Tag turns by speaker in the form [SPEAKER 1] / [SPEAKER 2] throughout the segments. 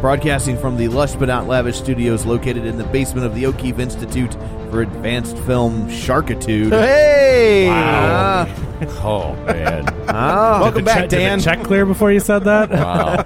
[SPEAKER 1] Broadcasting from the lush but not lavish studios located in the basement of the O'Keefe Institute for Advanced Film Sharkitude.
[SPEAKER 2] Hey!
[SPEAKER 1] Wow.
[SPEAKER 2] Oh man!
[SPEAKER 1] Ah, welcome
[SPEAKER 2] Did the
[SPEAKER 1] back,
[SPEAKER 2] check- did the
[SPEAKER 1] Dan.
[SPEAKER 2] check
[SPEAKER 3] clear before you said that?
[SPEAKER 2] Wow.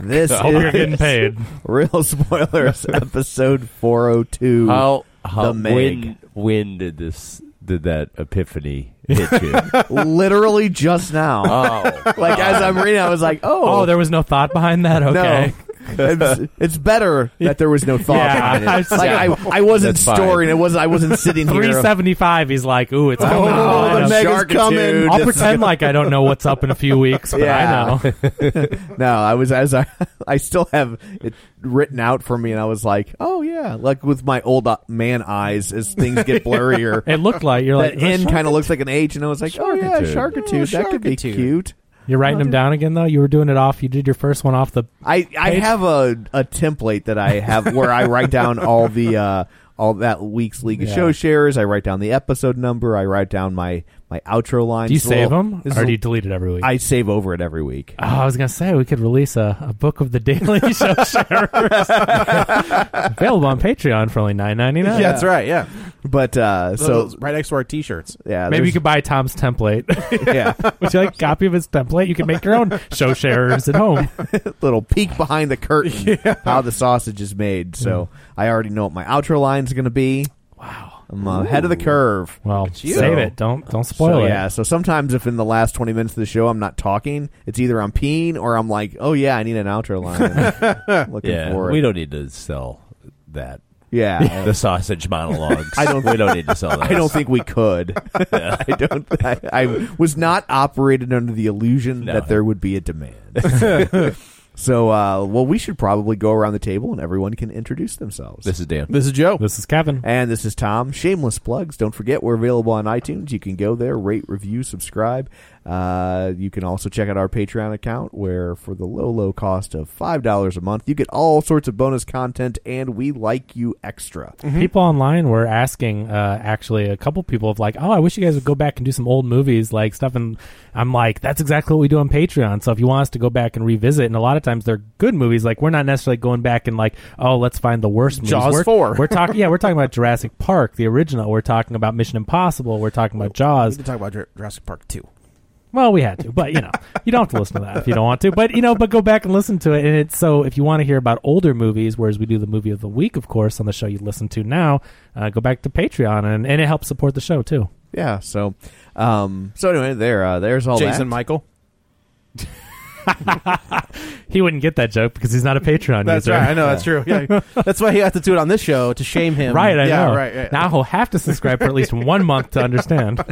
[SPEAKER 1] This
[SPEAKER 3] I hope you're
[SPEAKER 1] is
[SPEAKER 3] getting paid.
[SPEAKER 1] Real spoilers, episode four hundred two.
[SPEAKER 2] How, how
[SPEAKER 1] The Meg.
[SPEAKER 2] when when did this did that epiphany hit you?
[SPEAKER 1] Literally just now.
[SPEAKER 2] oh,
[SPEAKER 1] like as I'm reading, I was like, "Oh,
[SPEAKER 3] Uh, Oh, there was no thought behind that? Okay.
[SPEAKER 1] no." it's, it's better that there was no thought.
[SPEAKER 3] Yeah,
[SPEAKER 1] behind it.
[SPEAKER 3] I've-
[SPEAKER 1] like I, I wasn't
[SPEAKER 2] That's fine.
[SPEAKER 1] storing. It was not I wasn't sitting
[SPEAKER 3] Three
[SPEAKER 1] here.
[SPEAKER 3] seventy five. He's like, ooh, it's
[SPEAKER 1] Oh,
[SPEAKER 3] coming. on.
[SPEAKER 1] the Meg is
[SPEAKER 2] Sharkitude.
[SPEAKER 1] coming.
[SPEAKER 3] I'll pretend like I don't know what's up in a few weeks, but
[SPEAKER 1] Yeah.
[SPEAKER 3] I know.
[SPEAKER 1] No, I was as I, I still have it written out for me, and I was like, oh yeah, like with my old uh, man eyes as things get blurrier.
[SPEAKER 3] It looked like you're
[SPEAKER 1] that
[SPEAKER 3] like "Oh,
[SPEAKER 1] N kind of looks like an H, and I was like, oh yeah,
[SPEAKER 2] Sharkitude.
[SPEAKER 1] Sharkitude, that could be cute.
[SPEAKER 3] You're writing them down again though. You were doing it off. You did your first one off the.
[SPEAKER 1] I I
[SPEAKER 3] Page-
[SPEAKER 1] have a a template that I have where I write down all the. uh all that week's League of
[SPEAKER 3] Yeah.
[SPEAKER 1] Show Shares. I write down the episode number. I write down my my outro line.
[SPEAKER 3] Do you save them or do you delete it every week?
[SPEAKER 1] I save over it every week.
[SPEAKER 3] Oh, I was gonna say we could release a, a book of the Daily Show sharers available on Patreon for only nine ninety nine.
[SPEAKER 1] Yeah, that's
[SPEAKER 4] right. Yeah.
[SPEAKER 1] But uh, so
[SPEAKER 4] So right next to our T-shirts.
[SPEAKER 1] yeah,
[SPEAKER 3] Maybe you could buy Tom's template.
[SPEAKER 1] could yeah.
[SPEAKER 3] Would you like a copy of his template? You can make your own show sharers at home.
[SPEAKER 1] little peek behind the curtain how the sausage is made. So
[SPEAKER 2] Mm.
[SPEAKER 1] I already know what my outro line's going to be. Wow, I'm uh, ahead of the curve.
[SPEAKER 3] Well,
[SPEAKER 1] you.
[SPEAKER 3] save it. Don't don't spoil
[SPEAKER 1] so
[SPEAKER 3] it.
[SPEAKER 1] yeah, so sometimes if in the last 20 minutes of the show I'm not talking, it's either I'm peeing or I'm like, oh yeah, I need an outro line. Looking
[SPEAKER 2] yeah.
[SPEAKER 1] for it.
[SPEAKER 2] We don't need to sell that.
[SPEAKER 1] yeah.
[SPEAKER 2] The sausage monologues.
[SPEAKER 1] I don't-
[SPEAKER 2] We don't need to sell that.
[SPEAKER 1] I don't think we could. I don't. I, I was not operated under the illusion
[SPEAKER 2] No.
[SPEAKER 1] that there would be a demand. so, uh, well, we should probably go around the table and everyone can introduce themselves.
[SPEAKER 2] This is Dan.
[SPEAKER 4] This is Joe.
[SPEAKER 3] This is Kevin.
[SPEAKER 1] And this is Tom. Shameless plugs. Don't forget, we're available on iTunes. You can go there, rate, review, subscribe. Uh, you can also check out our Patreon account, where for the low, low cost of $5 a month, you get all sorts of bonus content, and we like you extra.
[SPEAKER 3] People online were asking, uh, actually, a couple people of like, oh, I wish you guys would go back and do some old movies, like stuff. And I'm like, that's exactly what we do on Patreon. So if you want us to go back and revisit, and a lot of times they're good movies, like we're not necessarily going back and like, oh, let's find the worst movies.
[SPEAKER 4] Jaws
[SPEAKER 3] we're,
[SPEAKER 4] 4.
[SPEAKER 3] We're talking, yeah, we're talking about Jurassic Park, the original. We're talking about Mission Impossible. We're talking about
[SPEAKER 4] We
[SPEAKER 3] Jaws.
[SPEAKER 4] can talk about Jur- Jurassic Park two.
[SPEAKER 3] Well, we had to, but you know, you don't have to listen to that if you don't want to. But you know, but go back and listen to it. And it's so if you want to hear about older movies, whereas we do the movie of the week, of course, on the show you listen to now, uh, go back to Patreon and, and it helps support the show too.
[SPEAKER 1] Yeah, so um, so anyway, there, uh, there's all
[SPEAKER 4] Jason
[SPEAKER 1] that.
[SPEAKER 4] Michael.
[SPEAKER 3] He wouldn't get that joke because he's not a Patreon
[SPEAKER 4] That's
[SPEAKER 3] user.
[SPEAKER 4] right. I know that's true. Yeah. that's why he has to do it on this show to shame him.
[SPEAKER 3] Right, I
[SPEAKER 4] yeah,
[SPEAKER 3] know.
[SPEAKER 4] Right. right.
[SPEAKER 3] Now he'll have to subscribe for at least one month to understand.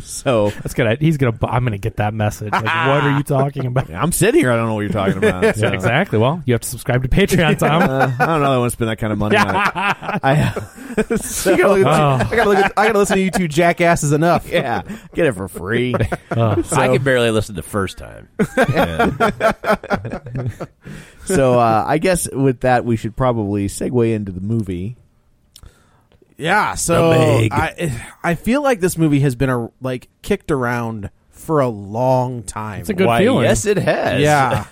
[SPEAKER 1] so
[SPEAKER 3] That's gonna. He's gonna. bu- I'm gonna get that message. Like, what are you talking about?
[SPEAKER 1] I'm sitting here. I don't know what you're talking about. so.
[SPEAKER 3] Yeah, exactly. Well, you have to subscribe to Patreon, Tom.
[SPEAKER 1] Uh, I don't know. I want to spend that kind of money on
[SPEAKER 5] uh,
[SPEAKER 1] it. I,
[SPEAKER 4] I gotta, look at
[SPEAKER 3] Oh.
[SPEAKER 4] I, gotta look at, I gotta listen to you two jackasses enough.
[SPEAKER 1] yeah, get it for free.
[SPEAKER 3] Uh,
[SPEAKER 2] I can barely listen the first time. Yeah.
[SPEAKER 5] so uh, I guess with that, we should probably segue into the movie.
[SPEAKER 1] Yeah, so I I feel like this movie has been a, like kicked around for a long time.
[SPEAKER 3] It's a good Why, feeling.
[SPEAKER 2] Yes, it has.
[SPEAKER 1] Yeah,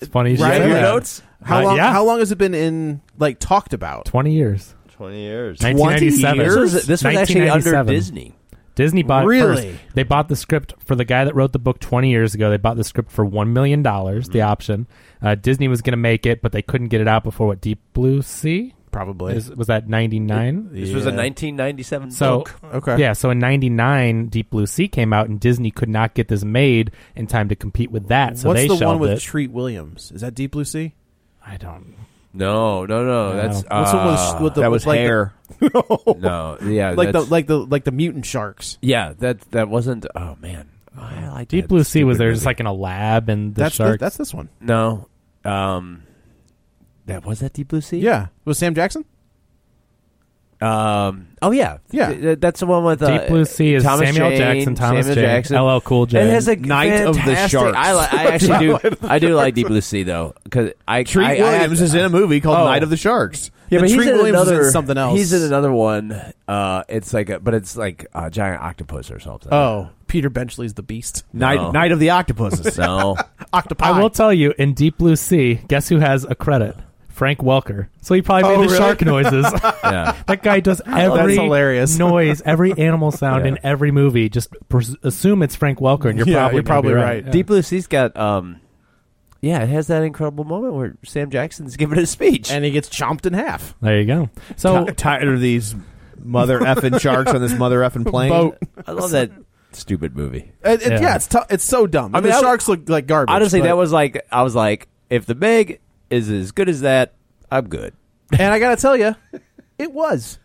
[SPEAKER 3] it's funny. You
[SPEAKER 1] Right?
[SPEAKER 3] should say
[SPEAKER 1] Yeah.
[SPEAKER 3] that.
[SPEAKER 2] notes?
[SPEAKER 1] how
[SPEAKER 3] Uh,
[SPEAKER 1] long?
[SPEAKER 3] yeah.
[SPEAKER 1] How long has it been in like talked about?
[SPEAKER 3] Twenty years.
[SPEAKER 2] 20 years.
[SPEAKER 3] 1997.
[SPEAKER 2] This was, this was actually under
[SPEAKER 3] 1997.
[SPEAKER 2] Disney.
[SPEAKER 3] Disney bought it
[SPEAKER 1] Really?
[SPEAKER 3] first. They bought the script for the guy that wrote the book 20 years ago. They bought the script for $1 million, the option. Uh, Disney was going to make it, but they couldn't get it out before what, Deep Blue Sea?
[SPEAKER 1] Probably.
[SPEAKER 3] Is, was that 99?
[SPEAKER 2] This was a 1997
[SPEAKER 3] So,
[SPEAKER 2] book.
[SPEAKER 1] Okay.
[SPEAKER 3] yeah, so in 99, Deep Blue Sea came out, and Disney could not get this made in time to compete with that, so
[SPEAKER 1] What's
[SPEAKER 3] they
[SPEAKER 1] the one
[SPEAKER 3] shelved
[SPEAKER 1] with
[SPEAKER 3] it.
[SPEAKER 1] Treat Williams? Is that Deep Blue Sea?
[SPEAKER 3] I don't.
[SPEAKER 2] No, no, no. That's
[SPEAKER 3] know.
[SPEAKER 1] What's the one
[SPEAKER 2] uh,
[SPEAKER 1] with, with the
[SPEAKER 5] that
[SPEAKER 1] with
[SPEAKER 5] was
[SPEAKER 1] like
[SPEAKER 5] hair.
[SPEAKER 1] The,
[SPEAKER 2] no, yeah,
[SPEAKER 5] Uh,
[SPEAKER 1] like the
[SPEAKER 2] that's-
[SPEAKER 1] like the like the mutant sharks.
[SPEAKER 2] yeah. That that wasn't. Oh man, I like
[SPEAKER 3] Deep
[SPEAKER 2] that
[SPEAKER 3] Blue Sea was
[SPEAKER 2] stupid
[SPEAKER 3] there just
[SPEAKER 2] movie.
[SPEAKER 3] like in a lab, and the
[SPEAKER 1] that's
[SPEAKER 3] shark.
[SPEAKER 1] The, that's this one.
[SPEAKER 2] no. Um, that was that Deep Blue Sea.
[SPEAKER 1] Yeah, was Sam Jackson?
[SPEAKER 2] Um. Oh yeah.
[SPEAKER 1] Yeah.
[SPEAKER 2] Th- That's the one with uh,
[SPEAKER 3] Deep Blue Sea is
[SPEAKER 2] Thomas
[SPEAKER 3] Samuel
[SPEAKER 2] Jane,
[SPEAKER 3] Jackson, Thomas
[SPEAKER 2] Samuel
[SPEAKER 3] Jane,
[SPEAKER 2] Jackson,
[SPEAKER 3] LL Cool J.
[SPEAKER 2] It has a
[SPEAKER 5] Knight of the
[SPEAKER 2] fantastic-
[SPEAKER 5] Sharks.
[SPEAKER 2] I, li- I actually do. I do like Deep Blue Sea though, because I
[SPEAKER 5] Treat
[SPEAKER 2] I, I
[SPEAKER 5] Williams
[SPEAKER 2] have-
[SPEAKER 5] is in a movie called
[SPEAKER 2] Oh.
[SPEAKER 5] Night of the Sharks.
[SPEAKER 2] Yeah,
[SPEAKER 1] The
[SPEAKER 2] but he's
[SPEAKER 1] Treat
[SPEAKER 2] in
[SPEAKER 1] Williams is in
[SPEAKER 2] another
[SPEAKER 1] something else.
[SPEAKER 2] He's in another one. Uh, it's like a, but it's like a giant octopus or something.
[SPEAKER 1] Oh, Peter Benchley's the Beast.
[SPEAKER 5] Night,
[SPEAKER 2] No.
[SPEAKER 5] Night of the Octopuses.
[SPEAKER 2] no.
[SPEAKER 1] Octopi.
[SPEAKER 3] I will tell you, in Deep Blue Sea, guess who has a credit? Frank Welker. So he probably made
[SPEAKER 1] Oh,
[SPEAKER 3] the
[SPEAKER 1] really?
[SPEAKER 3] shark noises.
[SPEAKER 2] Yeah.
[SPEAKER 3] that guy does
[SPEAKER 1] love
[SPEAKER 3] every
[SPEAKER 1] that. hilarious.
[SPEAKER 3] noise, every animal sound
[SPEAKER 2] Yeah.
[SPEAKER 3] in every movie. Just pres- assume it's Frank Welker, and you're
[SPEAKER 1] Yeah,
[SPEAKER 3] probably
[SPEAKER 1] you're
[SPEAKER 3] gonna
[SPEAKER 1] probably
[SPEAKER 3] be
[SPEAKER 1] right.
[SPEAKER 3] Yeah.
[SPEAKER 2] Deep Blue Sea's got um yeah, it has that incredible moment where Sam Jackson's giving a speech.
[SPEAKER 1] and he gets chomped in half.
[SPEAKER 3] There you go. So
[SPEAKER 5] Ti- tired of these mother effing sharks on this mother effing plane.
[SPEAKER 1] Boat.
[SPEAKER 2] I love that stupid movie.
[SPEAKER 1] It, it-
[SPEAKER 3] Yeah.
[SPEAKER 1] yeah. it's tou- it's so dumb.
[SPEAKER 2] I
[SPEAKER 1] I
[SPEAKER 2] mean,
[SPEAKER 1] mean, the
[SPEAKER 2] I-
[SPEAKER 1] sharks look like garbage.
[SPEAKER 2] Honestly,
[SPEAKER 1] but-
[SPEAKER 2] that was like I was like, if the Meg is as good as that, I'm good.
[SPEAKER 1] And I gotta tell you, it was.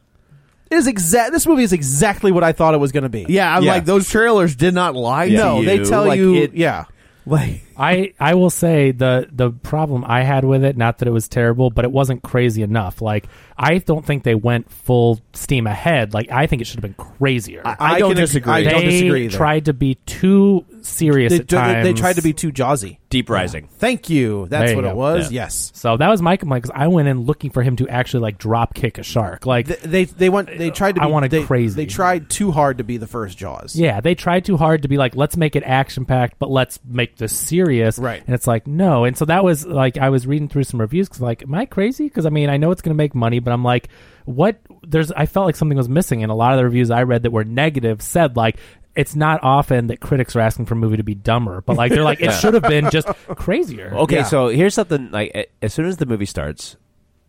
[SPEAKER 1] It is exact. This movie is exactly what I thought it was going to be.
[SPEAKER 5] Yeah, I'm like those trailers did not lie to
[SPEAKER 1] no,
[SPEAKER 5] you.
[SPEAKER 1] they tell
[SPEAKER 5] Like,
[SPEAKER 1] you.
[SPEAKER 5] it-
[SPEAKER 1] yeah,
[SPEAKER 5] like
[SPEAKER 3] I I will say the the problem I had with it, not that it was terrible, but it wasn't crazy enough. Like I don't think they went full steam ahead. Like I think it should have been crazier.
[SPEAKER 5] I don't disagree.
[SPEAKER 1] I
[SPEAKER 3] they
[SPEAKER 1] don't disagree. Either.
[SPEAKER 3] tried to be too serious
[SPEAKER 1] They,
[SPEAKER 3] at times.
[SPEAKER 1] they tried to be too jawsy.
[SPEAKER 2] Deep Rising.
[SPEAKER 1] Thank you. That's
[SPEAKER 3] There you
[SPEAKER 1] what
[SPEAKER 3] go.
[SPEAKER 1] it was.
[SPEAKER 2] Yeah.
[SPEAKER 1] Yes.
[SPEAKER 3] So that was my complaint because I went in looking for him to actually like drop kick a shark. Like, uh,
[SPEAKER 1] Th- They they went. They tried to. Be,
[SPEAKER 3] I wanted
[SPEAKER 1] they,
[SPEAKER 3] crazy.
[SPEAKER 1] They tried too hard to be the first Jaws.
[SPEAKER 3] yeah, they tried too hard to be like, let's make it action packed, but let's make this serious.
[SPEAKER 1] Right.
[SPEAKER 3] And it's like, no. And so that was like, I was reading through some reviews because, like, am I crazy? Because I mean, I know it's going to make money, but I'm like, what? There's, I felt like something was missing. And a lot of the reviews I read that were negative said, like, it's not often that critics are asking for a movie to be dumber, but like, they're like, it should have been just crazier.
[SPEAKER 2] Okay,
[SPEAKER 1] Yeah.
[SPEAKER 2] so here's something like a- as soon as the movie starts,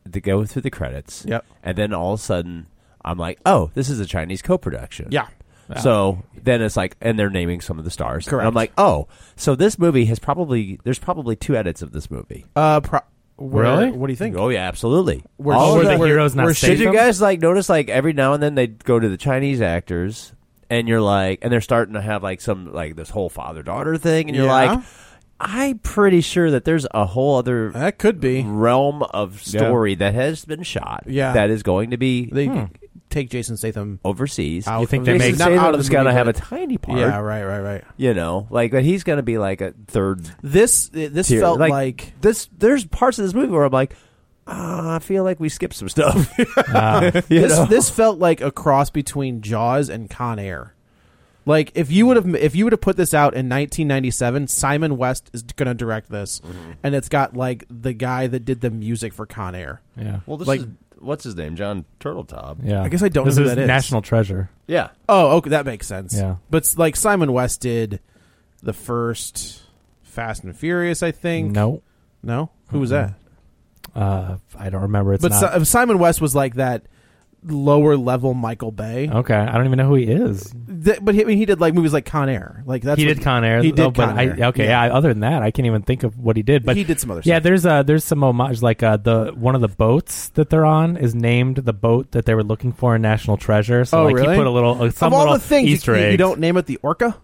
[SPEAKER 2] they go through the credits.
[SPEAKER 1] Yep.
[SPEAKER 2] And then all of a sudden I'm like, Oh, this is a Chinese co production.
[SPEAKER 1] Yeah.
[SPEAKER 2] So then it's like, and they're naming some of the stars. And I'm
[SPEAKER 1] Correct.
[SPEAKER 2] like, oh, so this movie has probably there's probably two edits of this movie.
[SPEAKER 1] Uh. Pro- where-
[SPEAKER 3] Really?
[SPEAKER 1] What do you think?
[SPEAKER 2] Oh yeah, absolutely.
[SPEAKER 1] Where-
[SPEAKER 2] All
[SPEAKER 1] Oh,
[SPEAKER 2] of
[SPEAKER 1] where
[SPEAKER 2] the-
[SPEAKER 3] the heroes not
[SPEAKER 2] where-
[SPEAKER 3] save
[SPEAKER 2] Did you
[SPEAKER 3] them?
[SPEAKER 2] guys like notice like every now and then they go to the Chinese actors and you're like, and they're starting to have like some like this whole father daughter thing, and you're
[SPEAKER 1] Yeah.
[SPEAKER 2] like, I'm pretty sure that there's a whole other
[SPEAKER 1] That could be.
[SPEAKER 3] Hmm.
[SPEAKER 2] realm of story that has been shot.
[SPEAKER 1] Yeah.
[SPEAKER 2] that is going to be
[SPEAKER 1] They take Jason Statham
[SPEAKER 2] overseas.
[SPEAKER 1] out.
[SPEAKER 3] You think
[SPEAKER 1] of
[SPEAKER 3] they
[SPEAKER 1] the-
[SPEAKER 3] make-
[SPEAKER 1] not out of the
[SPEAKER 2] Statham's going to
[SPEAKER 1] movie,
[SPEAKER 2] have a
[SPEAKER 1] but-
[SPEAKER 2] tiny part.
[SPEAKER 1] Yeah. Right. Right. Right.
[SPEAKER 2] You know, like that he's going to be like a third
[SPEAKER 1] This this
[SPEAKER 2] tier.
[SPEAKER 1] felt like
[SPEAKER 2] this. There's parts of this movie where I'm like, ah, I feel like we skipped some stuff.
[SPEAKER 3] Ah,
[SPEAKER 2] You
[SPEAKER 1] this,
[SPEAKER 2] know?
[SPEAKER 1] this felt like a cross between Jaws and Con Air. Like if you would have if you would have put this out in 1997, Simon West is going to direct this,
[SPEAKER 3] Mm-hmm.
[SPEAKER 1] and it's got like the guy that did the music for Con Air.
[SPEAKER 3] Yeah.
[SPEAKER 2] well, this
[SPEAKER 1] like-
[SPEAKER 2] is what's his name, John Turtletop.
[SPEAKER 3] Yeah.
[SPEAKER 1] I guess I don't
[SPEAKER 3] this
[SPEAKER 1] know who
[SPEAKER 3] is
[SPEAKER 1] that is.
[SPEAKER 3] National Treasure.
[SPEAKER 2] Yeah,
[SPEAKER 1] Oh, okay, that makes sense.
[SPEAKER 3] Yeah.
[SPEAKER 1] but s- like Simon West did the first Fast and Furious, I think.
[SPEAKER 3] No.
[SPEAKER 1] no, who was that?
[SPEAKER 3] Uh, I don't remember. It's
[SPEAKER 1] but
[SPEAKER 3] not.
[SPEAKER 1] Si- uh, Simon West was like that lower level Michael Bay.
[SPEAKER 3] okay, I don't even know who he is.
[SPEAKER 1] Th- but he, I mean, he did like movies like Con Air. Like that's
[SPEAKER 3] he
[SPEAKER 1] what-
[SPEAKER 3] did Con Air.
[SPEAKER 1] He did
[SPEAKER 3] though, but
[SPEAKER 1] Con
[SPEAKER 3] I-
[SPEAKER 1] Air.
[SPEAKER 3] okay, yeah. Other than that, I can't even think of what he did. But
[SPEAKER 1] he did some other.
[SPEAKER 3] yeah,
[SPEAKER 1] stuff.
[SPEAKER 3] there's uh there's some homage like uh the one of the boats that they're on is named the boat that they were looking for in National Treasure. So
[SPEAKER 1] Oh,
[SPEAKER 3] like
[SPEAKER 1] really?
[SPEAKER 3] he put a little uh, some
[SPEAKER 1] of all
[SPEAKER 3] little
[SPEAKER 1] the things you-
[SPEAKER 3] Easter
[SPEAKER 1] you,
[SPEAKER 3] egg.
[SPEAKER 1] you don't name it the orca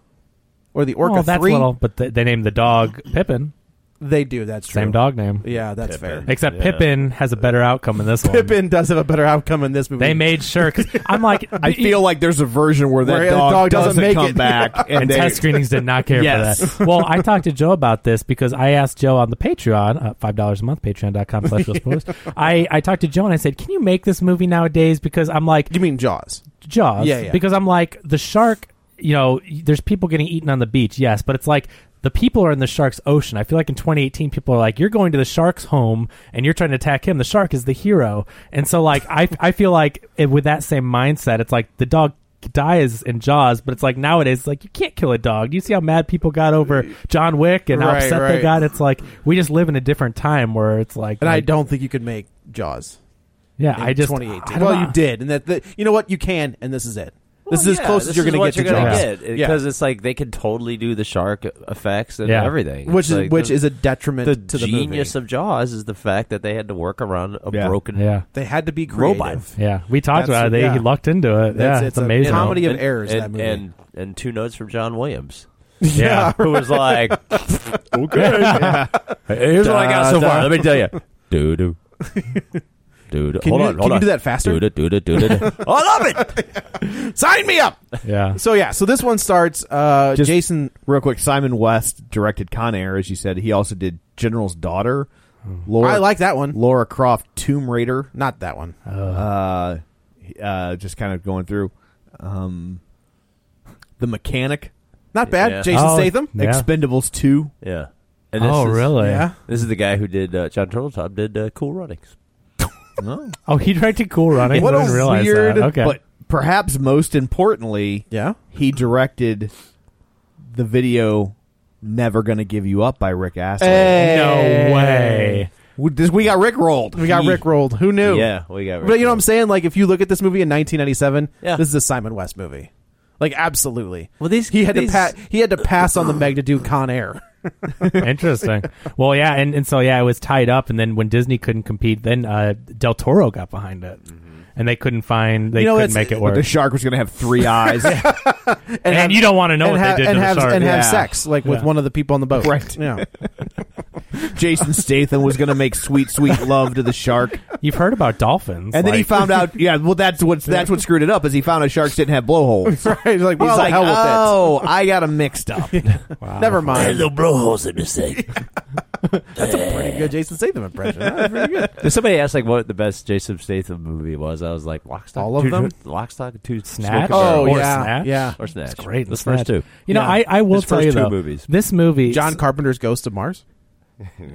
[SPEAKER 1] or the orca
[SPEAKER 3] oh, that's
[SPEAKER 1] three.
[SPEAKER 3] little. But they, they named the dog Pippin.
[SPEAKER 1] They do. That's true.
[SPEAKER 3] Same dog name.
[SPEAKER 1] Yeah, that's fair.
[SPEAKER 3] Except
[SPEAKER 1] Yeah.
[SPEAKER 3] Pippin has a better outcome in this one.
[SPEAKER 1] Pippin does have a better outcome in this movie.
[SPEAKER 3] They made sure. Cause I'm like,
[SPEAKER 5] I feel like there's a version where that
[SPEAKER 1] Where the
[SPEAKER 5] dog,
[SPEAKER 1] dog
[SPEAKER 5] doesn't,
[SPEAKER 1] doesn't make
[SPEAKER 5] come
[SPEAKER 1] it.
[SPEAKER 5] back,
[SPEAKER 3] and,
[SPEAKER 5] and they,
[SPEAKER 3] test screenings did not care
[SPEAKER 5] Yes.
[SPEAKER 3] for that. Well, I talked to Joe about this because I asked Joe on the Patreon, uh, five dollars a month, patreon.com slash real spoilers. I, I talked to Joe and I said, Can you make this movie nowadays? Because I'm like
[SPEAKER 1] You mean Jaws.
[SPEAKER 3] Jaws.
[SPEAKER 1] Yeah, yeah.
[SPEAKER 3] Because I'm like, the shark, you know, there's people getting eaten on the beach, yes, but it's like the people are in the shark's ocean. I feel like in 2018, people are like, you're going to the shark's home and you're trying to attack him. The shark is the hero. And so, like, I, I feel like it, with that same mindset, it's like the dog dies in Jaws, but it's like nowadays, it's like, you can't kill a dog. Do you see how mad people got over John Wick and how
[SPEAKER 1] Right,
[SPEAKER 3] upset
[SPEAKER 1] right.
[SPEAKER 3] they got? It's like, we just live in a different time where it's like.
[SPEAKER 1] And I
[SPEAKER 3] like,
[SPEAKER 1] don't think you could make Jaws.
[SPEAKER 3] Yeah,
[SPEAKER 1] in
[SPEAKER 3] I just.
[SPEAKER 1] 2018.
[SPEAKER 3] I don't
[SPEAKER 1] well,
[SPEAKER 3] know.
[SPEAKER 1] you did, and that, that you know what you can, and this is it. this is as close as you're going to get to Jaws. Yeah.
[SPEAKER 2] because it's like they could totally do the shark effects and
[SPEAKER 1] Yeah.
[SPEAKER 2] everything,
[SPEAKER 1] Which
[SPEAKER 2] It's
[SPEAKER 1] is-
[SPEAKER 2] like
[SPEAKER 1] which
[SPEAKER 2] the-
[SPEAKER 1] is a detriment
[SPEAKER 2] The
[SPEAKER 1] to the movie.
[SPEAKER 2] genius of Jaws is the fact that they had to work around a
[SPEAKER 3] Yeah.
[SPEAKER 2] broken.
[SPEAKER 3] Yeah.
[SPEAKER 1] They had to be creative.
[SPEAKER 2] robot.
[SPEAKER 3] Yeah, we
[SPEAKER 2] That's-
[SPEAKER 3] talked about it. They,
[SPEAKER 2] yeah.
[SPEAKER 3] He lucked into it.
[SPEAKER 2] That's-
[SPEAKER 3] yeah,
[SPEAKER 2] it's
[SPEAKER 3] it's
[SPEAKER 2] a
[SPEAKER 3] amazing.
[SPEAKER 1] comedy of
[SPEAKER 2] And-
[SPEAKER 1] errors,
[SPEAKER 2] and,
[SPEAKER 1] that movie.
[SPEAKER 2] and and two notes from John Williams.
[SPEAKER 3] Yeah.
[SPEAKER 2] who was like, okay,
[SPEAKER 3] Yeah.
[SPEAKER 2] here's what I got so
[SPEAKER 3] Da,
[SPEAKER 2] far.
[SPEAKER 3] da.
[SPEAKER 2] Let me tell you, doo doo, dude.
[SPEAKER 1] Can
[SPEAKER 2] hold
[SPEAKER 1] you-
[SPEAKER 2] on,
[SPEAKER 1] can
[SPEAKER 2] hold
[SPEAKER 1] you
[SPEAKER 2] on.
[SPEAKER 1] do that faster?
[SPEAKER 2] Doo doo doo doo doo. I love
[SPEAKER 1] it. Sign me up.
[SPEAKER 3] Yeah.
[SPEAKER 1] So yeah, so this one starts. Uh,
[SPEAKER 5] Just
[SPEAKER 1] Jason,
[SPEAKER 5] real quick, Simon West directed Con Air, as you said. He also did General's Daughter. Laura,
[SPEAKER 1] I like that one.
[SPEAKER 5] Laura Croft, Tomb Raider.
[SPEAKER 1] Not that one.
[SPEAKER 5] Uh, uh, just kind of going through. Um, the Mechanic. Uh,
[SPEAKER 1] Not bad.
[SPEAKER 2] Yeah.
[SPEAKER 1] Jason
[SPEAKER 2] Oh,
[SPEAKER 1] Statham.
[SPEAKER 2] yeah.
[SPEAKER 5] Expendables 2.
[SPEAKER 2] Yeah.
[SPEAKER 3] Oh, really? Yeah.
[SPEAKER 2] This is the guy who did uh, John Turtletop did uh, Cool Runnings.
[SPEAKER 5] No.
[SPEAKER 3] Oh, he directed Cool Runnings.
[SPEAKER 5] What
[SPEAKER 3] I
[SPEAKER 5] a
[SPEAKER 3] didn't realize
[SPEAKER 5] weird,
[SPEAKER 3] that. Okay.
[SPEAKER 5] but perhaps most importantly,
[SPEAKER 1] yeah,
[SPEAKER 5] he directed the video "Never Gonna Give You Up" by Rick Astley.
[SPEAKER 1] Hey. No way.
[SPEAKER 5] We, this- we got Rick rolled.
[SPEAKER 1] We got Rick rolled. Who knew?
[SPEAKER 2] Yeah, we got.
[SPEAKER 1] But you know what I'm saying? Like if you look at this movie in 1997,
[SPEAKER 2] Yeah.
[SPEAKER 1] this is a Simon West movie. Like absolutely.
[SPEAKER 2] Well, these
[SPEAKER 1] he had
[SPEAKER 2] these-
[SPEAKER 1] to pa- he had to pass on the Meg to do Con Air.
[SPEAKER 3] Interesting. Well, yeah, and, and so yeah, it was tied up, and then when Disney couldn't compete, then uh, Del Toro got behind it, and they couldn't find
[SPEAKER 1] Mm-hmm.
[SPEAKER 3] they
[SPEAKER 1] You know,
[SPEAKER 3] couldn't
[SPEAKER 1] it's-
[SPEAKER 3] make it
[SPEAKER 1] but
[SPEAKER 3] work.
[SPEAKER 5] The shark was gonna have three eyes.
[SPEAKER 3] and you don't want to know
[SPEAKER 1] and
[SPEAKER 3] what
[SPEAKER 1] have,
[SPEAKER 3] they did
[SPEAKER 1] and
[SPEAKER 3] to
[SPEAKER 1] have
[SPEAKER 3] the shark.
[SPEAKER 1] and have
[SPEAKER 3] Yeah.
[SPEAKER 1] sex like with
[SPEAKER 3] Yeah.
[SPEAKER 1] one of the people on the boat.
[SPEAKER 5] Right.
[SPEAKER 1] Yeah.
[SPEAKER 5] Jason Statham was gonna make sweet, sweet love to the shark,
[SPEAKER 3] You've heard about dolphins,
[SPEAKER 5] and then he
[SPEAKER 3] like-
[SPEAKER 5] found out. Yeah, well, that's what that's what screwed it up is he found out sharks didn't have blowholes.
[SPEAKER 1] right. He's like,
[SPEAKER 5] He's
[SPEAKER 1] well, the
[SPEAKER 5] like,
[SPEAKER 1] hell with it.
[SPEAKER 5] oh, I got him mixed up.
[SPEAKER 1] Never mind.
[SPEAKER 2] little blowholes in this thing.
[SPEAKER 1] Pretty good Jason Statham impression. That was pretty good.
[SPEAKER 2] If somebody asked like what the best Jason Statham movie was, I was like Lockstock.
[SPEAKER 1] All of
[SPEAKER 2] two,
[SPEAKER 1] them?
[SPEAKER 2] Lockstock and Two
[SPEAKER 3] Snatch.
[SPEAKER 2] Smoking Barrels.
[SPEAKER 1] Oh,
[SPEAKER 3] or
[SPEAKER 1] yeah,
[SPEAKER 3] Snatch.
[SPEAKER 1] yeah.
[SPEAKER 2] Or Snatch.
[SPEAKER 3] It's great. in
[SPEAKER 2] Those first two.
[SPEAKER 3] Snatch. You know,
[SPEAKER 1] Yeah.
[SPEAKER 3] I, I will
[SPEAKER 2] His
[SPEAKER 3] tell
[SPEAKER 2] first
[SPEAKER 3] you
[SPEAKER 2] two
[SPEAKER 3] though,
[SPEAKER 2] movies.
[SPEAKER 3] this movie,
[SPEAKER 1] John Carpenter's Ghost of Mars.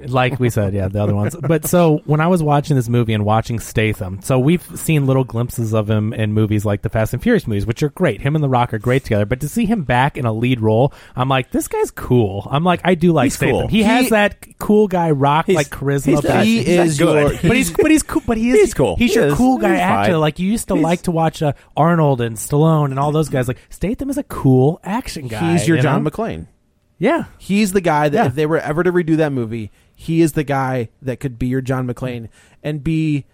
[SPEAKER 3] like we said, yeah, the other ones. But so when I was watching this movie and watching Statham, so we've seen little glimpses of him in movies like the Fast and Furious movies, which are great. Him and The Rock are great together. But to see him back in a lead role, I'm like, this guy's cool. I'm like, I do like
[SPEAKER 2] He's
[SPEAKER 3] Statham.
[SPEAKER 2] cool.
[SPEAKER 3] He,
[SPEAKER 2] He-
[SPEAKER 3] has that cool guy rock like charisma.
[SPEAKER 2] he's
[SPEAKER 3] but-
[SPEAKER 2] not- he's not good.
[SPEAKER 3] your- but he's but he's cool. But he is
[SPEAKER 2] He's cool.
[SPEAKER 3] He's
[SPEAKER 2] He
[SPEAKER 3] your
[SPEAKER 2] is.
[SPEAKER 3] cool guy
[SPEAKER 2] He's
[SPEAKER 3] actor.
[SPEAKER 2] fine.
[SPEAKER 3] Like you used to like to watch uh, Arnold and Stallone and all those guys. Like Statham is a cool action guy.
[SPEAKER 1] He's your
[SPEAKER 3] you
[SPEAKER 1] John
[SPEAKER 3] know?
[SPEAKER 1] McClane.
[SPEAKER 3] Yeah.
[SPEAKER 1] He's the guy that
[SPEAKER 3] Yeah.
[SPEAKER 1] if they were ever to redo that movie, he is the guy that could be your John McClane and be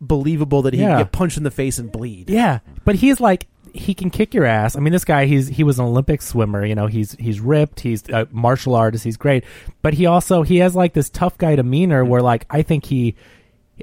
[SPEAKER 1] believable that he
[SPEAKER 3] Yeah.
[SPEAKER 1] can get punched in the face and bleed.
[SPEAKER 3] Yeah, but he's like he can kick your ass. I mean, this guy he's he was an Olympic swimmer. You know, he's he's ripped. He's a martial artist. He's great, but he also he has like this tough guy demeanor where like I think he.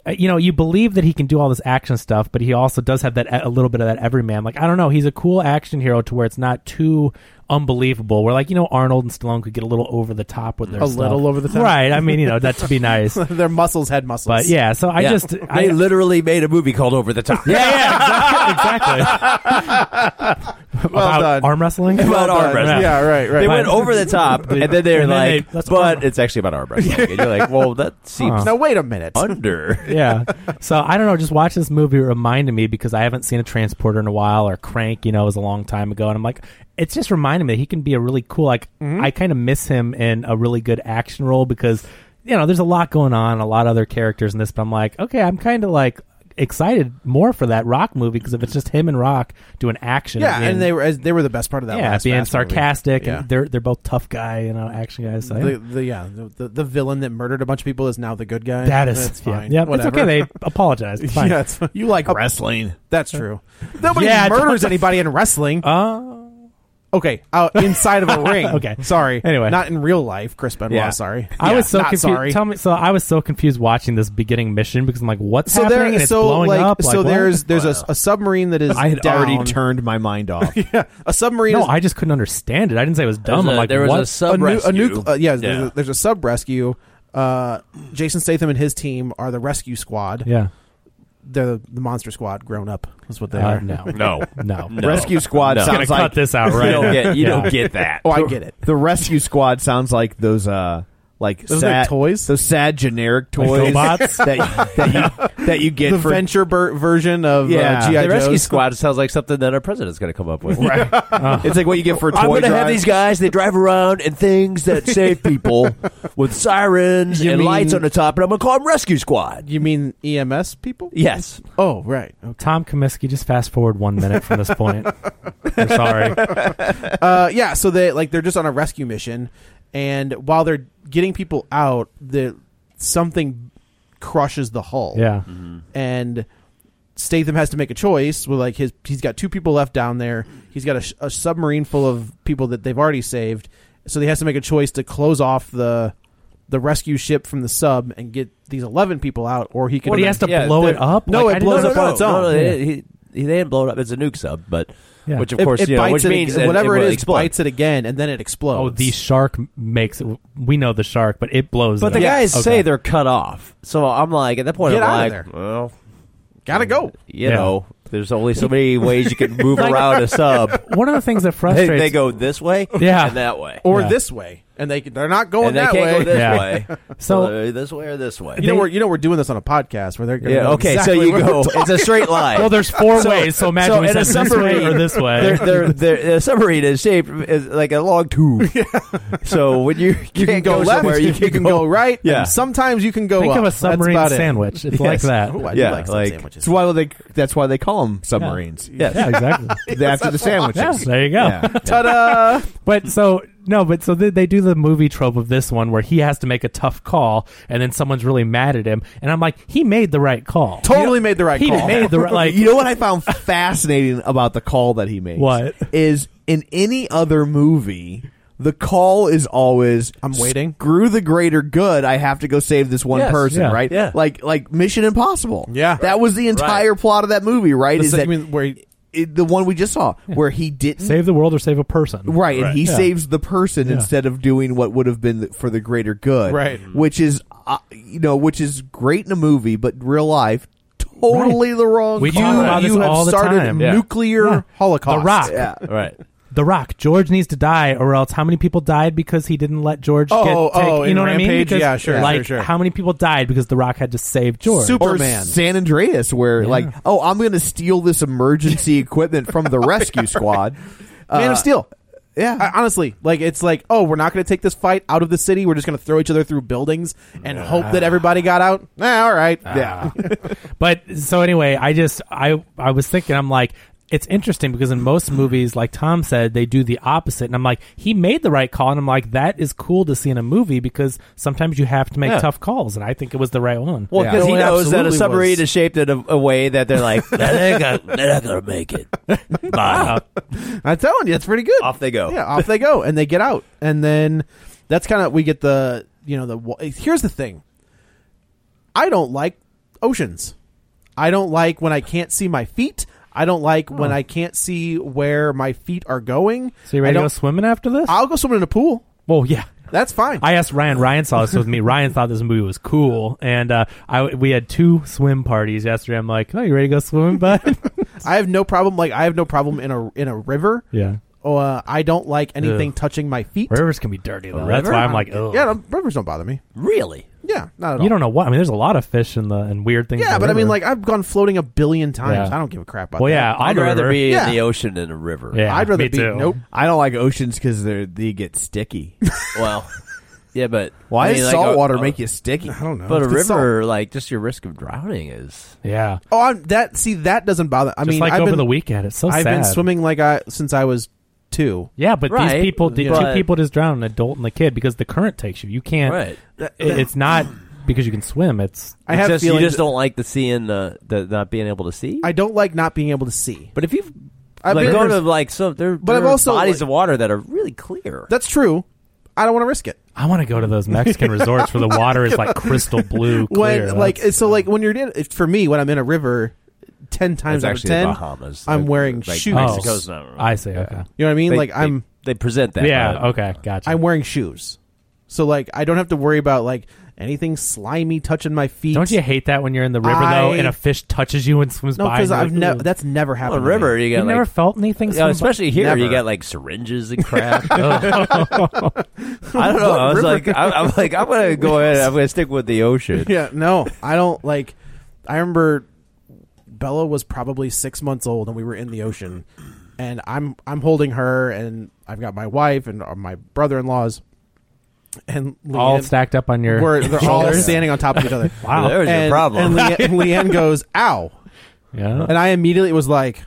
[SPEAKER 3] uh, You know, you believe that he can do all this action stuff, but he also does have that a little bit of that everyman. Like I don't know, he's a cool action hero to where it's not too unbelievable. Where like you know Arnold and Stallone could get a little over the top with their
[SPEAKER 1] A
[SPEAKER 3] stuff.
[SPEAKER 1] little over the top.
[SPEAKER 3] right? I mean, you know, that to be nice.
[SPEAKER 1] Their muscles had muscles.
[SPEAKER 3] But yeah, so I
[SPEAKER 2] Yeah.
[SPEAKER 3] just
[SPEAKER 2] they
[SPEAKER 3] I,
[SPEAKER 2] literally made a movie called Over the Top.
[SPEAKER 3] yeah, yeah, exactly. exactly.
[SPEAKER 1] Well
[SPEAKER 3] About
[SPEAKER 1] done.
[SPEAKER 3] arm wrestling?
[SPEAKER 2] About
[SPEAKER 1] Well
[SPEAKER 2] arm
[SPEAKER 1] done.
[SPEAKER 2] wrestling.
[SPEAKER 1] Yeah, right, right.
[SPEAKER 2] They
[SPEAKER 3] But-
[SPEAKER 2] went over the top, and then they're
[SPEAKER 3] And then
[SPEAKER 2] like,
[SPEAKER 3] they- that's
[SPEAKER 2] "But
[SPEAKER 3] arm-
[SPEAKER 2] it's actually about arm wrestling." And you're like, "Well, that seems
[SPEAKER 1] Now wait a minute.
[SPEAKER 2] under."
[SPEAKER 3] yeah. So I don't know. Just watch this movie reminded me because I haven't seen a transporter in a while or crank. You know, it was a long time ago, and I'm like, it's just reminded me that he can be a really cool. Like I kind of miss him in a really good action role because you know there's a lot going on, a lot of other characters in this, but I'm like, okay, I'm kind of like excited more for that Rock movie because if it's just him and Rock doing action,
[SPEAKER 1] Yeah, and they
[SPEAKER 3] were
[SPEAKER 1] were as they were the best part of that.
[SPEAKER 3] yeah
[SPEAKER 1] last
[SPEAKER 3] being
[SPEAKER 1] Fast movie.
[SPEAKER 3] sarcastic
[SPEAKER 1] Yeah.
[SPEAKER 3] and they're they're both tough guy, you know, action guys. So, yeah.
[SPEAKER 1] the, the yeah the, the, the villain that murdered a bunch of people is now the good guy.
[SPEAKER 3] That is
[SPEAKER 1] That's fine.
[SPEAKER 3] Yeah, yeah, it's
[SPEAKER 1] Whatever.
[SPEAKER 3] okay. They apologize. It's fine.
[SPEAKER 1] yeah, it's fine.
[SPEAKER 5] You like wrestling?
[SPEAKER 1] That's true. Nobody
[SPEAKER 3] Yeah,
[SPEAKER 1] murders
[SPEAKER 3] don't-
[SPEAKER 1] anybody in wrestling.
[SPEAKER 3] Uh,
[SPEAKER 1] Okay, out inside of a ring.
[SPEAKER 3] Okay.
[SPEAKER 1] sorry.
[SPEAKER 3] Anyway.
[SPEAKER 1] not in real life, Chris Benoit.
[SPEAKER 3] Yeah.
[SPEAKER 1] Sorry,
[SPEAKER 3] I
[SPEAKER 1] Yeah,
[SPEAKER 3] was so
[SPEAKER 1] not
[SPEAKER 3] confused.
[SPEAKER 1] sorry.
[SPEAKER 3] Tell me, so I was so confused watching this beginning mission because I'm like, what's
[SPEAKER 1] so
[SPEAKER 3] happening?
[SPEAKER 1] there,
[SPEAKER 3] and it's
[SPEAKER 1] so
[SPEAKER 3] blowing
[SPEAKER 1] like,
[SPEAKER 3] up.
[SPEAKER 1] so
[SPEAKER 3] like, what?
[SPEAKER 1] there's there's a, a submarine that is.
[SPEAKER 5] I had
[SPEAKER 1] down.
[SPEAKER 5] already turned my mind off.
[SPEAKER 1] a submarine.
[SPEAKER 3] No,
[SPEAKER 1] is,
[SPEAKER 3] I just couldn't understand it. I didn't say it was dumb.
[SPEAKER 2] There's
[SPEAKER 3] I'm
[SPEAKER 2] a-
[SPEAKER 3] like,
[SPEAKER 2] there was
[SPEAKER 3] what?
[SPEAKER 2] a sub-
[SPEAKER 1] nu-
[SPEAKER 2] rescue.
[SPEAKER 1] nucle- uh, yeah, There's,
[SPEAKER 2] Yeah.
[SPEAKER 1] a, there's a sub rescue. Uh, Jason Statham and his team are the rescue squad.
[SPEAKER 3] yeah.
[SPEAKER 1] They're the, the monster squad grown up. Is what they
[SPEAKER 3] Uh,
[SPEAKER 1] are.
[SPEAKER 3] no.
[SPEAKER 2] No.
[SPEAKER 3] No.
[SPEAKER 2] No.
[SPEAKER 5] Rescue squad
[SPEAKER 2] No.
[SPEAKER 5] sounds
[SPEAKER 3] Gonna
[SPEAKER 5] like
[SPEAKER 3] cut this out right
[SPEAKER 2] you don't
[SPEAKER 3] now.
[SPEAKER 2] get, you
[SPEAKER 3] Yeah.
[SPEAKER 2] don't get that.
[SPEAKER 1] Oh, I get it.
[SPEAKER 5] the rescue squad sounds like those uh like
[SPEAKER 1] Those are
[SPEAKER 5] sad
[SPEAKER 1] like toys?
[SPEAKER 5] those sad generic
[SPEAKER 3] Like
[SPEAKER 5] toys
[SPEAKER 3] GoBots?
[SPEAKER 5] that, that you that you get
[SPEAKER 1] The
[SPEAKER 5] for
[SPEAKER 1] venture ber- version of
[SPEAKER 5] Yeah.
[SPEAKER 1] uh, GI
[SPEAKER 2] The rescue
[SPEAKER 1] Joes.
[SPEAKER 2] squad sounds like something that our president's going to come up with.
[SPEAKER 5] right. it's like what you get for a toy
[SPEAKER 2] I'm gonna
[SPEAKER 5] drive.
[SPEAKER 2] have these guys. They drive around in things that save people with sirens
[SPEAKER 1] You
[SPEAKER 2] and
[SPEAKER 1] mean-
[SPEAKER 2] lights on the top, and I'm gonna call them Rescue Squad.
[SPEAKER 1] You mean EMS people?
[SPEAKER 2] Yes,
[SPEAKER 1] Oh, right. Okay.
[SPEAKER 3] Tom Comiskey, just fast forward one minute from this point. I'm sorry.
[SPEAKER 1] uh, yeah, so they like they're just on a rescue mission, and while they're getting people out, the something crushes the hull.
[SPEAKER 3] Yeah.
[SPEAKER 1] and Statham has to make a choice. With like his, he's got two people left down there. He's got a, sh- a submarine full of people that they've already saved, so he has to make a choice to close off the the rescue ship from the sub and get these eleven people out, or he can.
[SPEAKER 3] Well, he has to
[SPEAKER 2] yeah,
[SPEAKER 3] blow it
[SPEAKER 2] they're-
[SPEAKER 3] up.
[SPEAKER 1] no,
[SPEAKER 3] Like,
[SPEAKER 1] it
[SPEAKER 3] I didn't-
[SPEAKER 1] blows up on
[SPEAKER 2] no,
[SPEAKER 1] its own.
[SPEAKER 2] no, they, he- he- they didn't blow it up. It's a nuke sub, but
[SPEAKER 3] Yeah.
[SPEAKER 2] which of
[SPEAKER 1] It-
[SPEAKER 2] course
[SPEAKER 1] it
[SPEAKER 2] you know,
[SPEAKER 1] bites
[SPEAKER 2] which
[SPEAKER 1] it
[SPEAKER 2] means
[SPEAKER 1] ag-
[SPEAKER 2] that
[SPEAKER 1] whatever
[SPEAKER 2] will
[SPEAKER 1] it is
[SPEAKER 2] explode.
[SPEAKER 1] bites it again, and then it explodes.
[SPEAKER 3] Oh, the shark makes it. We know the shark, but it blows.
[SPEAKER 2] But
[SPEAKER 3] it
[SPEAKER 2] the
[SPEAKER 3] up.
[SPEAKER 2] guys
[SPEAKER 3] Okay.
[SPEAKER 2] say they're cut off, so I'm like, at that point,
[SPEAKER 1] Get
[SPEAKER 2] I'm
[SPEAKER 1] out of
[SPEAKER 2] like,
[SPEAKER 1] there.
[SPEAKER 2] well,
[SPEAKER 1] gotta go.
[SPEAKER 2] you
[SPEAKER 3] Yeah.
[SPEAKER 2] know, there's only so many ways you can move around a sub.
[SPEAKER 3] One of the things that
[SPEAKER 2] They,
[SPEAKER 3] frustrates
[SPEAKER 2] they go this way,
[SPEAKER 3] Yeah.
[SPEAKER 2] and that way,
[SPEAKER 1] Or
[SPEAKER 3] Yeah.
[SPEAKER 1] this way, and they they're not going
[SPEAKER 2] and they
[SPEAKER 1] that
[SPEAKER 2] can't
[SPEAKER 1] way.
[SPEAKER 2] go this
[SPEAKER 3] Yeah.
[SPEAKER 2] way.
[SPEAKER 3] So-
[SPEAKER 2] Uh, this way or this way.
[SPEAKER 1] You know, we're you know we're doing this on a podcast where they're going
[SPEAKER 2] Yeah. Okay. so you go. It's a straight line.
[SPEAKER 3] Well, there's four
[SPEAKER 2] So-
[SPEAKER 3] ways, so imagine
[SPEAKER 2] so
[SPEAKER 3] we
[SPEAKER 2] in
[SPEAKER 3] said
[SPEAKER 2] a
[SPEAKER 3] this way
[SPEAKER 2] submarine-
[SPEAKER 3] or this way.
[SPEAKER 2] They're, they're, they're, the submarine is shaped as like a long tube. So when you
[SPEAKER 1] You can
[SPEAKER 2] can't
[SPEAKER 1] go, left.
[SPEAKER 2] somewhere,
[SPEAKER 1] you, can go, right.
[SPEAKER 2] Yeah.
[SPEAKER 1] and sometimes you can go.
[SPEAKER 3] Think
[SPEAKER 1] up.
[SPEAKER 3] of a
[SPEAKER 1] That's
[SPEAKER 3] submarine
[SPEAKER 1] about it.
[SPEAKER 3] sandwich. It's like
[SPEAKER 2] Yes.
[SPEAKER 3] that.
[SPEAKER 1] Ooh, I
[SPEAKER 2] Yeah,
[SPEAKER 1] do like, sub
[SPEAKER 2] like-
[SPEAKER 1] sandwiches.
[SPEAKER 5] that's why they that's why they call them submarines.
[SPEAKER 2] Yes.
[SPEAKER 3] Yeah, exactly.
[SPEAKER 5] after the
[SPEAKER 3] yeah,
[SPEAKER 5] sandwiches.
[SPEAKER 3] there you go.
[SPEAKER 1] Ta-da!
[SPEAKER 3] But so no, but so they, they do the movie trope of this one where he has to make a tough call, and then someone's really mad at him, and I'm like, he made the right call.
[SPEAKER 1] Totally made the right
[SPEAKER 3] he
[SPEAKER 1] call.
[SPEAKER 3] made the right like.
[SPEAKER 5] you know what I found fascinating about the call that he makes?
[SPEAKER 3] What?
[SPEAKER 5] is in any other movie? The call is always
[SPEAKER 1] I'm waiting.
[SPEAKER 5] Screw the greater good. I have to go save this one
[SPEAKER 2] Yes,
[SPEAKER 5] person,
[SPEAKER 3] yeah,
[SPEAKER 5] right?
[SPEAKER 2] yeah.
[SPEAKER 5] Like like Mission Impossible.
[SPEAKER 1] Yeah.
[SPEAKER 5] that was the entire plot of that movie, right?
[SPEAKER 1] The
[SPEAKER 5] is
[SPEAKER 1] se-
[SPEAKER 5] that
[SPEAKER 1] you mean where he-
[SPEAKER 5] it- the one we just saw where he didn't
[SPEAKER 3] Save the world or save a person.
[SPEAKER 5] Right, and he
[SPEAKER 3] Yeah.
[SPEAKER 5] saves the person
[SPEAKER 3] Yeah.
[SPEAKER 5] instead of doing what would have been the, for the greater good.
[SPEAKER 1] Right.
[SPEAKER 5] which is uh, you know, which is great in a movie, but in real life, totally
[SPEAKER 3] Right.
[SPEAKER 5] the wrong.
[SPEAKER 3] We
[SPEAKER 5] call.
[SPEAKER 3] talk
[SPEAKER 1] you,
[SPEAKER 3] about
[SPEAKER 1] you
[SPEAKER 3] this
[SPEAKER 1] have
[SPEAKER 3] all the
[SPEAKER 1] started
[SPEAKER 3] time.
[SPEAKER 1] a
[SPEAKER 3] Yeah.
[SPEAKER 1] nuclear
[SPEAKER 3] Yeah.
[SPEAKER 1] holocaust.
[SPEAKER 3] The Rock.
[SPEAKER 5] Yeah.
[SPEAKER 2] Right.
[SPEAKER 3] The Rock. George needs to die, or else how many people died because he didn't let George
[SPEAKER 1] Oh,
[SPEAKER 3] get? Take,
[SPEAKER 1] oh,
[SPEAKER 3] you
[SPEAKER 1] in
[SPEAKER 3] know what I mean?
[SPEAKER 1] Rampage?
[SPEAKER 3] Because,
[SPEAKER 1] Yeah, sure,
[SPEAKER 3] Like
[SPEAKER 1] sure, sure.
[SPEAKER 3] how many people died because The Rock had to save George?
[SPEAKER 1] Super-
[SPEAKER 5] Or
[SPEAKER 1] Superman.
[SPEAKER 5] San Andreas, where like, oh, I'm going to steal this emergency equipment from the rescue squad.
[SPEAKER 1] Man
[SPEAKER 5] Uh,
[SPEAKER 1] of Steel.
[SPEAKER 5] Yeah,
[SPEAKER 3] Ah.
[SPEAKER 1] I, honestly, like it's like, oh, we're not going to take this fight out of the city. We're just going to throw each other through buildings and hope that everybody got out. Nah, all right.
[SPEAKER 3] Ah.
[SPEAKER 1] yeah.
[SPEAKER 3] But so anyway, I just I I was thinking I'm like it's interesting because in most movies, like Tom said, they do the opposite, and I'm like he made the right call, and I'm like that is cool to see in a movie because sometimes you have to make
[SPEAKER 2] Yeah.
[SPEAKER 3] tough calls, and I think it was the right one.
[SPEAKER 2] Well,
[SPEAKER 5] Yeah.
[SPEAKER 2] because he
[SPEAKER 1] It
[SPEAKER 2] knows that a
[SPEAKER 1] absolutely
[SPEAKER 2] submarine
[SPEAKER 1] was.
[SPEAKER 2] is shaped in a, a way that they're like, they're not gonna- they're not going to make it.
[SPEAKER 3] Uh-huh.
[SPEAKER 2] Bye.
[SPEAKER 1] I'm telling you, it's pretty good.
[SPEAKER 2] Off they
[SPEAKER 3] Oh.
[SPEAKER 2] go.
[SPEAKER 1] Yeah, off they go, and they get out, and then that's kind of we get the you know the wa- here's the thing. I don't like oceans. I don't like when I can't see my feet. I don't like when I can't see where my feet are going.
[SPEAKER 3] so
[SPEAKER 1] I
[SPEAKER 3] you ready to
[SPEAKER 1] don't,
[SPEAKER 3] go swimming after this?
[SPEAKER 1] I'll go swimming in a pool.
[SPEAKER 3] well, yeah.
[SPEAKER 1] That's fine.
[SPEAKER 3] I asked Ryan. Ryan saw this with me. Ryan thought this movie was cool, and uh, I we had two swim parties yesterday. I'm like, oh, you ready to go swimming, bud?
[SPEAKER 1] I have no problem. Like I have no problem in a in a river.
[SPEAKER 3] yeah.
[SPEAKER 1] Uh, I don't like anything
[SPEAKER 3] Ugh.
[SPEAKER 1] touching my feet.
[SPEAKER 3] Rivers can be dirty though. That's
[SPEAKER 2] river?
[SPEAKER 3] why I'm like, oh,
[SPEAKER 1] Yeah, no, rivers don't bother me.
[SPEAKER 2] Really?
[SPEAKER 1] Yeah, not at all.
[SPEAKER 3] you don't know what. I mean, there's a lot of fish in the and weird things.
[SPEAKER 1] Yeah,
[SPEAKER 3] in the
[SPEAKER 1] but I mean,
[SPEAKER 3] river.
[SPEAKER 1] like I've gone floating a billion times.
[SPEAKER 3] Yeah.
[SPEAKER 1] I don't give a crap about
[SPEAKER 3] well,
[SPEAKER 1] that.
[SPEAKER 3] yeah,
[SPEAKER 2] I'd
[SPEAKER 3] on
[SPEAKER 2] rather
[SPEAKER 3] river.
[SPEAKER 2] be
[SPEAKER 1] Yeah.
[SPEAKER 2] in the ocean than a river.
[SPEAKER 3] Yeah,
[SPEAKER 1] I'd rather
[SPEAKER 3] me
[SPEAKER 1] be
[SPEAKER 3] too.
[SPEAKER 1] nope.
[SPEAKER 5] I don't like oceans because they they get sticky.
[SPEAKER 2] Well, yeah, but
[SPEAKER 5] Why
[SPEAKER 2] I mean,
[SPEAKER 5] does
[SPEAKER 2] like,
[SPEAKER 5] salt
[SPEAKER 2] a-
[SPEAKER 5] water
[SPEAKER 2] a-
[SPEAKER 5] make you sticky? I don't know.
[SPEAKER 2] But a
[SPEAKER 1] It's the
[SPEAKER 2] river, like, just your risk of drowning is.
[SPEAKER 3] Yeah,
[SPEAKER 1] Oh, I'm, that see that doesn't bother. I
[SPEAKER 3] just
[SPEAKER 1] mean,
[SPEAKER 3] like
[SPEAKER 1] I've
[SPEAKER 3] over
[SPEAKER 1] been
[SPEAKER 3] the weekend. It's so
[SPEAKER 1] I've
[SPEAKER 3] sad.
[SPEAKER 1] been swimming like I since I was two.
[SPEAKER 3] Yeah, but
[SPEAKER 2] Right,
[SPEAKER 3] these people, the two
[SPEAKER 2] but-
[SPEAKER 3] people just drown, an adult and a kid, because the current takes you. You can't.
[SPEAKER 2] Right.
[SPEAKER 3] it- it's not because you can swim. It's
[SPEAKER 1] I have
[SPEAKER 2] just, you
[SPEAKER 1] feelings.
[SPEAKER 2] just don't like the seeing the, the not being able to see.
[SPEAKER 1] I don't like not being able to see.
[SPEAKER 2] but if you've I've
[SPEAKER 1] I've
[SPEAKER 2] like,
[SPEAKER 1] been-
[SPEAKER 2] going to like some. There,
[SPEAKER 1] But
[SPEAKER 2] there
[SPEAKER 1] I've
[SPEAKER 2] are
[SPEAKER 1] also,
[SPEAKER 2] bodies
[SPEAKER 1] like-
[SPEAKER 2] of water that are really clear.
[SPEAKER 1] That's true. I don't want to risk it.
[SPEAKER 3] I want to go to those Mexican resorts where the water is like crystal blue clear.
[SPEAKER 1] Oh When, like it's so, like when you're in, for me, when I'm in a river, ten times
[SPEAKER 2] That's
[SPEAKER 1] out of
[SPEAKER 2] actually
[SPEAKER 1] ten,
[SPEAKER 2] the Bahamas.
[SPEAKER 1] I'm
[SPEAKER 2] Like-
[SPEAKER 1] wearing
[SPEAKER 2] like
[SPEAKER 1] shoes.
[SPEAKER 2] Mexico's not really-
[SPEAKER 3] oh, I see. Okay.
[SPEAKER 1] You know what I mean?
[SPEAKER 2] They-
[SPEAKER 1] like
[SPEAKER 2] they-
[SPEAKER 1] I'm.
[SPEAKER 2] They present that.
[SPEAKER 3] Yeah,
[SPEAKER 2] but-
[SPEAKER 3] okay, gotcha.
[SPEAKER 1] I'm wearing shoes, so like I don't have to worry about like anything slimy touching my feet.
[SPEAKER 3] Don't you hate that when you're in the river though,
[SPEAKER 1] I-
[SPEAKER 3] and a fish touches you and swims
[SPEAKER 1] No,
[SPEAKER 3] by? and
[SPEAKER 1] because
[SPEAKER 3] you're
[SPEAKER 1] I've
[SPEAKER 3] like,
[SPEAKER 1] never.
[SPEAKER 3] "Ooh."
[SPEAKER 1] That's never
[SPEAKER 2] Well,
[SPEAKER 1] happened. to me.
[SPEAKER 2] river, you got
[SPEAKER 3] You've
[SPEAKER 2] like,
[SPEAKER 3] never felt anything
[SPEAKER 2] Yeah,
[SPEAKER 3] swim by-
[SPEAKER 2] especially here, you
[SPEAKER 1] Never.
[SPEAKER 2] got like syringes and crap.
[SPEAKER 1] oh,
[SPEAKER 3] Ugh.
[SPEAKER 2] I don't know. I was
[SPEAKER 1] River.
[SPEAKER 2] like, I, I'm like, I'm gonna go ahead. I'm gonna stick with the ocean.
[SPEAKER 1] Yeah, no, I don't like. I remember Bella was probably six months old, and we were in the ocean, and I'm I'm holding her, and I've got my wife and uh, my brother in laws, and Leanne,
[SPEAKER 3] all stacked up on your.
[SPEAKER 1] We're, they're all
[SPEAKER 3] shoulders.
[SPEAKER 1] standing on top of each other.
[SPEAKER 3] Wow.
[SPEAKER 2] There's your
[SPEAKER 1] and,
[SPEAKER 2] problem.
[SPEAKER 1] And Leanne, Leanne goes, "Ow!"
[SPEAKER 3] Yeah.
[SPEAKER 1] and I immediately was like,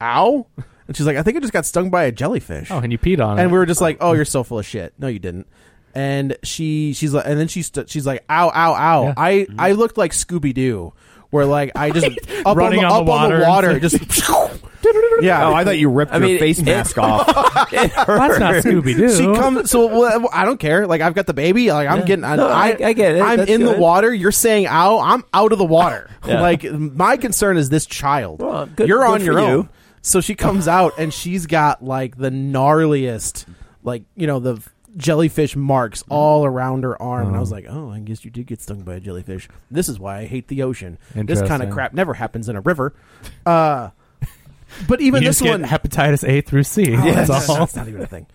[SPEAKER 1] "Ow!" And she's like, "I think I just got stung by a jellyfish."
[SPEAKER 3] Oh, and you peed on it.
[SPEAKER 1] and we were just like, "Oh, you're so full of shit." No, you didn't. And she, she's like, and then she, stu she's like, "Ow, ow, ow!"
[SPEAKER 3] Yeah. Mm-hmm.
[SPEAKER 1] I, I looked like Scooby Doo, where like I just up
[SPEAKER 3] Running
[SPEAKER 1] on the,
[SPEAKER 3] on
[SPEAKER 1] up
[SPEAKER 3] the
[SPEAKER 1] on the
[SPEAKER 3] water
[SPEAKER 1] water,
[SPEAKER 3] and-
[SPEAKER 1] just yeah.
[SPEAKER 5] Oh, I thought you ripped
[SPEAKER 2] I
[SPEAKER 5] your
[SPEAKER 2] mean,
[SPEAKER 5] face
[SPEAKER 2] it-
[SPEAKER 5] mask off.
[SPEAKER 2] It
[SPEAKER 3] that's not
[SPEAKER 2] hurt.
[SPEAKER 3] Scooby Doo.
[SPEAKER 1] She comes, so well, I don't care. Like I've got the baby. Like I'm
[SPEAKER 2] Yeah.
[SPEAKER 1] getting, I,
[SPEAKER 2] No, I- I get it.
[SPEAKER 1] I'm
[SPEAKER 2] That's
[SPEAKER 1] in the
[SPEAKER 2] good.
[SPEAKER 1] water. You're saying ow. I'm out of the water.
[SPEAKER 2] Yeah.
[SPEAKER 1] Like my concern is this child.
[SPEAKER 2] Well, good-
[SPEAKER 1] you're
[SPEAKER 2] good
[SPEAKER 1] on
[SPEAKER 2] for
[SPEAKER 1] your
[SPEAKER 2] you.
[SPEAKER 1] own. So she comes out and she's got like the gnarliest, like you know the jellyfish marks all around her arm. And I was like, oh, I guess you did get stung by a jellyfish. This is why I hate the ocean. This kind
[SPEAKER 3] Interesting.
[SPEAKER 1] of crap never happens in a river. Uh, but even
[SPEAKER 3] You
[SPEAKER 1] this
[SPEAKER 3] just get
[SPEAKER 1] one,
[SPEAKER 3] hepatitis A through C.
[SPEAKER 1] Oh,
[SPEAKER 3] That's
[SPEAKER 1] that's,
[SPEAKER 3] all.
[SPEAKER 1] that's not even a thing.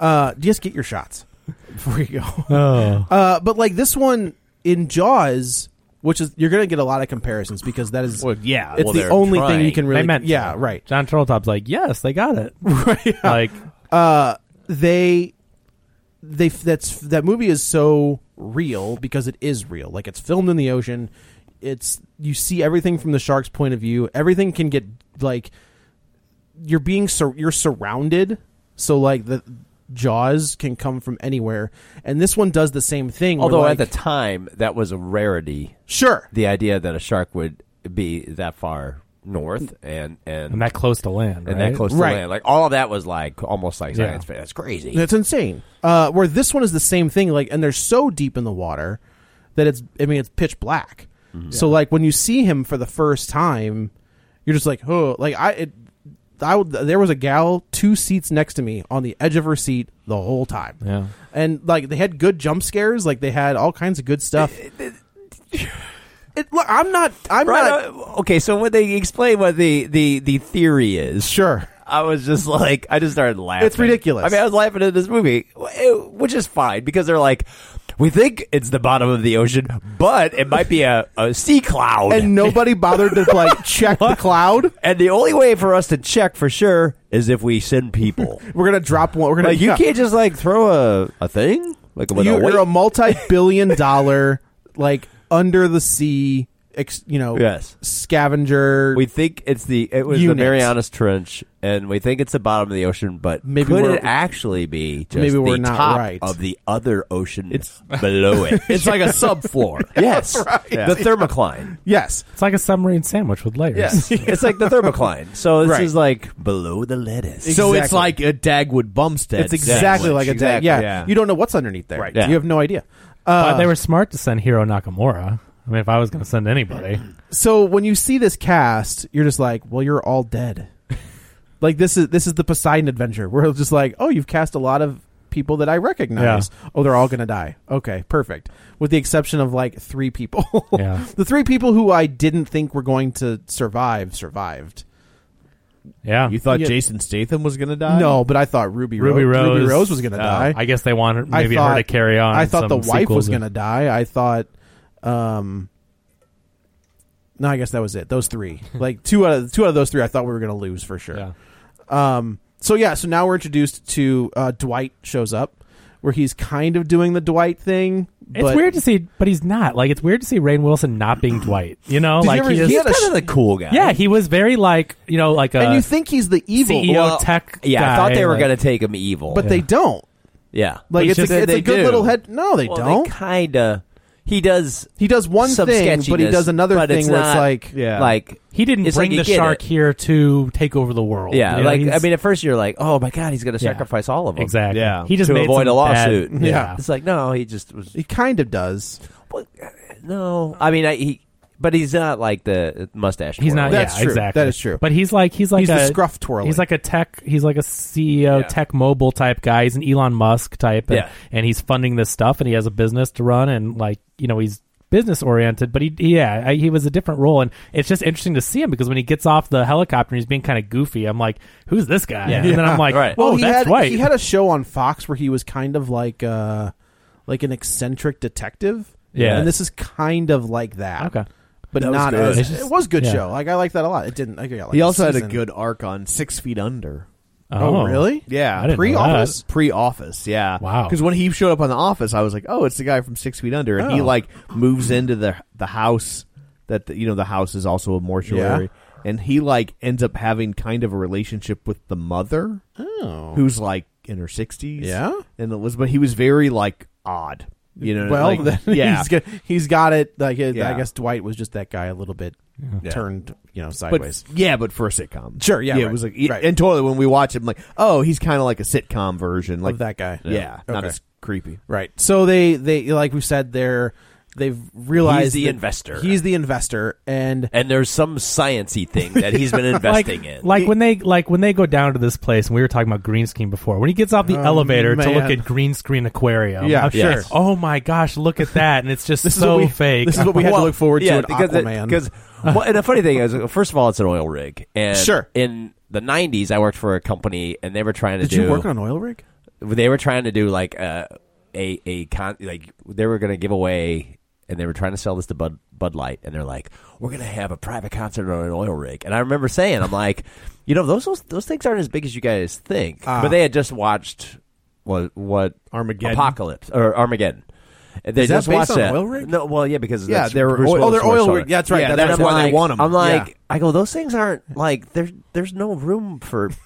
[SPEAKER 1] Uh, just get your shots before you go.
[SPEAKER 3] Oh.
[SPEAKER 1] Uh, but like this one in Jaws, which is you're gonna get a lot of comparisons because that is
[SPEAKER 2] yeah,
[SPEAKER 1] it's
[SPEAKER 2] well,
[SPEAKER 1] the
[SPEAKER 2] they're
[SPEAKER 1] only thing you
[SPEAKER 2] trying.
[SPEAKER 1] can really
[SPEAKER 3] they meant to.
[SPEAKER 1] yeah right
[SPEAKER 3] John Turtletop's like, yes, they got it. Like,
[SPEAKER 1] uh, they they that's that movie is so real because it is real like it's filmed in the ocean it's you see everything from the shark's point of view everything can get like you're being sur- you're surrounded so like the jaws can come from anywhere and this one does the same thing where,
[SPEAKER 2] Although at the
[SPEAKER 1] like-
[SPEAKER 2] time that was a rarity.
[SPEAKER 1] sure
[SPEAKER 2] The idea that a shark would be that far north and and
[SPEAKER 3] and that close to land.
[SPEAKER 2] and
[SPEAKER 3] right?
[SPEAKER 2] that close to
[SPEAKER 1] Right.
[SPEAKER 2] land, like all of that was like almost like
[SPEAKER 3] Yeah.
[SPEAKER 2] science fiction. That's crazy.
[SPEAKER 1] That's insane. Uh, where this one is the same thing, like, and they're so deep in the water that it's, I mean, it's pitch black.
[SPEAKER 2] Mm-hmm.
[SPEAKER 1] So, like, when you see him for the first time, you're just like, oh, like I, it, I, would- there was a gal two seats next to me on the edge of her seat the whole time,
[SPEAKER 3] Yeah.
[SPEAKER 1] and like they had good jump scares, like they had all kinds of good stuff. It, look, I'm not, I'm
[SPEAKER 2] Right,
[SPEAKER 1] not
[SPEAKER 2] uh, okay, so when they explain what the, the, the theory is,
[SPEAKER 1] sure.
[SPEAKER 2] I was just like, I just started laughing.
[SPEAKER 1] It's ridiculous.
[SPEAKER 2] I mean, I was laughing at this movie, wh- which is fine because they're like, we think it's the bottom of the ocean, but it might be a, a sea cloud.
[SPEAKER 1] And nobody bothered to like check the cloud.
[SPEAKER 2] And the only way for us to check for sure is if we send people.
[SPEAKER 1] We're gonna drop one. We're gonna
[SPEAKER 2] like, you
[SPEAKER 1] yeah.
[SPEAKER 2] can't just like throw a, a thing? Like, with
[SPEAKER 1] you,
[SPEAKER 2] a weight?
[SPEAKER 1] are a multi-billion dollar like under the sea ex, you know
[SPEAKER 2] Yes.
[SPEAKER 1] scavenger
[SPEAKER 2] We think it's the it was
[SPEAKER 1] Unit.
[SPEAKER 2] the Marianas Trench, and we think it's the bottom of the ocean, but
[SPEAKER 1] Maybe
[SPEAKER 2] could
[SPEAKER 1] we're-
[SPEAKER 2] it actually be just
[SPEAKER 1] Maybe we're
[SPEAKER 2] the
[SPEAKER 1] not
[SPEAKER 2] top
[SPEAKER 1] right.
[SPEAKER 2] of the other ocean it's, below it?
[SPEAKER 1] it's like a subfloor
[SPEAKER 2] yes, the thermocline.
[SPEAKER 1] yes
[SPEAKER 3] It's like a submarine sandwich with layers.
[SPEAKER 2] it's like the thermocline. So this
[SPEAKER 1] Right.
[SPEAKER 2] is like below the lettuce.
[SPEAKER 5] So it's
[SPEAKER 1] Exactly.
[SPEAKER 5] like a Dagwood Bumstead.
[SPEAKER 1] it's exactly like a dag
[SPEAKER 2] Exactly,
[SPEAKER 1] yeah.
[SPEAKER 2] yeah.
[SPEAKER 1] you don't know what's underneath there
[SPEAKER 2] Right. Yeah.
[SPEAKER 1] you have no idea Uh,
[SPEAKER 3] But they were smart to send Hiro Nakamura. I mean, if I was going to send anybody,
[SPEAKER 1] so when you see this cast you're just like well you're all dead like this is this is the poseidon adventure where it's just like oh you've cast a lot of people that i recognize oh they're all gonna die okay perfect with the exception of like three people
[SPEAKER 3] Yeah.
[SPEAKER 1] the three people who i didn't think were going to survive survived
[SPEAKER 3] yeah.
[SPEAKER 5] You thought
[SPEAKER 1] Yeah.
[SPEAKER 5] Jason Statham was going to die?
[SPEAKER 1] no but i thought ruby,
[SPEAKER 3] Ruby
[SPEAKER 1] Ro-
[SPEAKER 3] Rose, Oh, Uh,
[SPEAKER 1] ruby rose was gonna die
[SPEAKER 3] I guess they wanted maybe
[SPEAKER 1] I thought,
[SPEAKER 3] her to carry on.
[SPEAKER 1] I thought
[SPEAKER 3] some
[SPEAKER 1] the wife was
[SPEAKER 3] sequels.
[SPEAKER 1] going to die. I thought, um, no, I guess that was it. Those three, like two out of two out of those three, I thought we were going to lose for sure.
[SPEAKER 3] Yeah.
[SPEAKER 1] Um, so yeah, so now we're introduced to uh, Dwight shows up, where he's kind of doing the Dwight thing.
[SPEAKER 3] It's
[SPEAKER 1] but-
[SPEAKER 3] weird to see, but he's not. Like it's weird to see Rain Wilson not being Dwight. You know,
[SPEAKER 1] Did you
[SPEAKER 3] like
[SPEAKER 1] ever-
[SPEAKER 3] he just
[SPEAKER 1] he
[SPEAKER 2] he's
[SPEAKER 1] had a
[SPEAKER 2] kind of the cool guy.
[SPEAKER 3] yeah, he was very like you know like uh, a
[SPEAKER 1] and you think he's the evil,
[SPEAKER 3] CEO
[SPEAKER 1] well,
[SPEAKER 3] tech.
[SPEAKER 2] yeah.
[SPEAKER 3] guy,
[SPEAKER 2] I thought they were
[SPEAKER 3] like-
[SPEAKER 2] gonna take him evil,
[SPEAKER 1] but they don't.
[SPEAKER 2] yeah,
[SPEAKER 1] Like
[SPEAKER 3] He's
[SPEAKER 1] it's a,
[SPEAKER 3] just-
[SPEAKER 1] it's a
[SPEAKER 2] they
[SPEAKER 1] good
[SPEAKER 2] do.
[SPEAKER 1] little head. No, they
[SPEAKER 2] Well,
[SPEAKER 1] don't.
[SPEAKER 2] kinda. he does
[SPEAKER 1] he does one
[SPEAKER 2] some
[SPEAKER 1] thing, but he
[SPEAKER 2] sketchiness,
[SPEAKER 1] does another
[SPEAKER 2] but
[SPEAKER 1] thing
[SPEAKER 2] it's
[SPEAKER 1] where it's
[SPEAKER 2] not
[SPEAKER 1] like- Yeah.
[SPEAKER 2] like
[SPEAKER 3] He didn't
[SPEAKER 2] it's
[SPEAKER 3] bring
[SPEAKER 2] like you
[SPEAKER 3] the
[SPEAKER 2] get
[SPEAKER 3] shark
[SPEAKER 2] it.
[SPEAKER 3] here to take over the world.
[SPEAKER 2] Yeah,
[SPEAKER 3] You know,
[SPEAKER 2] like I
[SPEAKER 3] he's-
[SPEAKER 2] mean, at first you're like, "Oh my god, he's going to
[SPEAKER 3] Yeah.
[SPEAKER 2] sacrifice all of them."
[SPEAKER 3] Exactly. Yeah. He just
[SPEAKER 2] to
[SPEAKER 3] made
[SPEAKER 2] avoid
[SPEAKER 3] some
[SPEAKER 2] a lawsuit.
[SPEAKER 3] bad- Yeah. Yeah.
[SPEAKER 2] it's like no, he just was.
[SPEAKER 1] He kind of does.
[SPEAKER 2] No, I mean, I, he, but he's not like the mustache.
[SPEAKER 3] He's not.
[SPEAKER 2] twirler.
[SPEAKER 3] yeah, exactly. But he's like he's like
[SPEAKER 2] He's
[SPEAKER 3] a
[SPEAKER 2] the scruff twirler.
[SPEAKER 3] He's like a tech. He's like a CEO, tech mobile type guy. He's an Elon Musk type. And,
[SPEAKER 2] Yeah.
[SPEAKER 3] and he's funding this stuff, and he has a business to run, and like you know he's business oriented. But he yeah I, he was a different role, and it's just interesting to see him because when he gets off the helicopter, and he's being kind of goofy. I'm like, who's this guy? And then I'm like,
[SPEAKER 1] well,
[SPEAKER 3] oh,
[SPEAKER 1] he had,
[SPEAKER 3] that's right.
[SPEAKER 1] He had a show on Fox where he was kind of like uh like an eccentric detective.
[SPEAKER 3] Yeah.
[SPEAKER 1] and this is kind of. like that.
[SPEAKER 3] Okay.
[SPEAKER 1] But
[SPEAKER 5] That was
[SPEAKER 1] not
[SPEAKER 5] good.
[SPEAKER 1] as
[SPEAKER 5] It's just-
[SPEAKER 1] it was a good
[SPEAKER 5] yeah.
[SPEAKER 1] show. Like I liked that a lot. It didn't. I got, like,
[SPEAKER 5] he also had
[SPEAKER 1] season.
[SPEAKER 5] a good arc on Six Feet Under.
[SPEAKER 1] Oh, Oh. really? I
[SPEAKER 5] Yeah,
[SPEAKER 1] didn't know
[SPEAKER 5] pre office,
[SPEAKER 1] that.
[SPEAKER 5] pre office. Yeah,
[SPEAKER 3] Wow.
[SPEAKER 5] Because when he showed up on the office, I was like, "Oh, it's the guy from Six Feet Under," and he
[SPEAKER 3] Oh.
[SPEAKER 5] like moves into the the house that the, you know the house is also a mortuary, and he like ends up having kind of a relationship with the mother,
[SPEAKER 1] Oh.
[SPEAKER 5] who's like in her sixties,
[SPEAKER 1] Yeah?
[SPEAKER 5] and it was but he was very like odd, you know.
[SPEAKER 1] well,
[SPEAKER 5] like,
[SPEAKER 1] then
[SPEAKER 5] yeah,
[SPEAKER 1] he's got, he's got it. Like it-
[SPEAKER 5] Yeah.
[SPEAKER 1] I guess Dwight was just that guy a little bit
[SPEAKER 5] Yeah.
[SPEAKER 1] turned, you know,
[SPEAKER 5] But-
[SPEAKER 1] sideways.
[SPEAKER 5] yeah, but for a sitcom.
[SPEAKER 1] Sure, yeah,
[SPEAKER 5] it
[SPEAKER 1] right,
[SPEAKER 5] was like yeah,
[SPEAKER 1] right.
[SPEAKER 5] and totally when we watch him like, "Oh, he's kind of like a sitcom version like
[SPEAKER 1] of that guy.
[SPEAKER 5] Yeah, not
[SPEAKER 1] Okay.
[SPEAKER 5] as creepy.
[SPEAKER 1] Right. So they they like we said they're they've realized
[SPEAKER 2] He's the
[SPEAKER 1] that
[SPEAKER 2] investor.
[SPEAKER 1] He's the investor, and
[SPEAKER 2] and there's some sciency thing that he's been investing
[SPEAKER 3] like,
[SPEAKER 2] in.
[SPEAKER 3] Like when they like when they go down to this place, and we were talking about green screen before. When he gets off the
[SPEAKER 1] Oh,
[SPEAKER 3] elevator to look
[SPEAKER 1] man.
[SPEAKER 3] at green screen aquarium,
[SPEAKER 1] Yeah,
[SPEAKER 3] I'm sure.
[SPEAKER 1] yes.
[SPEAKER 3] Oh my gosh, look at that! And it's just
[SPEAKER 1] This is
[SPEAKER 3] so
[SPEAKER 1] what we-
[SPEAKER 3] fake.
[SPEAKER 1] this is what we had to
[SPEAKER 3] Well,
[SPEAKER 1] look forward
[SPEAKER 2] yeah,
[SPEAKER 1] to in
[SPEAKER 2] because
[SPEAKER 1] Aquaman.
[SPEAKER 2] Because well, and the funny thing is, first of all, it's an oil rig, and
[SPEAKER 1] Sure.
[SPEAKER 2] in the '90s, I worked for a company, and they were trying to
[SPEAKER 1] did
[SPEAKER 2] do.
[SPEAKER 1] you work on an oil rig?
[SPEAKER 2] they were trying to do like a a a con like they were going to give away and they were trying to sell this to Bud Bud Light and they're like we're going to have a private concert on an oil rig and I remember saying I'm like you know those those, those things aren't as big as you guys think
[SPEAKER 1] Ah.
[SPEAKER 2] but they had just watched what what
[SPEAKER 5] Armageddon?
[SPEAKER 2] Apocalypse or Armageddon And they
[SPEAKER 1] Is that
[SPEAKER 2] just
[SPEAKER 1] based
[SPEAKER 2] watched
[SPEAKER 1] on
[SPEAKER 2] that
[SPEAKER 1] oil rig?
[SPEAKER 2] no well yeah because
[SPEAKER 5] Yeah,
[SPEAKER 2] that's
[SPEAKER 5] they're oil-
[SPEAKER 2] Bruce
[SPEAKER 5] oh,
[SPEAKER 2] Willis
[SPEAKER 5] they're
[SPEAKER 2] was
[SPEAKER 5] oil
[SPEAKER 2] on it.
[SPEAKER 5] rig. That's right.
[SPEAKER 2] Yeah,
[SPEAKER 5] That's
[SPEAKER 2] then I'm
[SPEAKER 5] why they
[SPEAKER 2] like-
[SPEAKER 5] want 'em.
[SPEAKER 2] I'm like
[SPEAKER 5] Yeah.
[SPEAKER 2] I go those things aren't like there there's no room for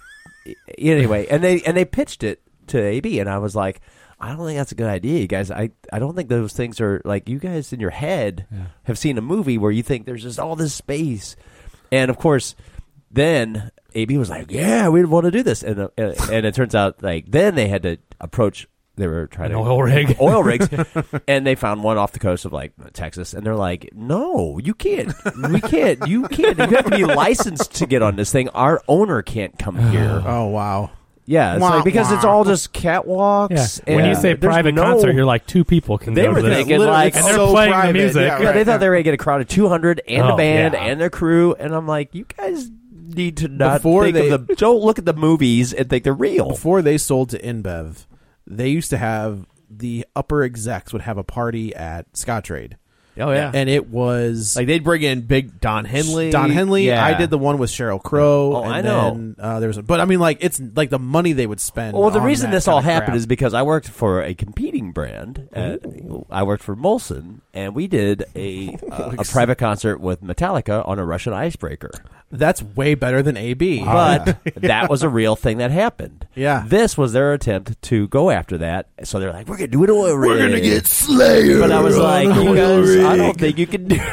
[SPEAKER 2] anyway, and they and they pitched it to AB, and I was like, I don't think that's a good idea, you guys. I I don't think those things are like you guys in your head have seen a movie where you think there's just all this space, and of course, then AB was like, Yeah, we want to do this, and uh, and, and it turns out like then they had to approach. They were trying
[SPEAKER 3] An
[SPEAKER 2] to
[SPEAKER 3] oil rig.
[SPEAKER 2] oil rigs, and they found one off the coast of like Texas, and they're like, "No, you can't, we can't, you can't. You have to be licensed to get on this thing. Our owner can't come here."
[SPEAKER 1] Oh wow.
[SPEAKER 2] Yeah, it's
[SPEAKER 1] Wah,
[SPEAKER 2] like, because it's
[SPEAKER 1] wah.
[SPEAKER 2] all just catwalks.
[SPEAKER 3] Yeah. When
[SPEAKER 2] and
[SPEAKER 3] you say
[SPEAKER 2] there's
[SPEAKER 3] private
[SPEAKER 2] no-
[SPEAKER 3] concert, you're like two people can
[SPEAKER 2] They
[SPEAKER 3] go
[SPEAKER 2] were
[SPEAKER 3] to this.
[SPEAKER 2] thinking like
[SPEAKER 3] and they're playing the music.
[SPEAKER 2] Yeah, they thought they were gonna get a crowd of 200 and
[SPEAKER 3] Oh,
[SPEAKER 2] a band
[SPEAKER 3] yeah.
[SPEAKER 2] and their crew, and I'm like, you guys need to not
[SPEAKER 1] Before
[SPEAKER 2] think
[SPEAKER 1] they-
[SPEAKER 2] of the don't look at the movies and think they're real.
[SPEAKER 1] Before they sold to InBev, they used to have the upper execs would have a party at Scottrade.
[SPEAKER 5] Oh, yeah.
[SPEAKER 1] and it was
[SPEAKER 5] Like they'd bring in big Don Henley.
[SPEAKER 1] Don Henley.
[SPEAKER 5] Yeah.
[SPEAKER 1] I did the one with Cheryl Crow.
[SPEAKER 2] Oh,
[SPEAKER 1] and
[SPEAKER 2] I know.
[SPEAKER 1] Then, uh, there was, a, but I mean, like it's like the money they would spend.
[SPEAKER 2] Well, the
[SPEAKER 1] on
[SPEAKER 2] reason
[SPEAKER 1] that
[SPEAKER 2] this all
[SPEAKER 1] kind of
[SPEAKER 2] happened
[SPEAKER 1] crap.
[SPEAKER 2] is because I worked for a competing brand. uh, I worked for Molson, and we did a uh, a private concert with Metallica on a Russian icebreaker.
[SPEAKER 1] that's way better than AB.
[SPEAKER 2] But that was a real thing that happened.
[SPEAKER 1] Yeah.
[SPEAKER 2] This was their attempt to go after that. So they're like, we're going to do an oil rig.
[SPEAKER 6] We're gonna get Slayer
[SPEAKER 2] But I was
[SPEAKER 6] on
[SPEAKER 2] like,
[SPEAKER 6] an
[SPEAKER 2] you
[SPEAKER 6] oil
[SPEAKER 2] guys, I
[SPEAKER 6] rig."
[SPEAKER 2] don't think you can do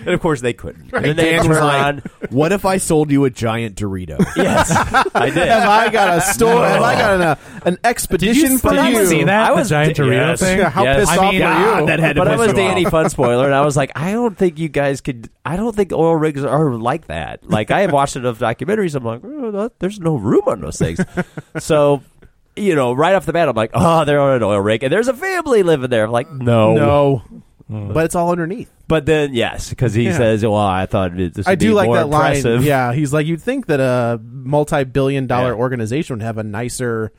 [SPEAKER 2] And of course they couldn't.
[SPEAKER 5] Right,
[SPEAKER 2] And then they
[SPEAKER 5] Dan
[SPEAKER 2] turned
[SPEAKER 5] was
[SPEAKER 2] around.
[SPEAKER 5] like, "What if I sold you a giant Dorito?"
[SPEAKER 2] Yes, I did.
[SPEAKER 1] have I got a store? Have I got an, uh, an expedition for
[SPEAKER 3] did you
[SPEAKER 1] you?
[SPEAKER 3] see that?
[SPEAKER 2] I
[SPEAKER 3] the
[SPEAKER 2] was
[SPEAKER 3] giant
[SPEAKER 2] d-
[SPEAKER 3] Dorito
[SPEAKER 2] yes.
[SPEAKER 3] thing.
[SPEAKER 2] How Yes. pissed
[SPEAKER 3] I
[SPEAKER 2] off
[SPEAKER 3] mean,
[SPEAKER 2] were
[SPEAKER 3] God,
[SPEAKER 2] you?
[SPEAKER 3] That had to
[SPEAKER 2] but I
[SPEAKER 3] piss
[SPEAKER 2] was
[SPEAKER 3] you
[SPEAKER 2] Danny
[SPEAKER 3] off.
[SPEAKER 2] Fun Spoiler, and I was like, I don't think you guys could. I don't think oil rigs are like that. Like I have watched enough documentaries. I'm like, "Oh, that- there's no room on those things. so, you know, right off the bat, I'm like, oh, they're on an oil rig, and there's a family living there. I'm like, no,
[SPEAKER 1] No,
[SPEAKER 3] Hmm.
[SPEAKER 1] but it's all underneath.
[SPEAKER 2] But then yes, because he
[SPEAKER 1] Yeah.
[SPEAKER 2] says, well, I thought it- this. Would
[SPEAKER 1] I do
[SPEAKER 2] be
[SPEAKER 1] like
[SPEAKER 2] more
[SPEAKER 1] that
[SPEAKER 2] impressive.
[SPEAKER 1] line. Yeah, he's like, you'd think that a multi-billion-dollar organization would have a nicer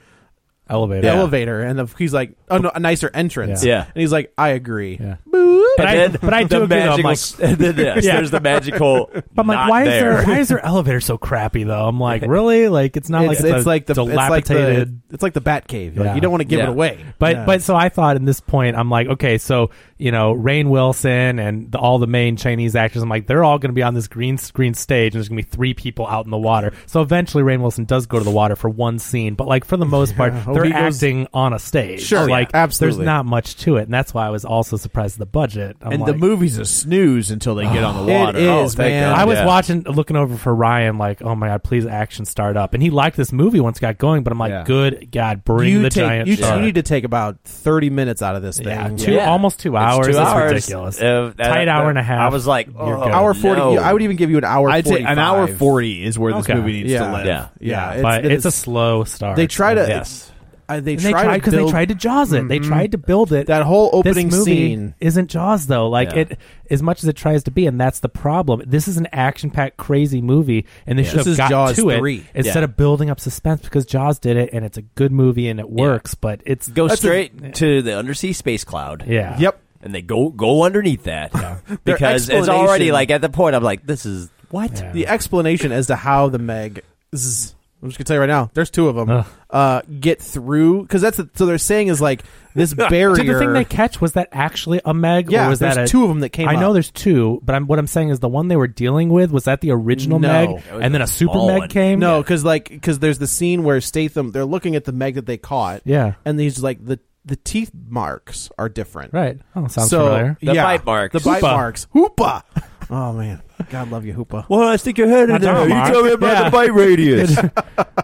[SPEAKER 3] Elevator.
[SPEAKER 1] elevator, and the, he's like, oh, no, a nicer entrance.
[SPEAKER 2] Yeah. Yeah.
[SPEAKER 1] and he's like, I agree.
[SPEAKER 3] But I,
[SPEAKER 2] then
[SPEAKER 3] but I
[SPEAKER 2] the
[SPEAKER 3] do agree. Though, I'm
[SPEAKER 2] magical
[SPEAKER 3] like,
[SPEAKER 2] s- and then yes,
[SPEAKER 3] Yeah.
[SPEAKER 2] there's the magical.
[SPEAKER 3] But I'm like,
[SPEAKER 2] not
[SPEAKER 3] why is
[SPEAKER 2] there?
[SPEAKER 3] there why is their elevator so crappy though? I'm like, really? Like it's not
[SPEAKER 1] It's,
[SPEAKER 3] like
[SPEAKER 1] it's,
[SPEAKER 3] it's, a
[SPEAKER 1] like the it's like the
[SPEAKER 3] dilapidated.
[SPEAKER 1] it's like the Bat Cave. Like
[SPEAKER 3] Yeah.
[SPEAKER 1] you don't want to give
[SPEAKER 3] Yeah.
[SPEAKER 1] it away.
[SPEAKER 3] but
[SPEAKER 1] Yeah.
[SPEAKER 3] but so I thought in this point I'm like okay so you know Rain Wilson and the, all the main Chinese actors I'm like they're all going to be on this green screen stage and there's going to be three people out in the water so eventually Rain Wilson does go to the water for one scene but like for the most part
[SPEAKER 1] Yeah,
[SPEAKER 3] they're they're
[SPEAKER 1] Migos-
[SPEAKER 3] acting on a stage.
[SPEAKER 1] Sure,
[SPEAKER 3] like
[SPEAKER 1] yeah, absolutely.
[SPEAKER 3] There's not much to it, and that's why I was also surprised at the budget. I'm
[SPEAKER 1] And
[SPEAKER 3] like,
[SPEAKER 1] the movie's a snooze until they get on the water.
[SPEAKER 3] It
[SPEAKER 1] Oh,
[SPEAKER 3] is,
[SPEAKER 1] thank
[SPEAKER 3] man.
[SPEAKER 1] God.
[SPEAKER 3] I was
[SPEAKER 1] Yeah.
[SPEAKER 3] watching, looking over for Ryan, like, oh my god, please action start up. And he liked this movie once it got going, but I'm like,
[SPEAKER 1] Yeah.
[SPEAKER 3] good god, bring
[SPEAKER 1] you
[SPEAKER 3] the
[SPEAKER 1] take,
[SPEAKER 3] giant
[SPEAKER 1] You
[SPEAKER 3] shark.
[SPEAKER 1] you need to take about thirty minutes out of this thing.
[SPEAKER 3] Yeah, two- almost two
[SPEAKER 1] It's
[SPEAKER 3] hours
[SPEAKER 1] two
[SPEAKER 3] is
[SPEAKER 1] hours.
[SPEAKER 3] ridiculous.
[SPEAKER 1] Uh, that-
[SPEAKER 3] Tight hour
[SPEAKER 1] that-
[SPEAKER 3] and a half.
[SPEAKER 1] I was like,
[SPEAKER 3] you're
[SPEAKER 1] oh,
[SPEAKER 3] good.
[SPEAKER 1] hour 40 you- I would even give you an hour
[SPEAKER 5] I'd say an hour
[SPEAKER 1] 45.
[SPEAKER 5] 40 is where this
[SPEAKER 1] Okay.
[SPEAKER 5] movie needs
[SPEAKER 1] Yeah.
[SPEAKER 5] to live.
[SPEAKER 1] Yeah. Yeah.
[SPEAKER 3] But
[SPEAKER 1] It's- it
[SPEAKER 3] it's, a
[SPEAKER 1] is-
[SPEAKER 3] slow start.
[SPEAKER 1] They try to.
[SPEAKER 3] Yes.
[SPEAKER 1] I- they
[SPEAKER 3] And they
[SPEAKER 1] try
[SPEAKER 3] tried
[SPEAKER 1] to
[SPEAKER 3] 'cause they
[SPEAKER 1] build-
[SPEAKER 3] tried to Jaws it. They
[SPEAKER 1] Mhm.
[SPEAKER 3] tried to build it.
[SPEAKER 1] That whole
[SPEAKER 3] This
[SPEAKER 1] opening
[SPEAKER 3] movie
[SPEAKER 1] scene.
[SPEAKER 3] isn't Jaws though. Like
[SPEAKER 1] Yeah.
[SPEAKER 3] it, as much as it tries to be, and that's the problem. This is an action-packed, crazy movie, and they
[SPEAKER 1] Yeah.
[SPEAKER 3] should
[SPEAKER 1] This
[SPEAKER 3] have
[SPEAKER 1] is
[SPEAKER 3] got
[SPEAKER 1] Jaws
[SPEAKER 3] to it
[SPEAKER 1] 3.
[SPEAKER 3] instead
[SPEAKER 1] Yeah.
[SPEAKER 3] of building up suspense because Jaws did it, and it's a good movie and it works. But it's
[SPEAKER 2] Go
[SPEAKER 3] That's a-
[SPEAKER 2] straight to the undersea space cloud.
[SPEAKER 3] Yeah.
[SPEAKER 1] Yep.
[SPEAKER 2] And they go go underneath that
[SPEAKER 1] Their
[SPEAKER 2] because it's
[SPEAKER 1] explanation-
[SPEAKER 2] already like at the point I'm like, this is what
[SPEAKER 1] The explanation as to how the Meg, zzz, I'm just gonna tell you right now, there's two of them, uh, get through because that's the, so they're saying is like this barrier.
[SPEAKER 3] Did the thing they catch was that actually a Meg?
[SPEAKER 1] Yeah,
[SPEAKER 3] or was
[SPEAKER 1] there's
[SPEAKER 3] that a,
[SPEAKER 1] two of 'em that came
[SPEAKER 3] I know
[SPEAKER 1] up.
[SPEAKER 3] there's two, but I'm, what I'm saying is the one they were dealing with was that the original
[SPEAKER 1] No.
[SPEAKER 3] Meg, and then a super Meg came.
[SPEAKER 1] No, because like because there's the scene where Statham they're looking at the Meg that they caught.
[SPEAKER 3] Yeah.
[SPEAKER 1] and these like the the teeth marks are different.
[SPEAKER 3] Right. Oh, sounds
[SPEAKER 1] so,
[SPEAKER 3] familiar.
[SPEAKER 2] The
[SPEAKER 1] yeah,
[SPEAKER 2] bite marks.
[SPEAKER 1] The bite
[SPEAKER 2] Hoopa.
[SPEAKER 1] marks. Hoopa. Oh man, God love you, Hoopa.
[SPEAKER 2] Well, I stick your head
[SPEAKER 3] I
[SPEAKER 2] in there.
[SPEAKER 3] don't know,
[SPEAKER 2] You
[SPEAKER 3] Mark.
[SPEAKER 2] tell me about
[SPEAKER 3] Yeah.
[SPEAKER 2] the bite radius.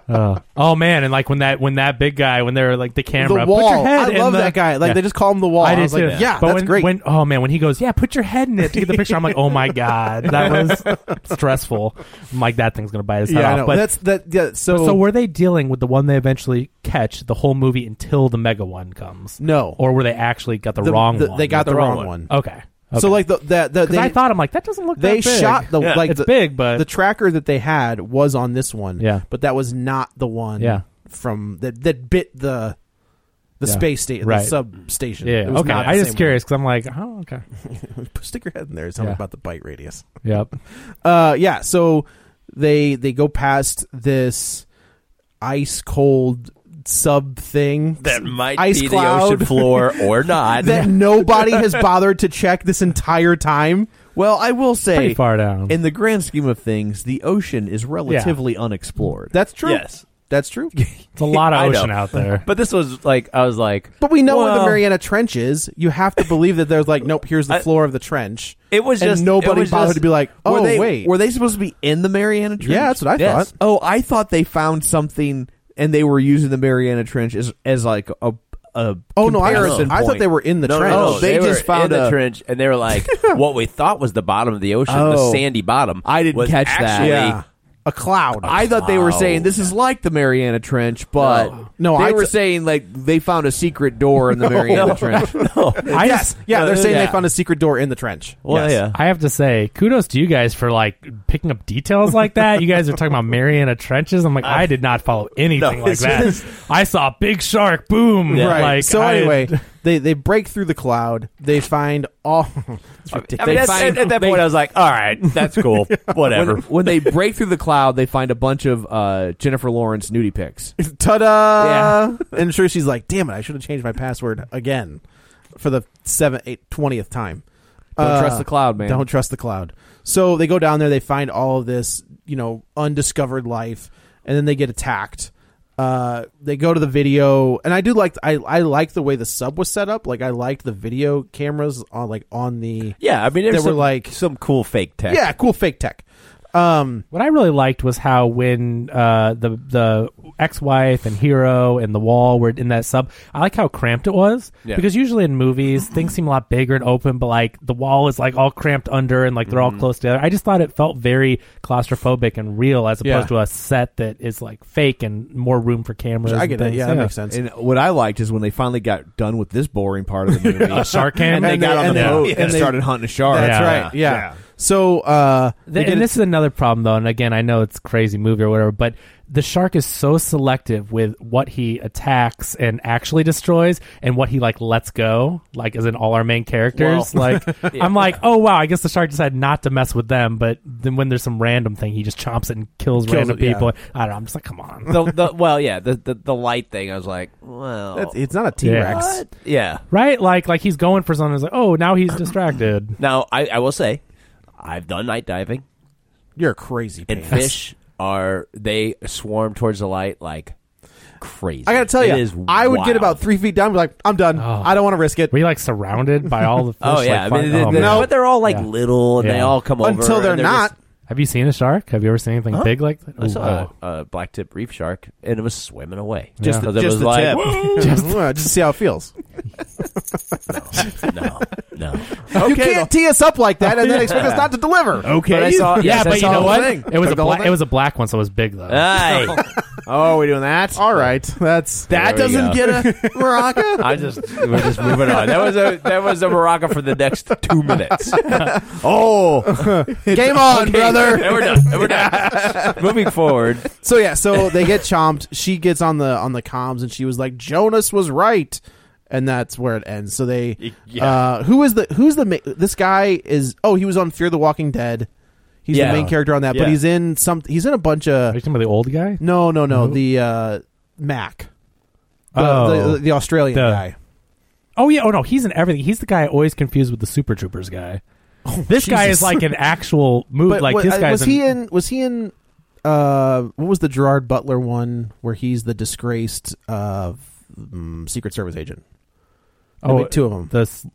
[SPEAKER 3] oh. Oh, man, and like when that when that big guy when they were like the camera,
[SPEAKER 1] The wall.
[SPEAKER 3] put your head.
[SPEAKER 1] I
[SPEAKER 3] in
[SPEAKER 1] love
[SPEAKER 3] the-
[SPEAKER 1] that guy. Like
[SPEAKER 3] Yeah.
[SPEAKER 1] they just call him the wall.
[SPEAKER 3] I,
[SPEAKER 1] I,
[SPEAKER 3] did
[SPEAKER 1] was
[SPEAKER 3] too.
[SPEAKER 1] like, yeah,
[SPEAKER 3] but
[SPEAKER 1] that's
[SPEAKER 3] when,
[SPEAKER 1] great.
[SPEAKER 3] When oh man, when he goes, yeah, put your head in it to get the picture. I'm like, oh my god, that was stressful. I'm like that thing's gonna bite his head
[SPEAKER 1] yeah, I
[SPEAKER 3] off.
[SPEAKER 1] know.
[SPEAKER 3] But
[SPEAKER 1] that's that. Yeah, so
[SPEAKER 3] so were they dealing with the one they eventually catch the whole movie until the mega one comes?
[SPEAKER 1] No.
[SPEAKER 3] or were they actually got the, wrong
[SPEAKER 1] the-
[SPEAKER 3] one?
[SPEAKER 1] They got the, wrong, one.
[SPEAKER 3] Okay. okay.
[SPEAKER 1] So like the that the,
[SPEAKER 3] 'Cause
[SPEAKER 1] they,
[SPEAKER 3] I thought I'm like that doesn't look.
[SPEAKER 1] they
[SPEAKER 3] that big.
[SPEAKER 1] shot the like
[SPEAKER 3] it's
[SPEAKER 1] the,
[SPEAKER 3] big, but
[SPEAKER 1] the tracker that they had was on this one.
[SPEAKER 3] Yeah.
[SPEAKER 1] but that was not the one.
[SPEAKER 3] Yeah.
[SPEAKER 1] from that that bit the the
[SPEAKER 3] Yeah.
[SPEAKER 1] space station,
[SPEAKER 3] Right.
[SPEAKER 1] the substation.
[SPEAKER 3] yeah.
[SPEAKER 1] It was
[SPEAKER 3] Okay,
[SPEAKER 1] not the
[SPEAKER 3] I
[SPEAKER 1] same
[SPEAKER 3] just
[SPEAKER 1] one.
[SPEAKER 3] curious because I'm like, oh okay,
[SPEAKER 1] Stick your head in there. Tell me
[SPEAKER 3] Yeah.
[SPEAKER 1] about the bite radius.
[SPEAKER 3] yep.
[SPEAKER 1] Uh, yeah. So they they go past this ice cold sub thing
[SPEAKER 2] that might
[SPEAKER 1] ice
[SPEAKER 2] be
[SPEAKER 1] cloud.
[SPEAKER 2] the ocean floor or not.
[SPEAKER 1] that nobody has bothered to check this entire time.
[SPEAKER 5] Well, I will say,
[SPEAKER 3] Pretty far down.
[SPEAKER 5] in the grand scheme of things, the ocean is relatively unexplored.
[SPEAKER 1] That's true.
[SPEAKER 2] Yes.
[SPEAKER 1] That's true.
[SPEAKER 3] It's a lot
[SPEAKER 2] I
[SPEAKER 3] of
[SPEAKER 2] know.
[SPEAKER 3] ocean out there.
[SPEAKER 2] But this was like I was like,
[SPEAKER 1] But we know where the
[SPEAKER 2] well,
[SPEAKER 1] Mariana Trench is. You have to believe that there's like, nope, here's the
[SPEAKER 2] I-
[SPEAKER 1] floor of the trench.
[SPEAKER 2] It was
[SPEAKER 1] and
[SPEAKER 2] just-
[SPEAKER 1] nobody
[SPEAKER 2] it was
[SPEAKER 1] bothered
[SPEAKER 2] just-
[SPEAKER 1] to be like, oh
[SPEAKER 5] were they,
[SPEAKER 1] wait,
[SPEAKER 5] were they supposed to be in the Mariana Trench?
[SPEAKER 1] yeah, that's what I
[SPEAKER 2] Yes.
[SPEAKER 1] thought.
[SPEAKER 5] Oh, I thought they found something and they were using the Mariana Trench as as like a a
[SPEAKER 1] Oh no, I,
[SPEAKER 5] comparison
[SPEAKER 1] I thought
[SPEAKER 5] point.
[SPEAKER 1] they were in the
[SPEAKER 2] No, no,
[SPEAKER 1] trench.
[SPEAKER 2] no,
[SPEAKER 5] Oh, they
[SPEAKER 2] were
[SPEAKER 5] just found
[SPEAKER 2] in the
[SPEAKER 5] a-
[SPEAKER 2] trench, and they were like, "What we thought was the bottom of the ocean,
[SPEAKER 5] Oh.
[SPEAKER 2] the sandy bottom."
[SPEAKER 5] I didn't
[SPEAKER 2] was
[SPEAKER 5] catch that.
[SPEAKER 2] actually-
[SPEAKER 1] yeah, a cloud.
[SPEAKER 5] I thought they were saying this is like the Mariana Trench, but
[SPEAKER 1] No,
[SPEAKER 5] they
[SPEAKER 1] I
[SPEAKER 5] were
[SPEAKER 1] t-
[SPEAKER 5] saying like they found a secret door in the Mariana Trench.
[SPEAKER 1] I yes, yeah, they're saying
[SPEAKER 2] Uh, yeah.
[SPEAKER 1] they found a secret door in the trench.
[SPEAKER 2] Well,
[SPEAKER 1] Yes.
[SPEAKER 2] yeah.
[SPEAKER 3] I have to say, kudos to you guys for like picking up details like that. You guys are talking about Mariana trenches. I'm like, I, did not follow anything
[SPEAKER 2] No,
[SPEAKER 3] like
[SPEAKER 2] it's
[SPEAKER 3] that.
[SPEAKER 2] just-
[SPEAKER 3] I saw big shark, boom.
[SPEAKER 1] Right.
[SPEAKER 3] Like,
[SPEAKER 1] so
[SPEAKER 3] I-
[SPEAKER 1] anyway, they they break through the cloud. They find all. it's
[SPEAKER 2] I
[SPEAKER 1] ridiculous.
[SPEAKER 2] mean,
[SPEAKER 1] They
[SPEAKER 2] that's-
[SPEAKER 1] find-
[SPEAKER 2] at, at that point, I was like, "All right, that's cool, whatever."
[SPEAKER 5] when, when they break through the cloud, they find a bunch of uh, Jennifer Lawrence nudie pics.
[SPEAKER 1] Ta-da! And sure, she's like, "Damn it! I should have changed my password again for the seventh, eighth, twentieth time."
[SPEAKER 5] Don't trust the cloud, man.
[SPEAKER 1] Uh, Don't trust the cloud. So they go down there. They find all of this, you know, undiscovered life, and then they get attacked. Uh, they go to the video, and I do like I I like the way the sub was set up. Like I liked the video cameras on like on the
[SPEAKER 2] yeah, I mean,
[SPEAKER 1] They
[SPEAKER 2] there
[SPEAKER 1] were like-
[SPEAKER 2] some cool fake tech.
[SPEAKER 1] yeah cool fake tech. Um,
[SPEAKER 3] what I really liked was how when uh, the the ex wife and hero and the wall were in that sub, I like how cramped it was because usually in movies things seem a lot bigger and open, but like the wall is like all cramped under and like they're
[SPEAKER 5] Mm-hmm.
[SPEAKER 3] all close together. I just thought it felt very claustrophobic and real as opposed
[SPEAKER 1] Yeah.
[SPEAKER 3] to a set that is like fake and more room for cameras.
[SPEAKER 1] I
[SPEAKER 3] and
[SPEAKER 1] get that.
[SPEAKER 3] things.
[SPEAKER 1] Yeah, that makes sense.
[SPEAKER 5] And what I liked is when they finally got done with this boring part of the movie.
[SPEAKER 3] A shark came
[SPEAKER 5] and they got on the
[SPEAKER 3] and
[SPEAKER 5] boat
[SPEAKER 3] they-
[SPEAKER 5] and
[SPEAKER 1] they-
[SPEAKER 5] started hunting a shark.
[SPEAKER 1] that's
[SPEAKER 3] Yeah.
[SPEAKER 1] right. Yeah. So uh,
[SPEAKER 3] Th- and this is another problem, though. And again, I know it's a crazy movie or whatever, but the shark is so selective with what he attacks and actually destroys, and what he like lets go, like as in all our main characters. Like, I'm like, oh wow, I guess the shark decided not to mess with them, but then when there's some random thing, he just chomps it and kills,
[SPEAKER 1] Kills
[SPEAKER 3] random
[SPEAKER 1] it, yeah.
[SPEAKER 3] people. I don't know. I'm just like, come on.
[SPEAKER 2] The, the, well, yeah, the, the the light thing. I was like, "Well,
[SPEAKER 1] that's, it's not a T Rex.
[SPEAKER 2] what? Oh. yeah."
[SPEAKER 3] Right, like, like he's going for something. It's like, oh, now he's distracted.
[SPEAKER 2] Now, I, I will say, I've done night diving,
[SPEAKER 1] You're a crazy.
[SPEAKER 2] and
[SPEAKER 1] pants.
[SPEAKER 2] fish are they swarm towards the light like crazy.
[SPEAKER 1] I gotta tell
[SPEAKER 2] It
[SPEAKER 1] you,
[SPEAKER 2] is
[SPEAKER 1] I would get
[SPEAKER 2] wild.
[SPEAKER 1] about three feet down, and be like, I'm done. I don't want to risk it.
[SPEAKER 3] Were you like surrounded by all the fish?
[SPEAKER 2] Oh, yeah.
[SPEAKER 3] like,
[SPEAKER 2] I mean,
[SPEAKER 3] fly-
[SPEAKER 2] they-
[SPEAKER 3] oh,
[SPEAKER 2] they-
[SPEAKER 3] man.
[SPEAKER 2] but they're all, like, little, and they all come over,
[SPEAKER 1] Until they're and they're not. just-
[SPEAKER 3] Have you seen a shark? Have you ever seen anything
[SPEAKER 2] Huh?
[SPEAKER 3] big like that?
[SPEAKER 2] I
[SPEAKER 3] Ooh,
[SPEAKER 2] saw
[SPEAKER 3] oh.
[SPEAKER 2] a, a black tip reef shark, and it was swimming away.
[SPEAKER 1] Just the,
[SPEAKER 2] 'Cause it
[SPEAKER 1] just
[SPEAKER 2] was
[SPEAKER 1] the
[SPEAKER 2] like,
[SPEAKER 1] tip. just, just see how it feels.
[SPEAKER 2] no, no.
[SPEAKER 1] you can't tee us up like that and then expect us not to deliver.
[SPEAKER 3] But I saw- yeah, but you know what? It was a
[SPEAKER 1] Took the Ah. whole
[SPEAKER 3] black. It was a black one, so it was big though.
[SPEAKER 2] Aye.
[SPEAKER 1] oh, we're doing that. All right, that's
[SPEAKER 2] There we go.
[SPEAKER 1] a maraca.
[SPEAKER 2] I just we're just moving on. That was a that was a maraca for the next two minutes.
[SPEAKER 1] oh, game on,
[SPEAKER 2] Okay,
[SPEAKER 1] brother.
[SPEAKER 2] and we're done. and we're done. Moving forward.
[SPEAKER 1] So yeah, so they get chomped. She gets on the on the comms and she was like, "Jonas was right," and that's where it ends. So they, uh, who is the who's the ma- this guy is? Oh, he was on Fear the Walking Dead. He's
[SPEAKER 2] Yeah.
[SPEAKER 1] the main character on that, but
[SPEAKER 2] Yeah.
[SPEAKER 1] he's in some. He's in a bunch of.
[SPEAKER 3] Are you talking about the old guy?
[SPEAKER 1] No, no, no.
[SPEAKER 3] Who?
[SPEAKER 1] The uh, Mac, the,
[SPEAKER 3] Oh.
[SPEAKER 1] the, the Australian
[SPEAKER 3] The-
[SPEAKER 1] guy.
[SPEAKER 3] Oh yeah. Oh no, he's in everything. He's the guy I always confused with the Super Troopers guy. this guy
[SPEAKER 1] Jesus.
[SPEAKER 3] is like an actual move. like
[SPEAKER 1] what-
[SPEAKER 3] this
[SPEAKER 1] I-
[SPEAKER 3] guy's
[SPEAKER 1] was he in? Was he in? Uh, what was the Gerard Butler one where he's the disgraced uh, mm, Secret Service agent?
[SPEAKER 3] Oh,
[SPEAKER 1] Oh, two of them.
[SPEAKER 3] the s-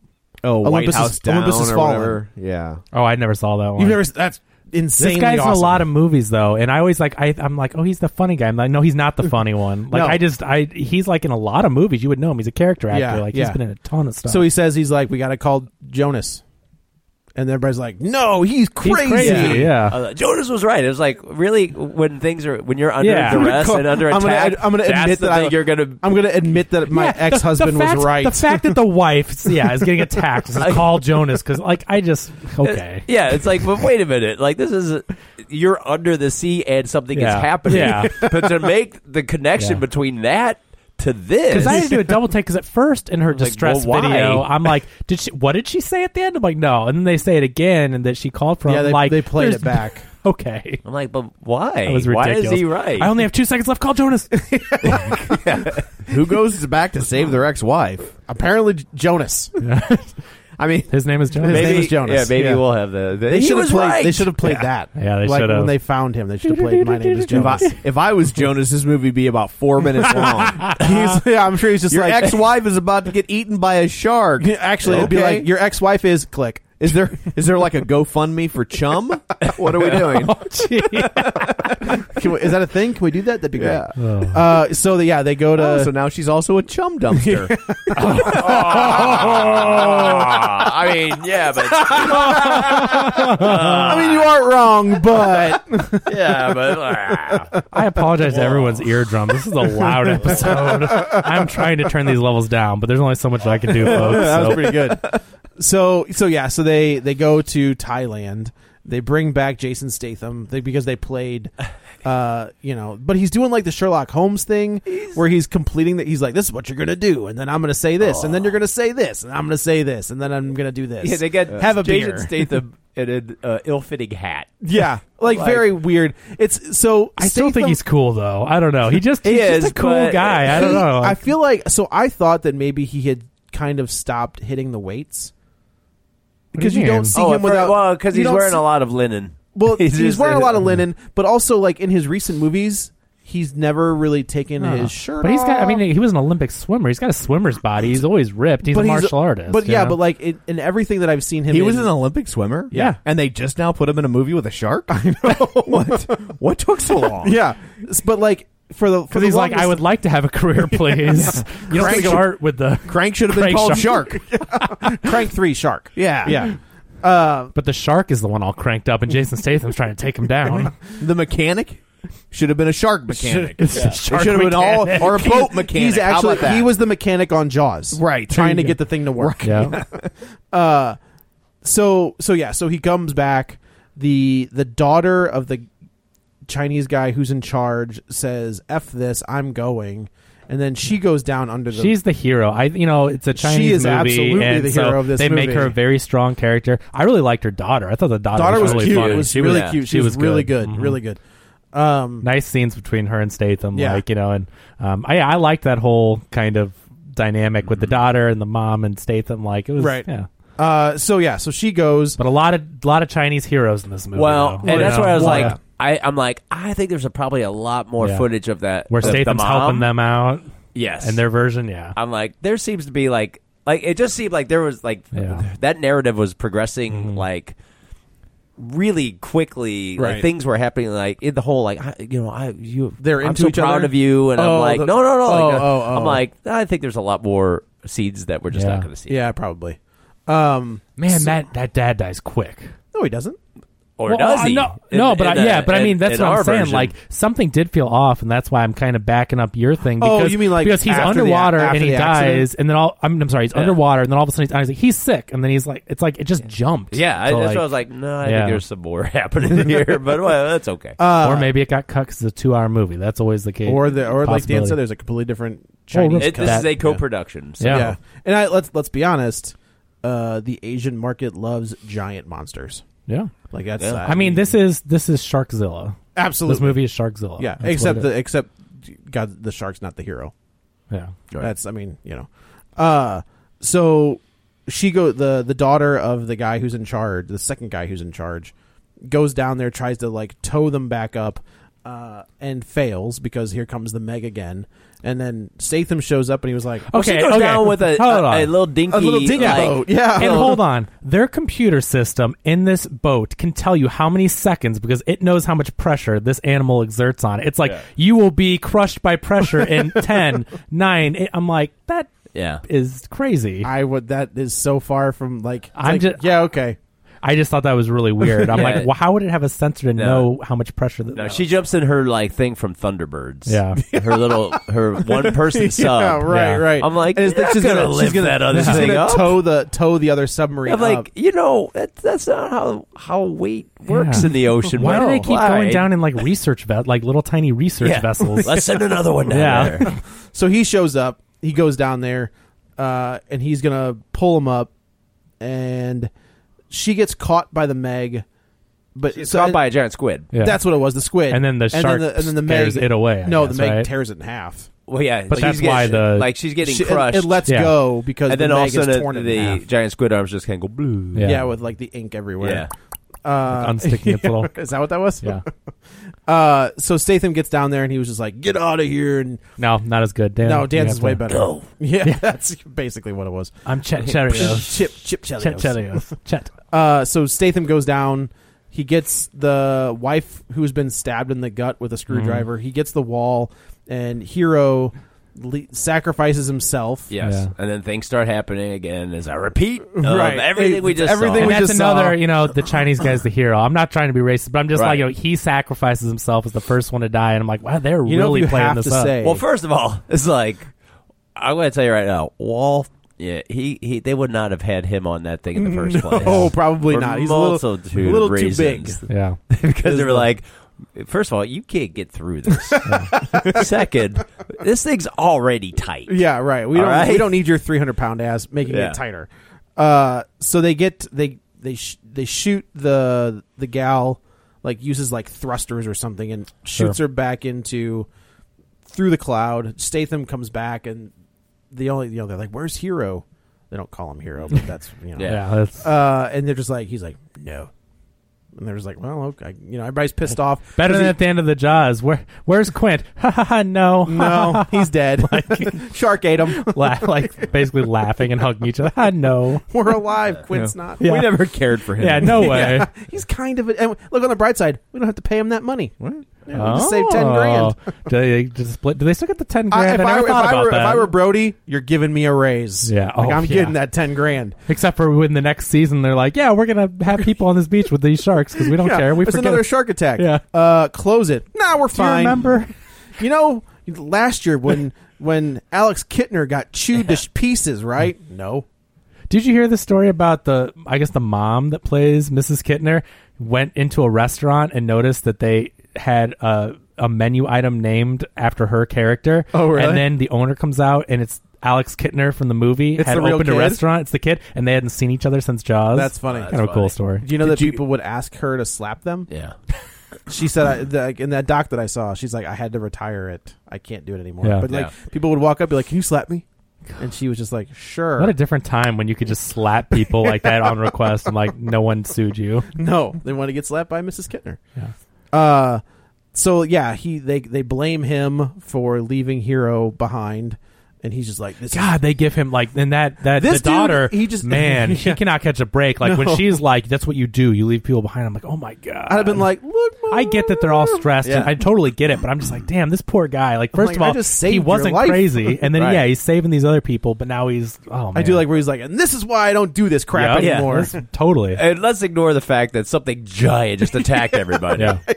[SPEAKER 5] Oh, White
[SPEAKER 1] Olympus
[SPEAKER 5] House
[SPEAKER 1] is-
[SPEAKER 5] down
[SPEAKER 1] Olympus is
[SPEAKER 5] or
[SPEAKER 1] fallen.
[SPEAKER 5] whatever. Yeah.
[SPEAKER 3] oh, I never saw that one.
[SPEAKER 1] You've never. That's
[SPEAKER 3] this
[SPEAKER 1] insanely
[SPEAKER 3] guy's in a
[SPEAKER 1] awesome.
[SPEAKER 3] lot of movies though, and I always like I, I'm like, oh, he's the funny guy. I'm like, no, he's not the funny one. Like
[SPEAKER 1] No.
[SPEAKER 3] I just I he's like in a lot of movies. You would know him. He's a character actor.
[SPEAKER 1] Yeah,
[SPEAKER 3] like
[SPEAKER 1] yeah.
[SPEAKER 3] he's been in a ton of stuff.
[SPEAKER 1] So he says he's like, we got to call Jonas, and everybody's like, no, he's
[SPEAKER 3] He's
[SPEAKER 1] crazy.
[SPEAKER 3] crazy.
[SPEAKER 2] I
[SPEAKER 3] Yeah.
[SPEAKER 2] was
[SPEAKER 1] Uh,
[SPEAKER 2] like, Uh, Jonas was right. It was like really when things are when you're under
[SPEAKER 3] Yeah.
[SPEAKER 2] duress and under
[SPEAKER 1] I'm gonna-
[SPEAKER 2] attack.
[SPEAKER 1] I'm gonna
[SPEAKER 2] that's
[SPEAKER 1] admit
[SPEAKER 2] the
[SPEAKER 1] that I-
[SPEAKER 2] thing you're gonna.
[SPEAKER 1] I'm gonna admit that my
[SPEAKER 3] Yeah, the-
[SPEAKER 1] ex husband
[SPEAKER 3] the
[SPEAKER 1] was
[SPEAKER 3] fact-
[SPEAKER 1] right.
[SPEAKER 3] The fact that the wife, yeah, is getting attacked. Is call Jonas because, like, I just okay.
[SPEAKER 2] Yeah, it's like, but wait a minute. Like this is you're under the sea and something
[SPEAKER 3] Yeah.
[SPEAKER 2] is happening.
[SPEAKER 3] Yeah.
[SPEAKER 2] but to make the connection
[SPEAKER 3] Yeah.
[SPEAKER 2] between that to this,
[SPEAKER 3] Because I had to do a double take. Because at first, in her
[SPEAKER 2] like,
[SPEAKER 3] distress
[SPEAKER 2] well, why?
[SPEAKER 3] video, I'm like, "Did she? What did she say at the end?" I'm like, "No," and then they say it again, and that she called for.
[SPEAKER 1] yeah,
[SPEAKER 3] him,
[SPEAKER 1] they,
[SPEAKER 3] like
[SPEAKER 1] they played
[SPEAKER 3] there's-
[SPEAKER 1] it back.
[SPEAKER 3] Okay,
[SPEAKER 2] I'm like, but why?
[SPEAKER 3] that was
[SPEAKER 2] why
[SPEAKER 3] ridiculous.
[SPEAKER 2] is he right?
[SPEAKER 3] I only have two seconds left. Call Jonas.
[SPEAKER 5] Who goes back to save their ex-wife?
[SPEAKER 1] Apparently, J- Jonas. I mean,
[SPEAKER 3] His name is Jonas.
[SPEAKER 1] His
[SPEAKER 2] maybe,
[SPEAKER 1] name is Jonas.
[SPEAKER 2] Yeah, maybe
[SPEAKER 1] Yeah.
[SPEAKER 2] we'll have the. the
[SPEAKER 1] They
[SPEAKER 2] he
[SPEAKER 1] should have
[SPEAKER 2] was
[SPEAKER 1] played.
[SPEAKER 2] right.
[SPEAKER 1] They should have played that.
[SPEAKER 3] Yeah, they
[SPEAKER 1] like
[SPEAKER 3] should've.
[SPEAKER 1] when they found him. They should have played. My name is
[SPEAKER 5] If I,
[SPEAKER 1] Jonas.
[SPEAKER 5] if I was Jonas, this movie would be about four minutes long.
[SPEAKER 1] He's- yeah, I'm sure he's just
[SPEAKER 5] Your
[SPEAKER 1] like
[SPEAKER 5] ex-wife is about to get eaten by a shark.
[SPEAKER 1] Actually, it'd be
[SPEAKER 5] Okay.
[SPEAKER 1] like your ex-wife is click.
[SPEAKER 5] Is there is there like a GoFundMe for Chum? What are we doing?
[SPEAKER 1] Can we, is that a thing? Can we do that? That'd be great.
[SPEAKER 5] Yeah.
[SPEAKER 3] Oh.
[SPEAKER 1] Uh, so the, yeah, they go to.
[SPEAKER 5] Oh, so now she's also a chum dumpster.
[SPEAKER 2] Ah, I mean, yeah, but Uh,
[SPEAKER 1] I mean, you aren't wrong, but
[SPEAKER 2] yeah, but ah.
[SPEAKER 3] I apologize to everyone's eardrum. This is a loud episode. I'm trying to turn these levels down, but there's only so much I can do, folks.
[SPEAKER 1] that was
[SPEAKER 3] So.
[SPEAKER 1] pretty good. So so yeah, so they they go to Thailand. They bring back Jason Statham they, because they played, uh, you know, but he's doing like the Sherlock Holmes thing where he's completing that. He's like, "This is what you're gonna do," and then I'm gonna say this, and then you're gonna say this, and I'm gonna say this, and then I'm gonna do this.
[SPEAKER 2] yeah, they got
[SPEAKER 1] have a
[SPEAKER 2] Jason
[SPEAKER 1] beer.
[SPEAKER 2] Statham in an uh, ill-fitting hat.
[SPEAKER 1] yeah, like,
[SPEAKER 2] Like-
[SPEAKER 1] very weird. It's so
[SPEAKER 3] I still think
[SPEAKER 1] Statham-
[SPEAKER 3] he's cool, though. I don't know. He just
[SPEAKER 2] He
[SPEAKER 3] he's
[SPEAKER 2] is,
[SPEAKER 3] just a cool
[SPEAKER 2] but-
[SPEAKER 3] guy. I don't
[SPEAKER 1] He-
[SPEAKER 3] know.
[SPEAKER 1] I feel like so. I thought that maybe he had kind of stopped hitting the weights because
[SPEAKER 3] do
[SPEAKER 1] you,
[SPEAKER 3] you mean?
[SPEAKER 1] don't see
[SPEAKER 2] oh,
[SPEAKER 1] him without.
[SPEAKER 2] well, because
[SPEAKER 1] you
[SPEAKER 2] he's
[SPEAKER 1] don't
[SPEAKER 2] wearing
[SPEAKER 1] see-
[SPEAKER 2] a lot of linen.
[SPEAKER 1] Well, he's,
[SPEAKER 2] just-
[SPEAKER 1] wearing a lot of linen, but also like in his recent movies, he's never really taken
[SPEAKER 3] Huh.
[SPEAKER 1] his shirt.
[SPEAKER 3] Oh. But he's got. I
[SPEAKER 1] off.
[SPEAKER 3] mean, he was an Olympic swimmer. He's got a swimmer's body. He's always ripped. He's
[SPEAKER 1] But
[SPEAKER 3] a martial artist.
[SPEAKER 1] But
[SPEAKER 3] you
[SPEAKER 1] yeah,
[SPEAKER 3] know?
[SPEAKER 1] but like in, in everything that I've seen him,
[SPEAKER 5] he was
[SPEAKER 1] in,
[SPEAKER 5] an Olympic swimmer.
[SPEAKER 3] Yeah.
[SPEAKER 5] and they just now put him in a movie with a shark. I know what. What took so long?
[SPEAKER 1] yeah, S- but like for the for
[SPEAKER 3] because
[SPEAKER 1] the
[SPEAKER 3] he's like, I
[SPEAKER 1] longest-
[SPEAKER 3] would like to have a career, please. You don't
[SPEAKER 5] Crank-
[SPEAKER 3] start with the.
[SPEAKER 5] Crank should have been
[SPEAKER 3] Crank
[SPEAKER 5] called
[SPEAKER 3] Shark.
[SPEAKER 5] Shark.
[SPEAKER 1] crank three shark.
[SPEAKER 5] Yeah,
[SPEAKER 1] yeah. Uh,
[SPEAKER 3] But the shark is the one all cranked up, and Jason Statham's trying to take him down.
[SPEAKER 5] The mechanic should have been a shark mechanic.
[SPEAKER 3] It's the
[SPEAKER 5] It
[SPEAKER 3] shark
[SPEAKER 5] should have been all
[SPEAKER 3] mechanic.
[SPEAKER 5] or a boat mechanic.
[SPEAKER 1] he's
[SPEAKER 5] How
[SPEAKER 1] actually
[SPEAKER 5] about that?
[SPEAKER 1] he was the mechanic on Jaws,
[SPEAKER 5] Right.
[SPEAKER 1] Trying to
[SPEAKER 3] Yeah.
[SPEAKER 1] get the thing to work.
[SPEAKER 3] Yeah.
[SPEAKER 1] uh so so yeah so he comes back the the daughter of the chinese guy who's in charge says f this i'm going and then she goes down under the
[SPEAKER 3] She's the hero. I, you know, it's a Chinese
[SPEAKER 1] is
[SPEAKER 3] movie,
[SPEAKER 1] absolutely
[SPEAKER 3] and
[SPEAKER 1] the
[SPEAKER 3] so
[SPEAKER 1] hero of this
[SPEAKER 3] They make
[SPEAKER 1] movie.
[SPEAKER 3] her a very strong character. I really liked her daughter. I thought the daughter,
[SPEAKER 1] daughter was
[SPEAKER 3] really
[SPEAKER 1] cute
[SPEAKER 3] funny.
[SPEAKER 1] it was
[SPEAKER 3] She
[SPEAKER 1] really
[SPEAKER 2] yeah,
[SPEAKER 1] cute she,
[SPEAKER 3] she
[SPEAKER 1] was,
[SPEAKER 3] was
[SPEAKER 1] really good
[SPEAKER 3] good.
[SPEAKER 2] Mm-hmm.
[SPEAKER 3] Mhm.
[SPEAKER 1] really good um
[SPEAKER 3] Mm-hmm. nice scenes between her and Statham.
[SPEAKER 1] Yeah.
[SPEAKER 3] Like you know, and um, I, I liked that whole kind of dynamic with the daughter and the mom and Statham. Like it was
[SPEAKER 1] Mm-hmm. Right.
[SPEAKER 3] Yeah.
[SPEAKER 1] uh so yeah so she goes
[SPEAKER 3] But a lot of lot of Chinese heroes in this movie.
[SPEAKER 2] Well,
[SPEAKER 3] though.
[SPEAKER 2] and
[SPEAKER 3] You
[SPEAKER 2] that's
[SPEAKER 3] know?
[SPEAKER 2] where I was
[SPEAKER 3] Well,
[SPEAKER 2] like,
[SPEAKER 3] yeah.
[SPEAKER 2] I, I'm like, I think there's a, probably a lot more
[SPEAKER 3] Yeah.
[SPEAKER 2] footage of that.
[SPEAKER 3] Where
[SPEAKER 2] of the
[SPEAKER 3] Statham's
[SPEAKER 2] mom.
[SPEAKER 3] helping them out.
[SPEAKER 2] Yes.
[SPEAKER 3] And their version, yeah.
[SPEAKER 2] I'm like, there seems to be like, like it just seemed like there was like that narrative was progressing
[SPEAKER 3] Mm-hmm.
[SPEAKER 2] like really quickly. Like
[SPEAKER 1] Right.
[SPEAKER 2] things were happening. Like in the whole like, I, you know, I you
[SPEAKER 1] They're
[SPEAKER 2] I'm
[SPEAKER 1] into
[SPEAKER 2] so
[SPEAKER 1] each
[SPEAKER 2] proud
[SPEAKER 1] other?
[SPEAKER 2] of you, and I'm
[SPEAKER 1] Oh,
[SPEAKER 2] like,
[SPEAKER 1] the-
[SPEAKER 2] no, no, no. like,
[SPEAKER 1] Oh,
[SPEAKER 2] uh,
[SPEAKER 1] oh, oh.
[SPEAKER 2] I'm like, I think there's a lot more seeds that we're just
[SPEAKER 1] Yeah.
[SPEAKER 2] not going to see.
[SPEAKER 1] Yeah, probably. Um,
[SPEAKER 3] Man, that, that dad dies quick.
[SPEAKER 1] No, he doesn't.
[SPEAKER 2] Or
[SPEAKER 3] Well,
[SPEAKER 2] does
[SPEAKER 3] uh,
[SPEAKER 2] he?
[SPEAKER 3] No,
[SPEAKER 2] In-
[SPEAKER 3] no, but
[SPEAKER 2] in
[SPEAKER 3] I,
[SPEAKER 2] the-
[SPEAKER 3] yeah, but I
[SPEAKER 2] in-
[SPEAKER 3] mean that's
[SPEAKER 2] in
[SPEAKER 3] what
[SPEAKER 2] our
[SPEAKER 3] I'm saying.
[SPEAKER 2] version.
[SPEAKER 3] Like something did feel off, and that's why I'm kind of backing up your thing.
[SPEAKER 1] Oh,
[SPEAKER 3] Because,
[SPEAKER 1] you mean, like,
[SPEAKER 3] because he's
[SPEAKER 1] after the-
[SPEAKER 3] underwater
[SPEAKER 1] after
[SPEAKER 3] and he
[SPEAKER 1] the
[SPEAKER 3] dies,
[SPEAKER 1] accident?
[SPEAKER 3] and then all I'm, I'm sorry, he's
[SPEAKER 2] Yeah.
[SPEAKER 3] underwater, and then all of a sudden he's, and he's like he's sick, and then he's like it's like it just jumped.
[SPEAKER 2] Yeah, I,
[SPEAKER 3] So,
[SPEAKER 2] that's why I was like, no, I
[SPEAKER 3] yeah.
[SPEAKER 2] think there's some more happening here, but well, that's okay.
[SPEAKER 1] Uh,
[SPEAKER 3] or maybe it got cut because it's a two-hour movie. That's always the case.
[SPEAKER 1] or the or like Dan
[SPEAKER 3] possibility.
[SPEAKER 1] said, there's a completely different Chinese.
[SPEAKER 2] It- this
[SPEAKER 1] cut.
[SPEAKER 2] is a co-production, so-
[SPEAKER 1] Yeah.
[SPEAKER 3] Yeah.
[SPEAKER 1] and I, let's let's be honest. Uh, the Asian market loves giant monsters.
[SPEAKER 3] Yeah,
[SPEAKER 1] like that's. uh,
[SPEAKER 3] I mean, this is this is Sharkzilla.
[SPEAKER 1] Absolutely.
[SPEAKER 3] this movie is Sharkzilla.
[SPEAKER 1] Yeah,
[SPEAKER 3] Uh, That's what
[SPEAKER 1] except
[SPEAKER 3] it
[SPEAKER 1] the
[SPEAKER 3] is.
[SPEAKER 1] except God, the shark's not the hero.
[SPEAKER 3] Yeah.
[SPEAKER 2] Right.
[SPEAKER 1] that's I mean you know, uh, so she go the the daughter of the guy who's in charge, the second guy who's in charge, goes down there tries to like tow them back up, uh, and fails because here comes the Meg again, and then Statham shows up and he was like,
[SPEAKER 2] Well, she
[SPEAKER 3] Okay,
[SPEAKER 2] goes
[SPEAKER 3] okay.
[SPEAKER 2] down with a,
[SPEAKER 3] Hold
[SPEAKER 2] a-
[SPEAKER 3] on.
[SPEAKER 2] a little dinky,
[SPEAKER 1] A little dinky
[SPEAKER 2] like-
[SPEAKER 1] boat, yeah.
[SPEAKER 3] And hold on, their computer system in this boat can tell you how many seconds because it knows how much pressure this animal exerts on it. It's like
[SPEAKER 2] Yeah.
[SPEAKER 3] you will be crushed by pressure in 10, 9. It- I'm like that
[SPEAKER 2] Yeah.
[SPEAKER 3] is crazy.
[SPEAKER 1] I would that is so far from like it's
[SPEAKER 3] I'm
[SPEAKER 1] like,
[SPEAKER 3] just-
[SPEAKER 1] yeah okay
[SPEAKER 3] I just thought that was really weird. I'm
[SPEAKER 2] Yeah.
[SPEAKER 3] like, well, how would it have a sensor to
[SPEAKER 2] No.
[SPEAKER 3] know how much pressure? That,
[SPEAKER 2] No, she jumps in her like thing from Thunderbirds.
[SPEAKER 3] Yeah.
[SPEAKER 2] her little her one person sub.
[SPEAKER 1] yeah right
[SPEAKER 3] Yeah.
[SPEAKER 1] right
[SPEAKER 2] I'm like,
[SPEAKER 1] And it's-
[SPEAKER 2] "You're not
[SPEAKER 1] she's
[SPEAKER 2] gonna
[SPEAKER 1] gonna she's
[SPEAKER 2] lift
[SPEAKER 1] gonna
[SPEAKER 2] that other
[SPEAKER 1] she's
[SPEAKER 2] thing
[SPEAKER 1] gonna
[SPEAKER 2] up."
[SPEAKER 1] tow the tow the other submarine
[SPEAKER 2] I'm
[SPEAKER 1] up.
[SPEAKER 2] like, you know, that, that's not how how weight works
[SPEAKER 3] Yeah.
[SPEAKER 2] in the ocean.
[SPEAKER 3] Why do
[SPEAKER 2] No.
[SPEAKER 3] they keep
[SPEAKER 2] Why?
[SPEAKER 3] going down in like research vet, like little tiny research
[SPEAKER 2] Yeah.
[SPEAKER 3] vessels?
[SPEAKER 2] Let's send another one down
[SPEAKER 3] Yeah.
[SPEAKER 2] there.
[SPEAKER 1] So he shows up. He goes down there, uh, and he's gonna pull him up, and she gets caught by the Meg. But
[SPEAKER 2] It's
[SPEAKER 1] so-
[SPEAKER 2] caught by a giant squid.
[SPEAKER 3] Yeah.
[SPEAKER 1] That's what it was. The squid,
[SPEAKER 3] And then the shark scares it away, I
[SPEAKER 1] no,
[SPEAKER 3] guess,
[SPEAKER 1] the Meg
[SPEAKER 3] right?
[SPEAKER 1] tears it in half.
[SPEAKER 2] Well, yeah,
[SPEAKER 3] But
[SPEAKER 2] she's
[SPEAKER 3] that's
[SPEAKER 2] getting-
[SPEAKER 3] why the-
[SPEAKER 2] like she's getting
[SPEAKER 1] She- it-
[SPEAKER 2] crushed.
[SPEAKER 1] It, lets
[SPEAKER 3] Yeah.
[SPEAKER 1] go
[SPEAKER 2] and
[SPEAKER 1] because the
[SPEAKER 2] then
[SPEAKER 1] Meg
[SPEAKER 2] all of a
[SPEAKER 1] is
[SPEAKER 2] sudden
[SPEAKER 1] torn
[SPEAKER 2] the,
[SPEAKER 1] in half.
[SPEAKER 2] the giant squid arms just kind of go blue.
[SPEAKER 1] yeah.
[SPEAKER 3] Yeah.
[SPEAKER 1] with like the ink everywhere.
[SPEAKER 2] Yeah.
[SPEAKER 1] Uh,
[SPEAKER 3] Like unsticking its little-
[SPEAKER 1] Is that what that was?
[SPEAKER 3] Yeah.
[SPEAKER 1] Uh, so Statham gets down there and he was just like, "Get out of here!" And
[SPEAKER 3] No, not as good. Dan,
[SPEAKER 1] no,
[SPEAKER 3] you
[SPEAKER 1] dance
[SPEAKER 3] have
[SPEAKER 1] is way
[SPEAKER 3] to-
[SPEAKER 1] better.
[SPEAKER 2] Go.
[SPEAKER 1] Yeah, that's basically what it was.
[SPEAKER 3] I'm Chet Cherios.
[SPEAKER 1] Chip, chip,
[SPEAKER 3] Chet
[SPEAKER 1] Chelios.
[SPEAKER 3] Cherios. Chet.
[SPEAKER 1] Uh, so Statham goes down. He gets the wife who's been stabbed in the gut with a screwdriver.
[SPEAKER 2] Mm-hmm.
[SPEAKER 1] He gets the wall, and Hero le- sacrifices himself.
[SPEAKER 2] Yes,
[SPEAKER 3] Yeah.
[SPEAKER 2] and then things start happening again. As I repeat, of
[SPEAKER 1] Right.
[SPEAKER 2] everything we just
[SPEAKER 1] Everything
[SPEAKER 2] saw.
[SPEAKER 3] and
[SPEAKER 1] we
[SPEAKER 3] that's
[SPEAKER 1] just
[SPEAKER 3] another,
[SPEAKER 1] saw-
[SPEAKER 3] you know, the Chinese guy's the hero. I'm not trying to be racist, but I'm just
[SPEAKER 2] Right.
[SPEAKER 3] like, you know, he sacrifices himself as the first one to die, and I'm like, wow, they're
[SPEAKER 1] You know,
[SPEAKER 3] really
[SPEAKER 1] you
[SPEAKER 3] playing
[SPEAKER 1] have
[SPEAKER 3] this
[SPEAKER 1] to
[SPEAKER 3] up.
[SPEAKER 1] say-
[SPEAKER 2] Well, first of all, it's like I'm going to tell you right now, Wall. Yeah, he, he they would not have had him on that thing in the first place.
[SPEAKER 1] Oh, probably
[SPEAKER 2] For
[SPEAKER 1] not. He's a little, a
[SPEAKER 2] multitude
[SPEAKER 1] little
[SPEAKER 2] of
[SPEAKER 1] too big.
[SPEAKER 2] reasons.
[SPEAKER 3] yeah,
[SPEAKER 2] because they were like, first of all, you can't get through this. Second, this thing's already tight.
[SPEAKER 1] Yeah, right. We
[SPEAKER 2] All
[SPEAKER 1] don't
[SPEAKER 2] right.
[SPEAKER 1] we don't need your 300 pound ass making
[SPEAKER 2] Yeah.
[SPEAKER 1] it tighter. Uh, so they get they they sh- they shoot the the gal like uses like thrusters or something and shoots her back into through the cloud. Statham comes back and the only you know they're like where's Hero? They don't call him Hero, but that's you know.
[SPEAKER 2] Yeah.
[SPEAKER 3] yeah, that's
[SPEAKER 1] Uh, and they're just like he's like no. And they're just like, well, okay, you know, everybody's pissed off.
[SPEAKER 3] better
[SPEAKER 1] 'Cause
[SPEAKER 3] than
[SPEAKER 1] he-
[SPEAKER 3] at the end of the Jaws. Where, where's Quint? Ha ha ha! No,
[SPEAKER 1] No, he's dead. Shark ate him.
[SPEAKER 3] La- like basically laughing and hugging each other. Ha, no,
[SPEAKER 1] We're alive. Quint's not.
[SPEAKER 3] Yeah.
[SPEAKER 2] We never cared for him.
[SPEAKER 3] yeah, no way.
[SPEAKER 1] Yeah, he's kind of. A, and look on the bright side, we don't have to pay him that money. Yeah, we just saved ten
[SPEAKER 3] Oh.
[SPEAKER 1] grand.
[SPEAKER 3] Do they, just split, do they still get the ten
[SPEAKER 1] I-
[SPEAKER 3] grand?
[SPEAKER 1] if,
[SPEAKER 3] I,
[SPEAKER 1] I,
[SPEAKER 3] never
[SPEAKER 1] were- if,
[SPEAKER 3] thought
[SPEAKER 1] I
[SPEAKER 3] about
[SPEAKER 1] were, if
[SPEAKER 3] that.
[SPEAKER 1] I were Brody, you're giving me a raise.
[SPEAKER 3] Yeah.
[SPEAKER 1] like,
[SPEAKER 3] Oh,
[SPEAKER 1] I'm
[SPEAKER 3] yeah.
[SPEAKER 1] getting that ten grand.
[SPEAKER 3] Except for when the next season they're like, yeah, we're gonna have people on this beach with these sharks because we don't
[SPEAKER 1] Yeah,
[SPEAKER 3] care. We
[SPEAKER 1] there's
[SPEAKER 3] forget.
[SPEAKER 1] another shark attack.
[SPEAKER 3] Yeah.
[SPEAKER 1] uh, close it. Nah, we're
[SPEAKER 3] Do you
[SPEAKER 1] fine.
[SPEAKER 3] remember?
[SPEAKER 1] You know, last year when when Alex Kittner got chewed to sh- pieces, right? No.
[SPEAKER 3] Did you hear the story about the I guess the mom that plays Mrs. Kittner went into a restaurant and noticed that they had a a menu item named after her character.
[SPEAKER 1] Oh, really?
[SPEAKER 3] And then the owner comes out and it's Alex Kittner from the movie
[SPEAKER 1] It's
[SPEAKER 3] had
[SPEAKER 1] the real
[SPEAKER 3] opened
[SPEAKER 1] kid?
[SPEAKER 3] a restaurant. It's the kid, and they hadn't seen each other since Jaws.
[SPEAKER 1] That's funny.
[SPEAKER 3] kind of a cool story.
[SPEAKER 1] Do you know that people would ask her to slap them?
[SPEAKER 2] Yeah.
[SPEAKER 1] she said I, the, like, in that doc that I saw, she's like, I had to retire it. I can't do it anymore.
[SPEAKER 3] Yeah.
[SPEAKER 1] But like
[SPEAKER 2] Yeah.
[SPEAKER 1] people would walk up, be like, Can you slap me? And she was just like, Sure.
[SPEAKER 3] What a different time when you could just slap people like that on request and like no one sued you.
[SPEAKER 1] no, they want to get slapped by Mrs. Kittner.
[SPEAKER 3] Yeah.
[SPEAKER 1] Uh, so yeah, he they they blame him for leaving Hero behind, and he's just like, this is-
[SPEAKER 3] God, they give him like and that that
[SPEAKER 1] This
[SPEAKER 3] the
[SPEAKER 1] dude,
[SPEAKER 3] daughter.
[SPEAKER 1] he just-
[SPEAKER 3] man,
[SPEAKER 1] Yeah.
[SPEAKER 3] she cannot catch a break. Like
[SPEAKER 1] No.
[SPEAKER 3] when she's like, "That's what you do. You leave people behind." I'm like, "Oh my god."
[SPEAKER 1] I'd have been like, look,
[SPEAKER 3] I get that they're all stressed.
[SPEAKER 1] Yeah.
[SPEAKER 3] And I totally get it, but I'm just like, damn, this poor guy. Like,
[SPEAKER 1] I'm
[SPEAKER 3] first
[SPEAKER 1] like,
[SPEAKER 3] of
[SPEAKER 1] I
[SPEAKER 3] all,
[SPEAKER 1] just saved
[SPEAKER 3] he
[SPEAKER 1] your
[SPEAKER 3] wasn't
[SPEAKER 1] life.
[SPEAKER 3] crazy, and then
[SPEAKER 1] Right.
[SPEAKER 3] yeah, he's saving these other people, but now he's oh man.
[SPEAKER 1] I do like where he's like, and this is why I don't do this crap
[SPEAKER 3] Yeah. Yeah.
[SPEAKER 1] anymore.
[SPEAKER 3] That's- totally.
[SPEAKER 2] And let's ignore the fact that something giant just attacked everybody.
[SPEAKER 3] Yeah.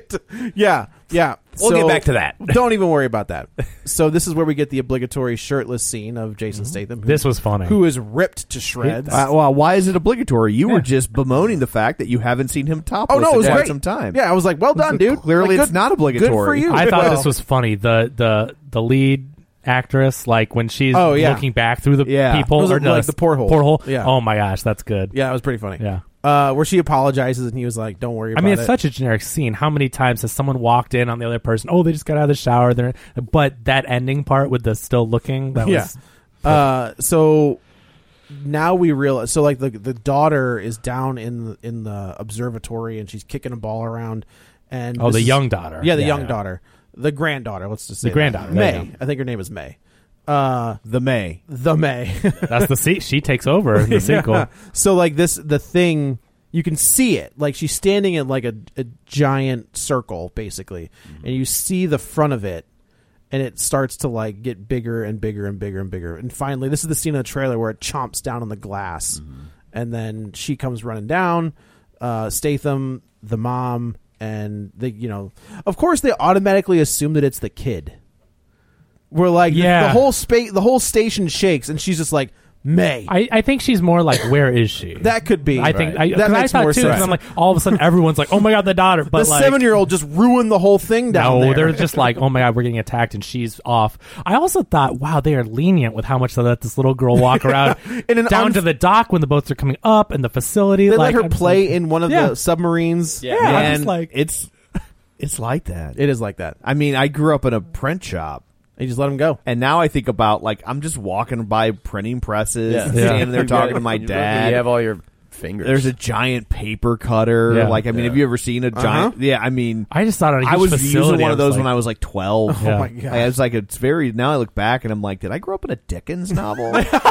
[SPEAKER 1] Yeah, yeah.
[SPEAKER 2] We'll get back to that.
[SPEAKER 1] don't even worry about that. So this is where we get the obligatory shirtless scene of Jason Statham. who-
[SPEAKER 3] Mm-hmm. This was funny.
[SPEAKER 1] Who is ripped to shreds?
[SPEAKER 5] Uh, well, why is it obligatory? You were just bemoaning the fact that you haven't seen him
[SPEAKER 1] oh
[SPEAKER 5] topless
[SPEAKER 1] no, it
[SPEAKER 5] in
[SPEAKER 1] was
[SPEAKER 5] quite
[SPEAKER 1] great.
[SPEAKER 5] some time.
[SPEAKER 1] Yeah, I was like, well done, dude.
[SPEAKER 5] Clearly,
[SPEAKER 1] Like,
[SPEAKER 5] it's
[SPEAKER 1] good-
[SPEAKER 5] not obligatory.
[SPEAKER 1] Good for you.
[SPEAKER 3] I thought
[SPEAKER 1] Well-
[SPEAKER 3] this was funny. The the the lead actress, like when she's
[SPEAKER 1] Oh, yeah.
[SPEAKER 3] looking back through the
[SPEAKER 1] Yeah.
[SPEAKER 3] people
[SPEAKER 1] Those are
[SPEAKER 3] or no,
[SPEAKER 1] like the porthole.
[SPEAKER 3] Porthole.
[SPEAKER 1] Yeah.
[SPEAKER 3] Oh my gosh, that's good.
[SPEAKER 1] Yeah, it was pretty funny.
[SPEAKER 3] Yeah.
[SPEAKER 1] Uh, where she apologizes and he was like, "Don't worry."
[SPEAKER 3] I
[SPEAKER 1] about
[SPEAKER 3] mean, it's
[SPEAKER 1] it.
[SPEAKER 3] such a generic scene. How many times has someone walked in on the other person? Oh, they just got out of the shower. They're but that ending part with the still looking. That
[SPEAKER 1] yeah.
[SPEAKER 3] was
[SPEAKER 1] Uh, so now we realize. So like the the daughter is down in the, in the observatory and she's kicking a ball around. And
[SPEAKER 3] Oh,
[SPEAKER 1] this
[SPEAKER 3] the
[SPEAKER 1] is-
[SPEAKER 3] young daughter.
[SPEAKER 1] Yeah, the
[SPEAKER 3] Yeah,
[SPEAKER 1] young
[SPEAKER 3] yeah.
[SPEAKER 1] daughter, the granddaughter. Let's just say
[SPEAKER 3] The
[SPEAKER 1] that.
[SPEAKER 3] granddaughter, there you
[SPEAKER 1] May. I think her name is May. Uh,
[SPEAKER 5] the May.
[SPEAKER 1] the May.
[SPEAKER 3] that's the se- she takes over in the
[SPEAKER 1] Yeah.
[SPEAKER 3] sequel.
[SPEAKER 1] So like this, the thing you can see it. Like she's standing in like a, a giant circle, basically, and you see the front of it, and it starts to like get bigger and bigger and bigger and bigger. And finally, this is the scene in the trailer where it chomps down on the glass, and then she comes running down. Uh, Statham, the mom, and they, you know, of course, they automatically assume that it's the kid. We're like,
[SPEAKER 3] Yeah.
[SPEAKER 1] the whole space, the whole station shakes, and she's just like, May.
[SPEAKER 3] I, I think she's more like, where is she?
[SPEAKER 1] That could be.
[SPEAKER 3] I think I, 'cause
[SPEAKER 1] that
[SPEAKER 3] I
[SPEAKER 1] makes
[SPEAKER 3] thought
[SPEAKER 1] more
[SPEAKER 3] too. 'cause
[SPEAKER 1] sense.
[SPEAKER 3] I'm like, all of a sudden, everyone's like, "Oh my god, the daughter!" But
[SPEAKER 1] the
[SPEAKER 3] like,
[SPEAKER 1] seven-year-old just ruined the whole thing down
[SPEAKER 3] no,
[SPEAKER 1] there.
[SPEAKER 3] they're just like, "Oh my god, we're getting attacked," and she's off. I also thought, wow, they are lenient with how much they let this little girl walk around
[SPEAKER 1] In an
[SPEAKER 3] down
[SPEAKER 1] unf-
[SPEAKER 3] to the dock when the boats are coming up and the facility.
[SPEAKER 1] they let
[SPEAKER 3] like,
[SPEAKER 1] her
[SPEAKER 3] I'm just
[SPEAKER 1] play
[SPEAKER 3] like-
[SPEAKER 1] in one of
[SPEAKER 3] Yeah.
[SPEAKER 1] the submarines.
[SPEAKER 3] Yeah, I'm
[SPEAKER 1] and
[SPEAKER 3] just like,
[SPEAKER 5] It's it's like that.
[SPEAKER 1] it is like that.
[SPEAKER 5] I mean, I grew up in a print shop.
[SPEAKER 1] You just let them go.
[SPEAKER 5] And now I think about like I'm just walking by printing presses,
[SPEAKER 2] Yeah.
[SPEAKER 5] and standing there talking to my
[SPEAKER 2] You-
[SPEAKER 5] dad.
[SPEAKER 2] You have all your fingers.
[SPEAKER 5] There's a giant paper cutter.
[SPEAKER 3] Yeah.
[SPEAKER 5] Like I mean, have you ever seen a
[SPEAKER 1] Uh-huh.
[SPEAKER 5] giant? Yeah, I mean,
[SPEAKER 3] I just thought on a huge
[SPEAKER 5] I was
[SPEAKER 3] facility,
[SPEAKER 5] using one
[SPEAKER 3] I
[SPEAKER 5] of those
[SPEAKER 3] was
[SPEAKER 5] when
[SPEAKER 3] like-
[SPEAKER 5] I was like 12.
[SPEAKER 3] Oh, my
[SPEAKER 5] Like,
[SPEAKER 1] gosh.
[SPEAKER 5] I was like, it's very. Now I look back and I'm like, did I grow up in a Dickens novel?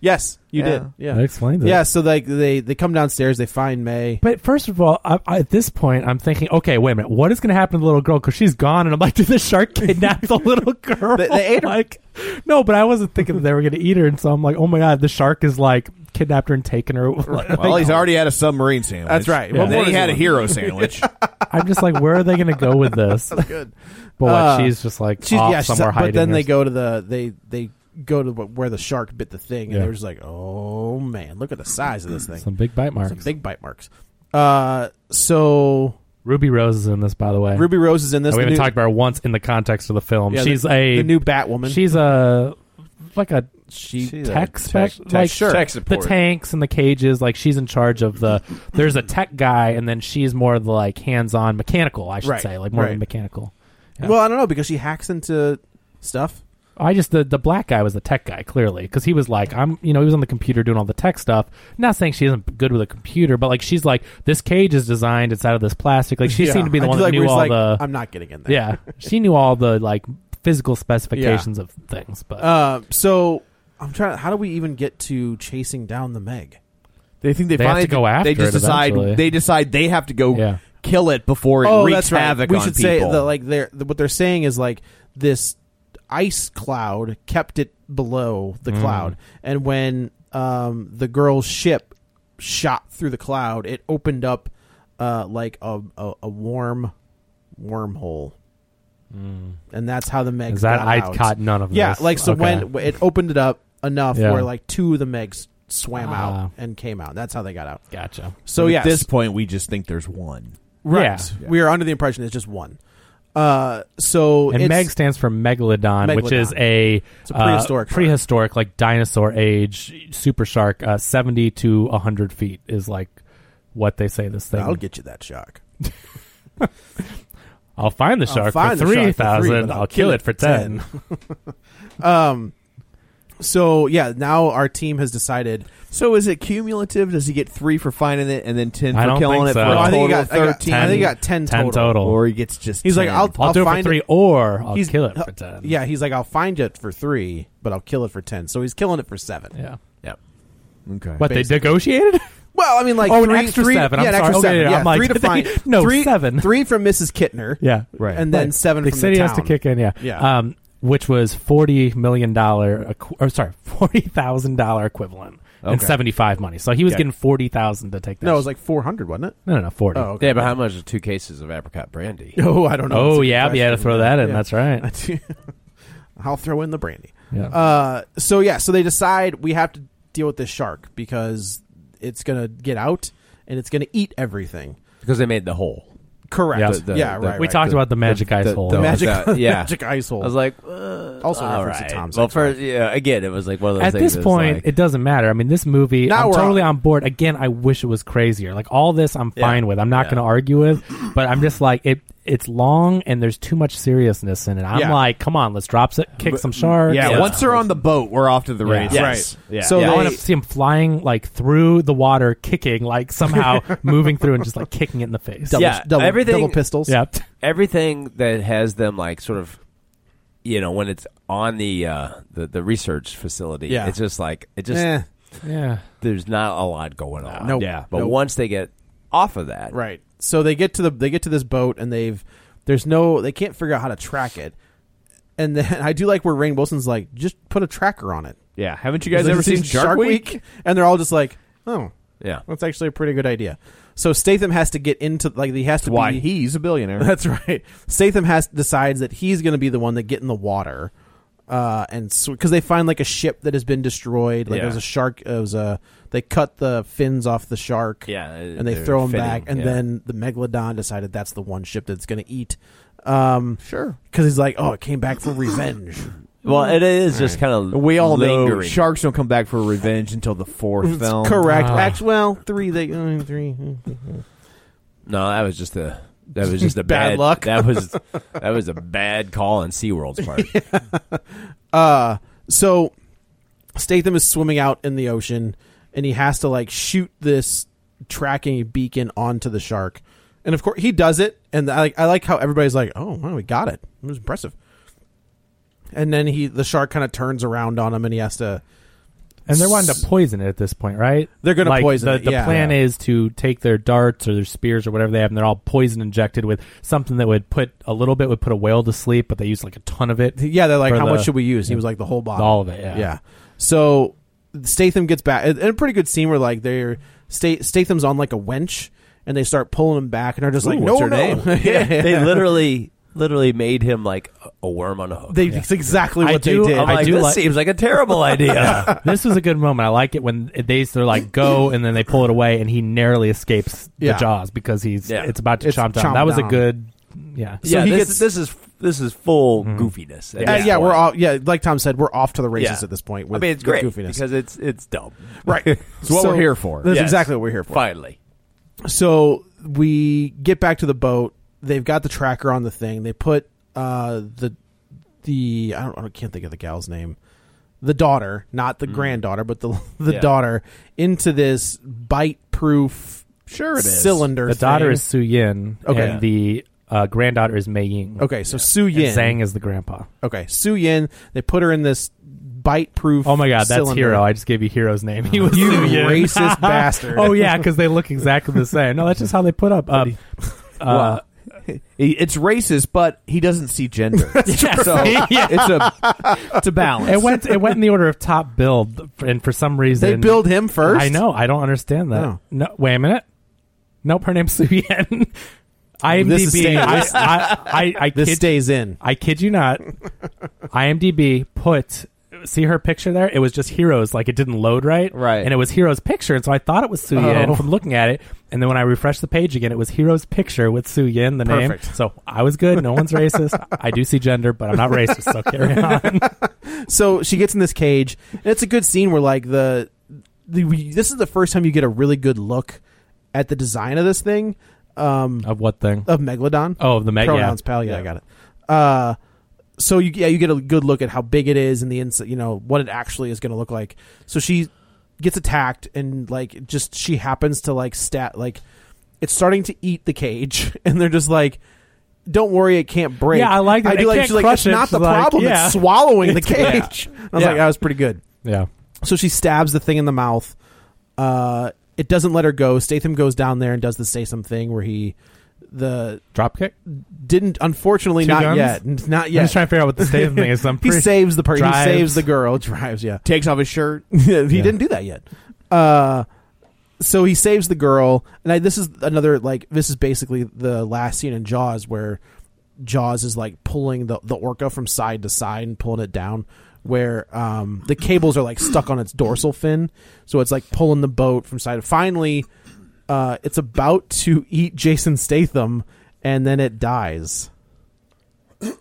[SPEAKER 1] Yes, you
[SPEAKER 5] Yeah.
[SPEAKER 1] did. Yeah,
[SPEAKER 3] That explains it.
[SPEAKER 1] Yeah, so like they they come downstairs, they find May.
[SPEAKER 3] But first of all, I, I, at this point, I'm thinking, okay, wait a minute, what is going to happen to the little girl? Because she's gone, and I'm like, did the shark kidnap the little girl?
[SPEAKER 1] They- they ate her.
[SPEAKER 3] Like, no, but I wasn't thinking that they were going to eat her, and so I'm like, oh my god, the shark is like kidnapped her and taken her. Like,
[SPEAKER 5] well, he's already had a submarine sandwich.
[SPEAKER 1] That's right.
[SPEAKER 3] What
[SPEAKER 5] And then he
[SPEAKER 3] more does he
[SPEAKER 5] had a
[SPEAKER 3] want?
[SPEAKER 5] hero sandwich.
[SPEAKER 3] I'm just like, where are they going to go with this?
[SPEAKER 1] good.
[SPEAKER 3] But what,
[SPEAKER 1] Uh,
[SPEAKER 3] she's just like
[SPEAKER 1] She's,
[SPEAKER 3] off
[SPEAKER 1] yeah, she's-
[SPEAKER 3] somewhere hiding.
[SPEAKER 1] but then
[SPEAKER 3] or
[SPEAKER 1] they
[SPEAKER 3] something.
[SPEAKER 1] go to the they they go to what- where the shark bit the thing, and
[SPEAKER 3] Yeah.
[SPEAKER 1] they're just like, oh man, look at the size of this thing.
[SPEAKER 3] some big bite marks.
[SPEAKER 1] Some big bite marks. Uh, so
[SPEAKER 3] Ruby Rose is in this, by the way.
[SPEAKER 1] Ruby Rose is in this.
[SPEAKER 3] Oh,
[SPEAKER 1] the
[SPEAKER 3] we haven't
[SPEAKER 1] new-
[SPEAKER 3] talked about her once in the context of the film.
[SPEAKER 1] Yeah,
[SPEAKER 3] she's
[SPEAKER 1] the-
[SPEAKER 3] a
[SPEAKER 1] the new Batwoman.
[SPEAKER 3] She's a like a
[SPEAKER 1] she uh,
[SPEAKER 2] She's a
[SPEAKER 3] tech spec,
[SPEAKER 2] tech-
[SPEAKER 3] like
[SPEAKER 2] sure. tech
[SPEAKER 3] the
[SPEAKER 2] support.
[SPEAKER 3] tanks and the cages. Like she's in charge of the. There's a tech guy, and then she's more of the like hands-on mechanical. I should
[SPEAKER 1] Right,
[SPEAKER 3] say, like more of a
[SPEAKER 1] right.
[SPEAKER 3] mechanical. Yeah.
[SPEAKER 1] Well, I don't know because she hacks into stuff.
[SPEAKER 3] I just the the black guy was the tech guy clearly because he was like I'm you know he was on the computer doing all the tech stuff. Not saying she isn't good with a computer, but like she's like this cage is designed it's out of this plastic. Like she seemed to be the
[SPEAKER 1] I
[SPEAKER 3] one
[SPEAKER 1] feel like
[SPEAKER 3] that knew
[SPEAKER 1] we're just
[SPEAKER 3] all
[SPEAKER 1] like,
[SPEAKER 3] the
[SPEAKER 1] I'm not getting in there.
[SPEAKER 3] yeah she knew all the like physical specifications of things. But
[SPEAKER 1] Uh, so I'm trying. How do we even get to chasing down the Meg?
[SPEAKER 5] They think they,
[SPEAKER 3] They have
[SPEAKER 5] finally
[SPEAKER 3] to go after
[SPEAKER 5] They just
[SPEAKER 3] it
[SPEAKER 5] decide
[SPEAKER 3] eventually.
[SPEAKER 5] they decide they have to go
[SPEAKER 3] Yeah.
[SPEAKER 5] kill it before it wreaks havoc
[SPEAKER 1] Oh, We
[SPEAKER 5] on
[SPEAKER 1] should
[SPEAKER 5] people.
[SPEAKER 1] say that like they're the, what they're saying is like this ice cloud kept it below the cloud, and when um, the girl's ship shot through the cloud, it opened up uh, like a, a a warm wormhole. And that's how the Meg
[SPEAKER 3] is that
[SPEAKER 1] got
[SPEAKER 3] I
[SPEAKER 1] out.
[SPEAKER 3] caught none of
[SPEAKER 1] Yeah,
[SPEAKER 3] this.
[SPEAKER 1] like so
[SPEAKER 3] Okay.
[SPEAKER 1] when when it opened it up enough
[SPEAKER 3] Yeah.
[SPEAKER 1] where like two of the Megs swam
[SPEAKER 3] Ah.
[SPEAKER 1] out and came out. That's how they got out.
[SPEAKER 3] gotcha.
[SPEAKER 1] So
[SPEAKER 5] at
[SPEAKER 1] yes,
[SPEAKER 5] this point, we just think there's one.
[SPEAKER 1] right.
[SPEAKER 3] Yeah.
[SPEAKER 1] We are under the impression it's just one. Uh, so
[SPEAKER 3] And
[SPEAKER 1] it's,
[SPEAKER 3] Meg stands for Megalodon, which is
[SPEAKER 1] Megalodon.
[SPEAKER 3] a,
[SPEAKER 1] It's a
[SPEAKER 3] uh,
[SPEAKER 1] prehistoric shark.
[SPEAKER 3] prehistoric, like dinosaur age super shark. Uh, Seventy to hundred feet is like what they say this thing.
[SPEAKER 1] I'll get you that shock.
[SPEAKER 3] I'll find the
[SPEAKER 1] I'll
[SPEAKER 3] shark
[SPEAKER 1] find
[SPEAKER 3] for
[SPEAKER 1] the shark for three,
[SPEAKER 3] three thousand.
[SPEAKER 1] but
[SPEAKER 3] I'll kill it for ten.
[SPEAKER 1] Um, So yeah, now our team has decided.
[SPEAKER 5] So is it cumulative? Does he get three for finding it and then ten
[SPEAKER 3] I
[SPEAKER 5] for
[SPEAKER 3] don't
[SPEAKER 5] killing
[SPEAKER 3] think
[SPEAKER 5] it?
[SPEAKER 3] so.
[SPEAKER 5] For a
[SPEAKER 3] No, I
[SPEAKER 1] think he
[SPEAKER 5] total of
[SPEAKER 1] got- I got-
[SPEAKER 5] thirteen.
[SPEAKER 1] I think he got 10 10 total. total.
[SPEAKER 5] or he gets just.
[SPEAKER 1] He's
[SPEAKER 5] 10.
[SPEAKER 1] like, I'll,
[SPEAKER 3] I'll do it for
[SPEAKER 1] find
[SPEAKER 3] three or I'll
[SPEAKER 1] he's-
[SPEAKER 3] kill it for 10.
[SPEAKER 1] Yeah, he's like, I'll find it for three, but I'll kill it for ten. So he's killing it for seven.
[SPEAKER 3] Yeah.
[SPEAKER 1] Yep.
[SPEAKER 5] Okay.
[SPEAKER 3] What they
[SPEAKER 1] Basically.
[SPEAKER 3] negotiated?
[SPEAKER 1] Well, I mean, like
[SPEAKER 3] Oh, an
[SPEAKER 1] three-
[SPEAKER 3] extra
[SPEAKER 1] three-
[SPEAKER 3] seven. I'm
[SPEAKER 1] Yeah, an
[SPEAKER 3] sorry.
[SPEAKER 1] extra
[SPEAKER 3] Okay,
[SPEAKER 1] seven.
[SPEAKER 3] yeah,
[SPEAKER 1] Yeah,
[SPEAKER 3] I'm like,
[SPEAKER 1] three to
[SPEAKER 3] they-
[SPEAKER 1] find.
[SPEAKER 3] no,
[SPEAKER 1] three,
[SPEAKER 3] seven.
[SPEAKER 1] Three from Mrs. Kittner.
[SPEAKER 3] Yeah,
[SPEAKER 5] Right.
[SPEAKER 1] And then seven
[SPEAKER 3] The
[SPEAKER 1] from
[SPEAKER 3] city
[SPEAKER 1] the
[SPEAKER 3] has to
[SPEAKER 1] town.
[SPEAKER 3] kick in. Yeah,
[SPEAKER 1] Yeah.
[SPEAKER 3] Um, which was forty million dollar, or sorry, forty thousand dollar equivalent and
[SPEAKER 2] Okay.
[SPEAKER 3] seventy five money. So he was
[SPEAKER 1] Yeah.
[SPEAKER 3] getting forty thousand to take that.
[SPEAKER 1] No, it was
[SPEAKER 3] shit.
[SPEAKER 1] like four hundred, wasn't it?
[SPEAKER 3] no, no, no, forty.
[SPEAKER 1] Oh, okay.
[SPEAKER 2] Yeah, but how much are two cases of apricot brandy?
[SPEAKER 1] Oh, I don't know. That's a
[SPEAKER 3] Oh
[SPEAKER 1] good
[SPEAKER 3] yeah, yeah. To
[SPEAKER 1] question.
[SPEAKER 3] throw that in.
[SPEAKER 1] Yeah.
[SPEAKER 3] That's right.
[SPEAKER 1] I'll throw in the brandy.
[SPEAKER 3] Yeah.
[SPEAKER 1] Uh, so yeah, so they decide we have to deal with this shark because it's gonna get out and it's gonna eat everything.
[SPEAKER 2] Because they made the hole.
[SPEAKER 1] Correct.
[SPEAKER 3] Yeah.
[SPEAKER 1] Yeah,
[SPEAKER 3] The- the-
[SPEAKER 1] yeah
[SPEAKER 2] the-
[SPEAKER 1] right.
[SPEAKER 3] we
[SPEAKER 1] right.
[SPEAKER 3] talked about the magic ice
[SPEAKER 2] the-
[SPEAKER 3] hole.
[SPEAKER 2] the
[SPEAKER 1] the magic,
[SPEAKER 2] that, yeah.
[SPEAKER 1] magic ice hole.
[SPEAKER 2] I was like, uh,
[SPEAKER 1] Also
[SPEAKER 2] all
[SPEAKER 1] reference to
[SPEAKER 2] right.
[SPEAKER 1] Tom's
[SPEAKER 2] Well,
[SPEAKER 1] X-Men.
[SPEAKER 2] first, yeah, again, it was like one of those
[SPEAKER 3] At
[SPEAKER 2] things
[SPEAKER 3] this
[SPEAKER 2] that's
[SPEAKER 3] point,
[SPEAKER 2] like-
[SPEAKER 3] it doesn't matter. I mean, this movie,
[SPEAKER 1] Now
[SPEAKER 3] I'm
[SPEAKER 1] we're
[SPEAKER 3] totally
[SPEAKER 1] on.
[SPEAKER 3] on board. Again, I wish it was crazier. Like all this, I'm
[SPEAKER 2] Yeah.
[SPEAKER 3] fine with. I'm not
[SPEAKER 2] Yeah.
[SPEAKER 3] going to argue with, but I'm just like it. It's long and there's too much seriousness in it. I'm
[SPEAKER 1] Yeah.
[SPEAKER 3] like, come on, let's drop it, kick some sharks.
[SPEAKER 5] yeah,
[SPEAKER 2] Yeah.
[SPEAKER 5] Once they're on the boat, we're off to the
[SPEAKER 3] Yeah.
[SPEAKER 5] races.
[SPEAKER 2] Yes.
[SPEAKER 5] Right. Yeah.
[SPEAKER 1] So
[SPEAKER 3] I
[SPEAKER 1] they-
[SPEAKER 3] want to see him flying like through the water, kicking like somehow moving through and just like kicking it in the face.
[SPEAKER 2] Double- Yeah,
[SPEAKER 1] double,
[SPEAKER 2] everything-
[SPEAKER 1] double pistols.
[SPEAKER 3] Yeah.
[SPEAKER 2] everything that has them like sort of you know when it's on the uh the, the research facility
[SPEAKER 1] Yeah.
[SPEAKER 2] it's just like it just
[SPEAKER 1] Eh,
[SPEAKER 3] Yeah.
[SPEAKER 2] there's not a lot going on
[SPEAKER 1] Nope.
[SPEAKER 2] yeah but
[SPEAKER 1] Nope.
[SPEAKER 2] once they get off of that
[SPEAKER 1] right. So they get to the they get to this boat and they've there's no they can't figure out how to track it. And then I do like where Rain Wilson's like, just put a tracker on it.
[SPEAKER 5] Yeah. Haven't you guys
[SPEAKER 1] Like,
[SPEAKER 5] ever
[SPEAKER 1] "This
[SPEAKER 5] seen
[SPEAKER 1] is
[SPEAKER 5] Shark, Week?
[SPEAKER 1] And they're all just like, oh,
[SPEAKER 2] yeah
[SPEAKER 1] that's actually a pretty good idea. So Statham has to get into like he has to
[SPEAKER 5] Why
[SPEAKER 1] be,
[SPEAKER 5] he's a billionaire?
[SPEAKER 1] That's right. Statham has decides that he's going to be the one that get in the water, uh, and because they find like a ship that has been destroyed, like
[SPEAKER 2] Yeah.
[SPEAKER 1] there was a shark. It was a they cut the fins off the shark,
[SPEAKER 2] Yeah, uh,
[SPEAKER 1] and they
[SPEAKER 2] they're
[SPEAKER 1] throw him
[SPEAKER 2] finning,
[SPEAKER 1] back, and
[SPEAKER 2] yeah.
[SPEAKER 1] then the megalodon decided that's the one ship that's going to eat. Um,
[SPEAKER 5] Sure.
[SPEAKER 1] because he's like, oh, it came back for revenge.
[SPEAKER 2] well it is just kind of
[SPEAKER 5] We all know
[SPEAKER 2] lingering.
[SPEAKER 5] sharks don't come back for revenge until the fourth film.
[SPEAKER 1] Correct.
[SPEAKER 3] Ah.
[SPEAKER 1] Act well, three. They uh, three.
[SPEAKER 2] no that was just a that was just a
[SPEAKER 1] Bad
[SPEAKER 2] bad,
[SPEAKER 1] luck.
[SPEAKER 2] that was that was a bad call on SeaWorld's part
[SPEAKER 1] Uh, so Statham is swimming out in the ocean, and he has to like shoot this tracking beacon onto the shark, and of course he does it. And I like I like how everybody's like, "Oh, wow, we got it! It was impressive." And then he the shark kind of turns around on him, and he has to.
[SPEAKER 3] And they're wanting to poison it at this point, right?
[SPEAKER 1] They're gonna
[SPEAKER 3] Like,
[SPEAKER 1] poison
[SPEAKER 3] the,
[SPEAKER 1] it,
[SPEAKER 3] The
[SPEAKER 1] yeah.
[SPEAKER 3] plan is to take their darts or their spears or whatever they have, and they're all poison injected with something that would put a little bit would put a whale to sleep, but they use like a ton of it.
[SPEAKER 1] Yeah, they're like,
[SPEAKER 3] For
[SPEAKER 1] "How
[SPEAKER 3] the-
[SPEAKER 1] much should we use?" And he was like, "The whole bottle,
[SPEAKER 3] All of it, yeah.
[SPEAKER 1] yeah." So Statham gets back, and a pretty good scene where like they're Sta- Statham's on like a wench, and they start pulling him back, and are just like,
[SPEAKER 2] Ooh,
[SPEAKER 1] "No,
[SPEAKER 2] what's her
[SPEAKER 1] no,
[SPEAKER 2] name?
[SPEAKER 1] Yeah.
[SPEAKER 2] they literally literally made him like a- a worm on a hook
[SPEAKER 1] They, It's exactly
[SPEAKER 3] I
[SPEAKER 1] what
[SPEAKER 3] do-
[SPEAKER 1] they did.
[SPEAKER 2] I'm
[SPEAKER 3] I
[SPEAKER 2] like,
[SPEAKER 3] do
[SPEAKER 2] this
[SPEAKER 3] like-
[SPEAKER 2] seems like a terrible idea
[SPEAKER 3] this was a good moment. I like it when they they're like go and then they pull it away, and he narrowly escapes
[SPEAKER 1] Yeah.
[SPEAKER 3] the jaws because he's
[SPEAKER 2] Yeah.
[SPEAKER 3] it's about to
[SPEAKER 1] It's
[SPEAKER 3] chomp down.
[SPEAKER 1] chomped
[SPEAKER 3] that was a
[SPEAKER 1] down.
[SPEAKER 3] good, yeah.
[SPEAKER 1] So
[SPEAKER 2] yeah,
[SPEAKER 1] he
[SPEAKER 2] this,
[SPEAKER 1] gets-
[SPEAKER 2] this is this is full goofiness. at
[SPEAKER 1] Uh,
[SPEAKER 2] this
[SPEAKER 1] yeah, we're
[SPEAKER 2] point.
[SPEAKER 1] off. Yeah, like Tom said, we're off to the races at this point.
[SPEAKER 2] I
[SPEAKER 1] With,
[SPEAKER 2] mean, it's
[SPEAKER 1] with
[SPEAKER 2] great
[SPEAKER 1] goofiness.
[SPEAKER 2] because it's it's dumb.
[SPEAKER 1] right, it's
[SPEAKER 5] what we're here for.
[SPEAKER 1] That's
[SPEAKER 2] Yes.
[SPEAKER 1] exactly what we're here for.
[SPEAKER 2] Finally,
[SPEAKER 1] So we get back to the boat. They've got the tracker on the thing. They put uh, the the I don't I can't think of the gal's name. The daughter, not
[SPEAKER 3] Mm.
[SPEAKER 1] the granddaughter, but the the
[SPEAKER 2] Yeah.
[SPEAKER 1] daughter into this bite-proof
[SPEAKER 5] Sure it is.
[SPEAKER 1] cylinder.
[SPEAKER 3] The daughter
[SPEAKER 1] thing.
[SPEAKER 3] is Su Yin,
[SPEAKER 1] Okay.
[SPEAKER 3] and the uh, granddaughter is Mei Ying.
[SPEAKER 1] okay. So Su
[SPEAKER 3] and
[SPEAKER 1] Yin,
[SPEAKER 3] Zhang is the grandpa.
[SPEAKER 1] okay, Su Yin. They put her in this bite-proof.
[SPEAKER 3] Oh my god, that's
[SPEAKER 1] cylinder.
[SPEAKER 3] Hero. I just gave you Hero's name. He was
[SPEAKER 1] You
[SPEAKER 3] Su Yin.
[SPEAKER 1] racist bastard.
[SPEAKER 3] oh yeah, because they look exactly the same. No, that's just how they put up. Um, uh,
[SPEAKER 5] Well, it- it's racist, but he doesn't see gender.
[SPEAKER 3] yeah,
[SPEAKER 5] so
[SPEAKER 3] see? Yeah.
[SPEAKER 5] it's a it's a balance.
[SPEAKER 3] It went. It went in the order of top build, and for some reason
[SPEAKER 1] They build him first.
[SPEAKER 3] I know. I don't understand that.
[SPEAKER 1] No.
[SPEAKER 3] No. wait a minute. Nope. Her name's Su Yan. IMDb.
[SPEAKER 1] This is staying-
[SPEAKER 3] I,
[SPEAKER 1] this-
[SPEAKER 3] I, I, I
[SPEAKER 1] This
[SPEAKER 3] kid,
[SPEAKER 1] stays in.
[SPEAKER 3] I kid you not. IMDb put. See her picture there? It was just heroes. Like it didn't load right.
[SPEAKER 5] Right.
[SPEAKER 3] And it was heroes picture. And so I thought it was Su Yan
[SPEAKER 1] Oh.
[SPEAKER 3] from looking at it. And then when I refreshed the page again, it was heroes picture with Su Yan, the name.
[SPEAKER 1] Perfect.
[SPEAKER 3] So I was good. No one's racist. I do see gender, but I'm not racist. So carry on.
[SPEAKER 1] So she gets in this cage, and it's a good scene where like the, the we, this is the first time you get a really good look at the design of this thing, um,
[SPEAKER 3] of what thing?
[SPEAKER 1] of megalodon.
[SPEAKER 3] Oh, of the Meg. yeah.
[SPEAKER 1] pronouns, pal. Yeah, I got it. Uh, so you yeah you get a good look at how big it is and the inside you know what it actually is going to look like so she gets attacked and like just she happens to like stat like it's starting to eat the cage and they're just like don't worry it can't break
[SPEAKER 3] Yeah, I like that.
[SPEAKER 1] I
[SPEAKER 3] It
[SPEAKER 1] do like
[SPEAKER 3] can't
[SPEAKER 1] she's like
[SPEAKER 3] crush
[SPEAKER 1] that's
[SPEAKER 3] it.
[SPEAKER 1] not the
[SPEAKER 3] She's like,
[SPEAKER 1] problem
[SPEAKER 3] yeah.
[SPEAKER 1] it's swallowing the
[SPEAKER 3] It's- yeah.
[SPEAKER 1] cage I was
[SPEAKER 3] Yeah.
[SPEAKER 1] like that was pretty good
[SPEAKER 3] Yeah.
[SPEAKER 1] so she stabs the thing in the mouth. Uh, it doesn't let her go. Statham goes down there and does the Statham thing where he the
[SPEAKER 3] drop kick
[SPEAKER 1] didn't. Unfortunately,
[SPEAKER 3] Two
[SPEAKER 1] not
[SPEAKER 3] guns?
[SPEAKER 1] yet. N- Not
[SPEAKER 3] I'm
[SPEAKER 1] yet.
[SPEAKER 3] just trying to figure out what the Statham thing is. I'm
[SPEAKER 1] he
[SPEAKER 3] pretty-
[SPEAKER 1] saves the person. He
[SPEAKER 3] Drives.
[SPEAKER 1] saves the girl. Drives. Yeah.
[SPEAKER 5] Takes off his shirt.
[SPEAKER 1] he didn't do that yet. Uh, so he saves the girl, and I, this is another like this is basically the last scene in Jaws where Jaws is like pulling the the orca from side to side and pulling it down, where um the cables are like stuck on its dorsal fin, so it's like pulling the boat from side. Finally, uh, it's about to eat Jason Statham, and then it dies.